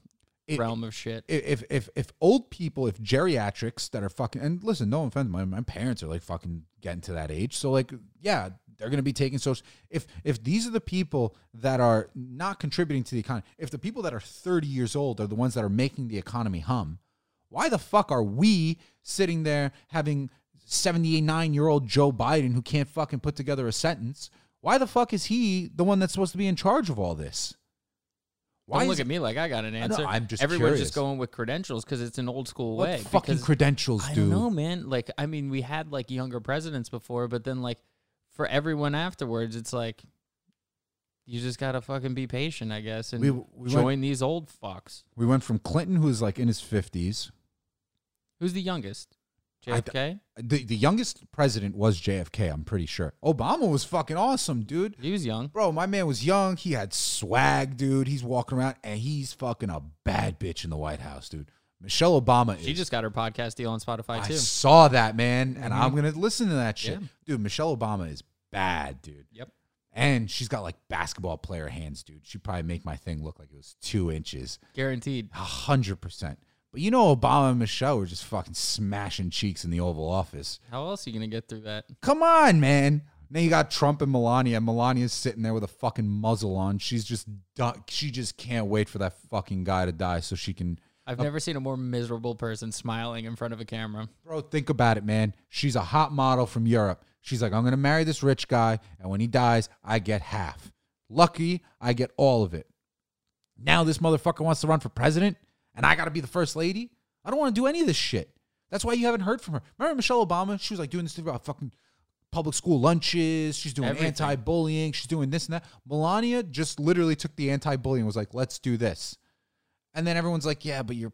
[SPEAKER 1] It-
[SPEAKER 2] realm of shit.
[SPEAKER 1] If if if old people, if geriatrics that are fucking and listen, no offense, my my parents are like fucking getting to that age. So like yeah, they're gonna be taking social if if these are the people that are not contributing to the economy, if the people that are 30 years old are the ones that are making the economy hum, why the fuck are we sitting there having 79 year old Joe Biden who can't fucking put together a sentence? Why the fuck is he the one that's supposed to be in charge of all this?
[SPEAKER 2] Don't
[SPEAKER 1] is-
[SPEAKER 2] look at me like I got an answer.
[SPEAKER 1] I'm just
[SPEAKER 2] everyone's
[SPEAKER 1] curious.
[SPEAKER 2] just going with credentials because it's an old school
[SPEAKER 1] What
[SPEAKER 2] way.
[SPEAKER 1] fucking
[SPEAKER 2] because-
[SPEAKER 1] credentials,
[SPEAKER 2] I
[SPEAKER 1] dude?
[SPEAKER 2] don't know, man. Like I mean, we had like younger presidents before, but then like for everyone afterwards, it's like you just gotta fucking be patient, I guess, and
[SPEAKER 1] We- we
[SPEAKER 2] join
[SPEAKER 1] went-
[SPEAKER 2] these old fucks.
[SPEAKER 1] We went from Clinton, who's like in his fifties.
[SPEAKER 2] Who's the youngest?
[SPEAKER 1] I d-
[SPEAKER 2] JFK.
[SPEAKER 1] The the youngest president was JFK, I'm pretty sure. Obama was fucking awesome, dude.
[SPEAKER 2] He was young.
[SPEAKER 1] Bro, my man was young. He had swag, dude. He's walking around and he's fucking a bad bitch in the White House, dude. Michelle Obama
[SPEAKER 2] She
[SPEAKER 1] is.
[SPEAKER 2] just got her podcast deal on
[SPEAKER 1] I
[SPEAKER 2] Spotify too. Mm-hmm.
[SPEAKER 1] saw that, man, and I'm gonna listen to that shit.
[SPEAKER 2] Yeah.
[SPEAKER 1] Dude, Michelle Obama is bad, dude.
[SPEAKER 2] Yep.
[SPEAKER 1] And she's got like basketball player hands, dude. She'd probably make my thing look like it was two inches.
[SPEAKER 2] Guaranteed.
[SPEAKER 1] A hundred percent. But you know, Obama and Michelle were just fucking smashing cheeks in the Oval Office.
[SPEAKER 2] How else are you gonna get through that?
[SPEAKER 1] Come on, man. Now you got Trump and Melania. Melania's sitting there with a fucking muzzle on. She's just done. She just can't wait for that fucking guy to die so she can.
[SPEAKER 2] I've never seen a more miserable person smiling in front of a camera.
[SPEAKER 1] Bro, think about it, man. She's a hot model from Europe. She's like, I'm gonna marry this rich guy, and when he dies, I get half. Lucky, I get all of it. Now this motherfucker wants to run for president, and I gotta be the first lady. I don't wanna do any of this shit. That's why you haven't heard from her. Remember Michelle Obama? She was like doing this thing about fucking public school lunches. She's doing
[SPEAKER 2] Everything.
[SPEAKER 1] anti bullying. She's doing this and that. Melania just literally took the anti bullying and was like, let's do this. And then everyone's like, yeah, but your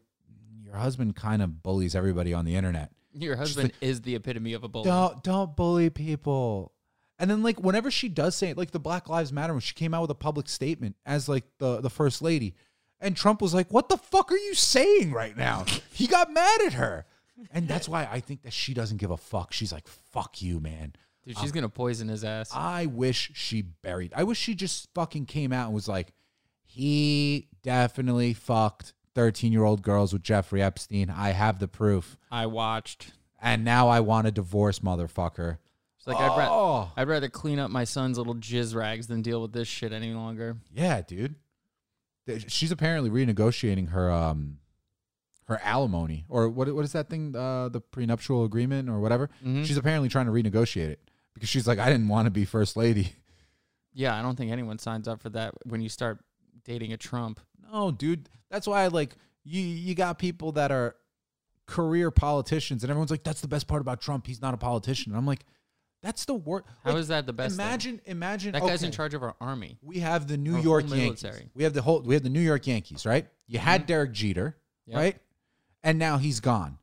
[SPEAKER 1] your husband kind of bullies everybody on the internet.
[SPEAKER 2] Your husband is the epitome of a bully.
[SPEAKER 1] Don't don't bully people. And then like whenever she does say it, like the Black Lives Matter when she came out with a public statement as like the the first lady, and Trump was like, "What the fuck are you saying right now?" he got mad at her, and that's why I think that she doesn't give a fuck. She's like, "Fuck you, man."
[SPEAKER 2] Dude, she's gonna poison his ass.
[SPEAKER 1] I wish she buried. I wish she just fucking came out and was like, "He definitely fucked thirteen year old girls with Jeffrey Epstein. I have the proof,
[SPEAKER 2] I watched.
[SPEAKER 1] and now I want a divorce, motherfucker."
[SPEAKER 2] It's like I'd, ra-
[SPEAKER 1] Oh.
[SPEAKER 2] I'd rather clean up my son's little jizz rags than deal with this shit any longer.
[SPEAKER 1] Yeah, dude. th- she's apparently renegotiating her um her alimony or what what is that thing uh, the prenuptial agreement or whatever.
[SPEAKER 2] Mhm.
[SPEAKER 1] She's apparently trying to renegotiate it because she's like, I didn't want to be first lady.
[SPEAKER 2] Yeah, I don't think anyone signs up for that when you start dating a Trump.
[SPEAKER 1] No, dude, that's why like you you got people that are career politicians and everyone's like, that's the best part about Trump. He's not a politician. And I'm like, that's the worst.
[SPEAKER 2] How is that the best? thing?
[SPEAKER 1] imagine imagine
[SPEAKER 2] that guy's in
[SPEAKER 1] okay.
[SPEAKER 2] charge of our army.
[SPEAKER 1] We have the New
[SPEAKER 2] Our
[SPEAKER 1] York
[SPEAKER 2] whole
[SPEAKER 1] Yankees.
[SPEAKER 2] Oh, military. Mm-hmm.
[SPEAKER 1] We have the whole. We have the New York Yankees, right? You had Derek Jeter,
[SPEAKER 2] Yep.
[SPEAKER 1] right? And now he's gone.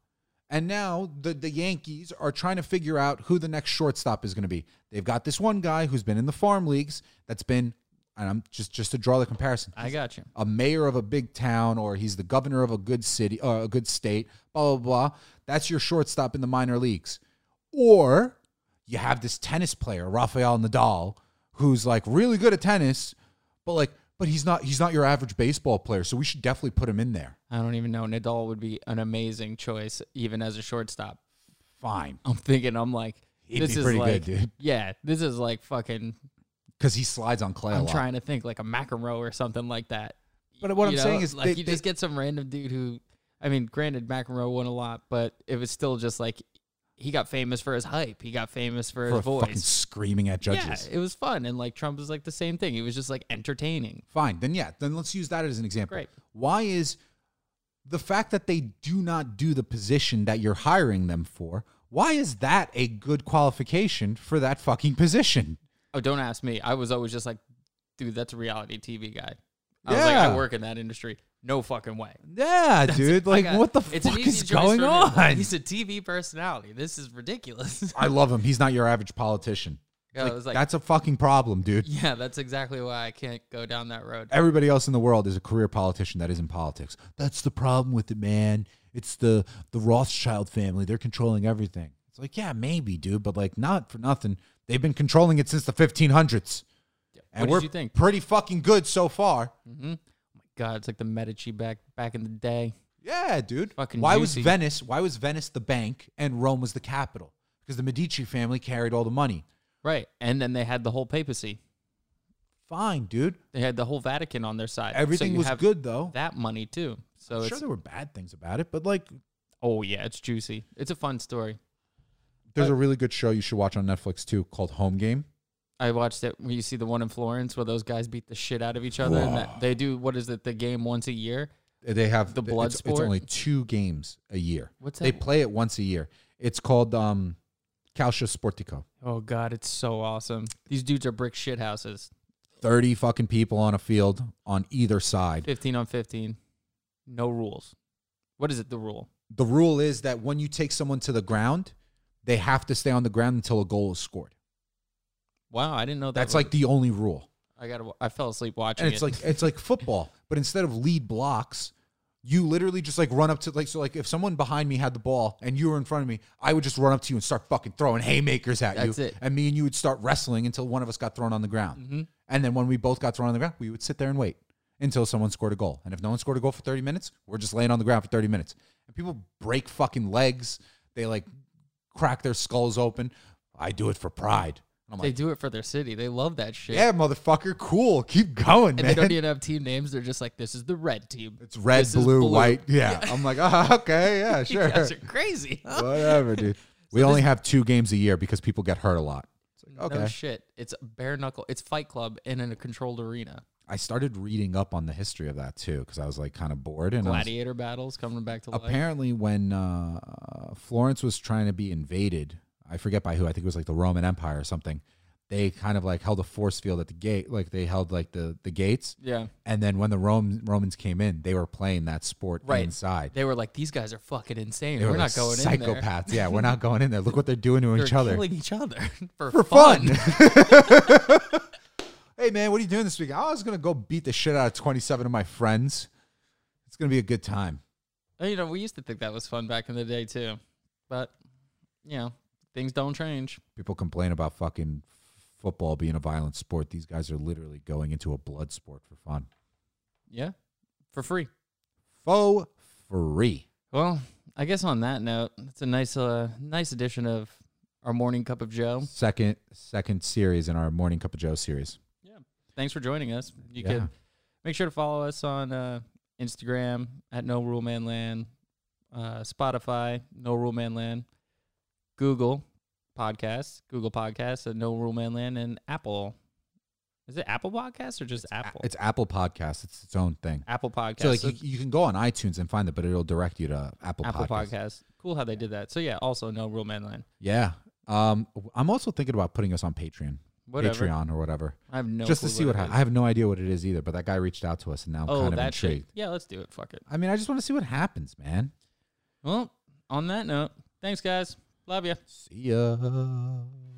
[SPEAKER 1] And now the the Yankees are trying to figure out who the next shortstop is going to be. They've got this one guy who's been in the farm leagues. That's been, and I'm just just to draw the comparison.
[SPEAKER 2] I got you.
[SPEAKER 1] a mayor of a big town, or he's the governor of a good city, uh, a good state. Blah blah blah. That's your shortstop in the minor leagues. Or you have this tennis player, Rafael Nadal, who's like really good at tennis, but like, but he's not he's not your average baseball player, so we should definitely put him in there.
[SPEAKER 2] I don't even know. Nadal would be an amazing choice, even as a shortstop.
[SPEAKER 1] Fine.
[SPEAKER 2] I'm thinking, I'm like,
[SPEAKER 1] He'd
[SPEAKER 2] this
[SPEAKER 1] be
[SPEAKER 2] is
[SPEAKER 1] pretty
[SPEAKER 2] like,
[SPEAKER 1] good, dude.
[SPEAKER 2] yeah, this is like fucking.
[SPEAKER 1] Because he slides on clay a
[SPEAKER 2] I'm
[SPEAKER 1] lot.
[SPEAKER 2] trying to think like a McEnroe or something like that.
[SPEAKER 1] But what
[SPEAKER 2] You
[SPEAKER 1] I'm
[SPEAKER 2] know,
[SPEAKER 1] saying is
[SPEAKER 2] like
[SPEAKER 1] they-
[SPEAKER 2] you
[SPEAKER 1] they-
[SPEAKER 2] just get some random dude who, I mean, granted McEnroe won a lot, but it was still just like he got famous for his hype. He got famous for,
[SPEAKER 1] for
[SPEAKER 2] his
[SPEAKER 1] fucking
[SPEAKER 2] voice.
[SPEAKER 1] screaming at judges.
[SPEAKER 2] Yeah, it was fun, and like Trump was like the same thing. He was just like entertaining.
[SPEAKER 1] Fine. Then yeah, then let's use that as an example.
[SPEAKER 2] Great.
[SPEAKER 1] Why is the fact that they do not do the position that you're hiring them for, why is that a good qualification for that fucking position?
[SPEAKER 2] Oh, don't ask me. I was always just like, dude, that's a reality TV guy. I was like,
[SPEAKER 1] Yeah.
[SPEAKER 2] I work in that industry. No fucking way.
[SPEAKER 1] Yeah, dude. Like
[SPEAKER 2] I got-
[SPEAKER 1] what the
[SPEAKER 2] it's an
[SPEAKER 1] fuck
[SPEAKER 2] easy
[SPEAKER 1] is
[SPEAKER 2] choice
[SPEAKER 1] going
[SPEAKER 2] for him.
[SPEAKER 1] on?
[SPEAKER 2] He's a TV personality. This is ridiculous.
[SPEAKER 1] I love him. He's not your average politician.
[SPEAKER 2] Yeah,
[SPEAKER 1] Like,
[SPEAKER 2] I was like,
[SPEAKER 1] that's a fucking problem, dude.
[SPEAKER 2] yeah, that's exactly why I can't go down that road.
[SPEAKER 1] Everybody else in the world is a career politician that is in politics. That's the problem with it, man. It's the the Rothschild family. They're controlling everything. It's like, yeah, maybe, dude, but like not for nothing. They've been controlling it since the 1500s.
[SPEAKER 2] what
[SPEAKER 1] And
[SPEAKER 2] did
[SPEAKER 1] we're
[SPEAKER 2] you think?
[SPEAKER 1] pretty fucking good so far.
[SPEAKER 2] God, it's like the Medici back back in the day.
[SPEAKER 1] Yeah, dude.
[SPEAKER 2] Fucking
[SPEAKER 1] why
[SPEAKER 2] juicy.
[SPEAKER 1] was Venice? Why was Venice the bank and Rome was the capital? Because the Medici family carried all the money.
[SPEAKER 2] Right. And then they had the whole papacy.
[SPEAKER 1] Fine, dude.
[SPEAKER 2] They had the whole Vatican on their side. So
[SPEAKER 1] Everything
[SPEAKER 2] you
[SPEAKER 1] was
[SPEAKER 2] have
[SPEAKER 1] good though.
[SPEAKER 2] That money too. So
[SPEAKER 1] I'm
[SPEAKER 2] it's
[SPEAKER 1] sure there were bad things about it, but like
[SPEAKER 2] oh yeah, it's juicy. It's a fun story.
[SPEAKER 1] there's a really good show you should watch on Netflix too called Home Game.
[SPEAKER 2] I watched it when you see the one in Florence where those guys beat the shit out of each other and that they do what is it, the game once a year?
[SPEAKER 1] They have
[SPEAKER 2] The blood
[SPEAKER 1] it's, It's
[SPEAKER 2] sport?
[SPEAKER 1] only two games a year.
[SPEAKER 2] What's
[SPEAKER 1] They
[SPEAKER 2] that?
[SPEAKER 1] play it once a year. It's called um, Calcio Sportico.
[SPEAKER 2] Oh god, it's so awesome. These dudes are brick shit houses.
[SPEAKER 1] Thirty fucking people on a field on either side.
[SPEAKER 2] Fifteen on fifteen. No rules. What is it, the rule?
[SPEAKER 1] The rule is that when you take someone to the ground, they have to stay on the ground until a goal is scored.
[SPEAKER 2] Wow, I didn't know that.
[SPEAKER 1] That's
[SPEAKER 2] was-
[SPEAKER 1] like the only rule.
[SPEAKER 2] I got. to I fell asleep watching.
[SPEAKER 1] And it's
[SPEAKER 2] it.
[SPEAKER 1] like it's like football, but instead of lead blocks, you literally just like run up to like so like if someone behind me had the ball and you were in front of me, I would just run up to you and start fucking throwing haymakers at
[SPEAKER 2] That's
[SPEAKER 1] you.
[SPEAKER 2] it. Mm-hmm.
[SPEAKER 1] And me and you would start wrestling until one of us got thrown on the ground. And then when we both got thrown on the ground, we would sit there and wait until someone scored a goal. And if no one scored a goal for 30 minutes, we're just laying on the ground for 30 minutes. And people break fucking legs. They like crack their skulls open. I do it for pride. And I'm
[SPEAKER 2] they
[SPEAKER 1] like,
[SPEAKER 2] do it for their city. They love that shit.
[SPEAKER 1] yeah, motherfucker, cool. Keep going,
[SPEAKER 2] And
[SPEAKER 1] man.
[SPEAKER 2] they don't even have team names. They're just like, this is the red team.
[SPEAKER 1] It's red,
[SPEAKER 2] This is
[SPEAKER 1] blue,
[SPEAKER 2] blue.
[SPEAKER 1] white. Yeah. I'm like, ah, okay, yeah,
[SPEAKER 2] You
[SPEAKER 1] sure.
[SPEAKER 2] guys are crazy.
[SPEAKER 1] Whatever, dude. We only have two games a year because people get hurt a lot. It's like, okay.
[SPEAKER 2] No shit. It's bare knuckle. It's Fight Club and in a controlled arena.
[SPEAKER 1] I started reading up on the history of that too because I was like kind of bored. And I was-
[SPEAKER 2] Gladiator battles coming back to life.
[SPEAKER 1] apparently, when uh, Florence was trying to be invaded, I forget by who. I think it was like the Roman Empire or something. They kind of like held a force field at the gate, like they held like the the gates.
[SPEAKER 2] Yeah.
[SPEAKER 1] And then when the Rome, Romans came in, they were playing that sport
[SPEAKER 2] Right.
[SPEAKER 1] inside.
[SPEAKER 2] They were like, these guys are fucking insane.
[SPEAKER 1] They
[SPEAKER 2] We're
[SPEAKER 1] were, like,
[SPEAKER 2] not going in there.
[SPEAKER 1] psychopaths. Yeah, we're not going in there. Look what they're doing to
[SPEAKER 2] They're
[SPEAKER 1] each other.
[SPEAKER 2] killing each other for,
[SPEAKER 1] for
[SPEAKER 2] fun.
[SPEAKER 1] fun. hey man, what are you doing this weekend? I was gonna go beat the shit out of twenty seven of my friends. It's gonna be a good time.
[SPEAKER 2] And, you know, we used to think that was fun back in the day too, but you know, things don't change.
[SPEAKER 1] People complain about fucking football being a violent sport. These guys are literally going into a blood sport for fun.
[SPEAKER 2] Yeah, for free.
[SPEAKER 1] Faux free.
[SPEAKER 2] Well, I guess on that note, it's a nice, uh, nice edition of our morning cup of Joe.
[SPEAKER 1] Second second series in our morning cup of Joe series.
[SPEAKER 2] Thanks for joining us. You
[SPEAKER 1] Yeah.
[SPEAKER 2] can Make sure to follow us on uh, Instagram at No Rule Man Land, uh, Spotify No Rule Man Land, Google Podcasts, Google Podcasts at No Rule Man Land, and Apple. Is it Apple Podcasts or just Apple?
[SPEAKER 1] It's Apple Podcasts. It's its own thing.
[SPEAKER 2] Apple Podcasts.
[SPEAKER 1] So like
[SPEAKER 2] So
[SPEAKER 1] you, you can go on iTunes and find it, but it'll direct you to Apple,
[SPEAKER 2] Apple
[SPEAKER 1] Podcasts.
[SPEAKER 2] Podcasts. Cool how they did that. So yeah, also No Rule Man Land.
[SPEAKER 1] Yeah. Um, w- I'm also thinking about putting us on Patreon,
[SPEAKER 2] Whatever.
[SPEAKER 1] Patreon or whatever,
[SPEAKER 2] I have no
[SPEAKER 1] just to
[SPEAKER 2] clue
[SPEAKER 1] see what.
[SPEAKER 2] it
[SPEAKER 1] hap-
[SPEAKER 2] is.
[SPEAKER 1] I have no idea what it is either, but that guy reached out to us, and now I'm
[SPEAKER 2] Oh,
[SPEAKER 1] kind of
[SPEAKER 2] that
[SPEAKER 1] intrigued.
[SPEAKER 2] shit. Yeah, let's do it. Fuck it.
[SPEAKER 1] I mean, I just want to see what happens, man.
[SPEAKER 2] Well, on that note, thanks guys. Love you.
[SPEAKER 1] See ya.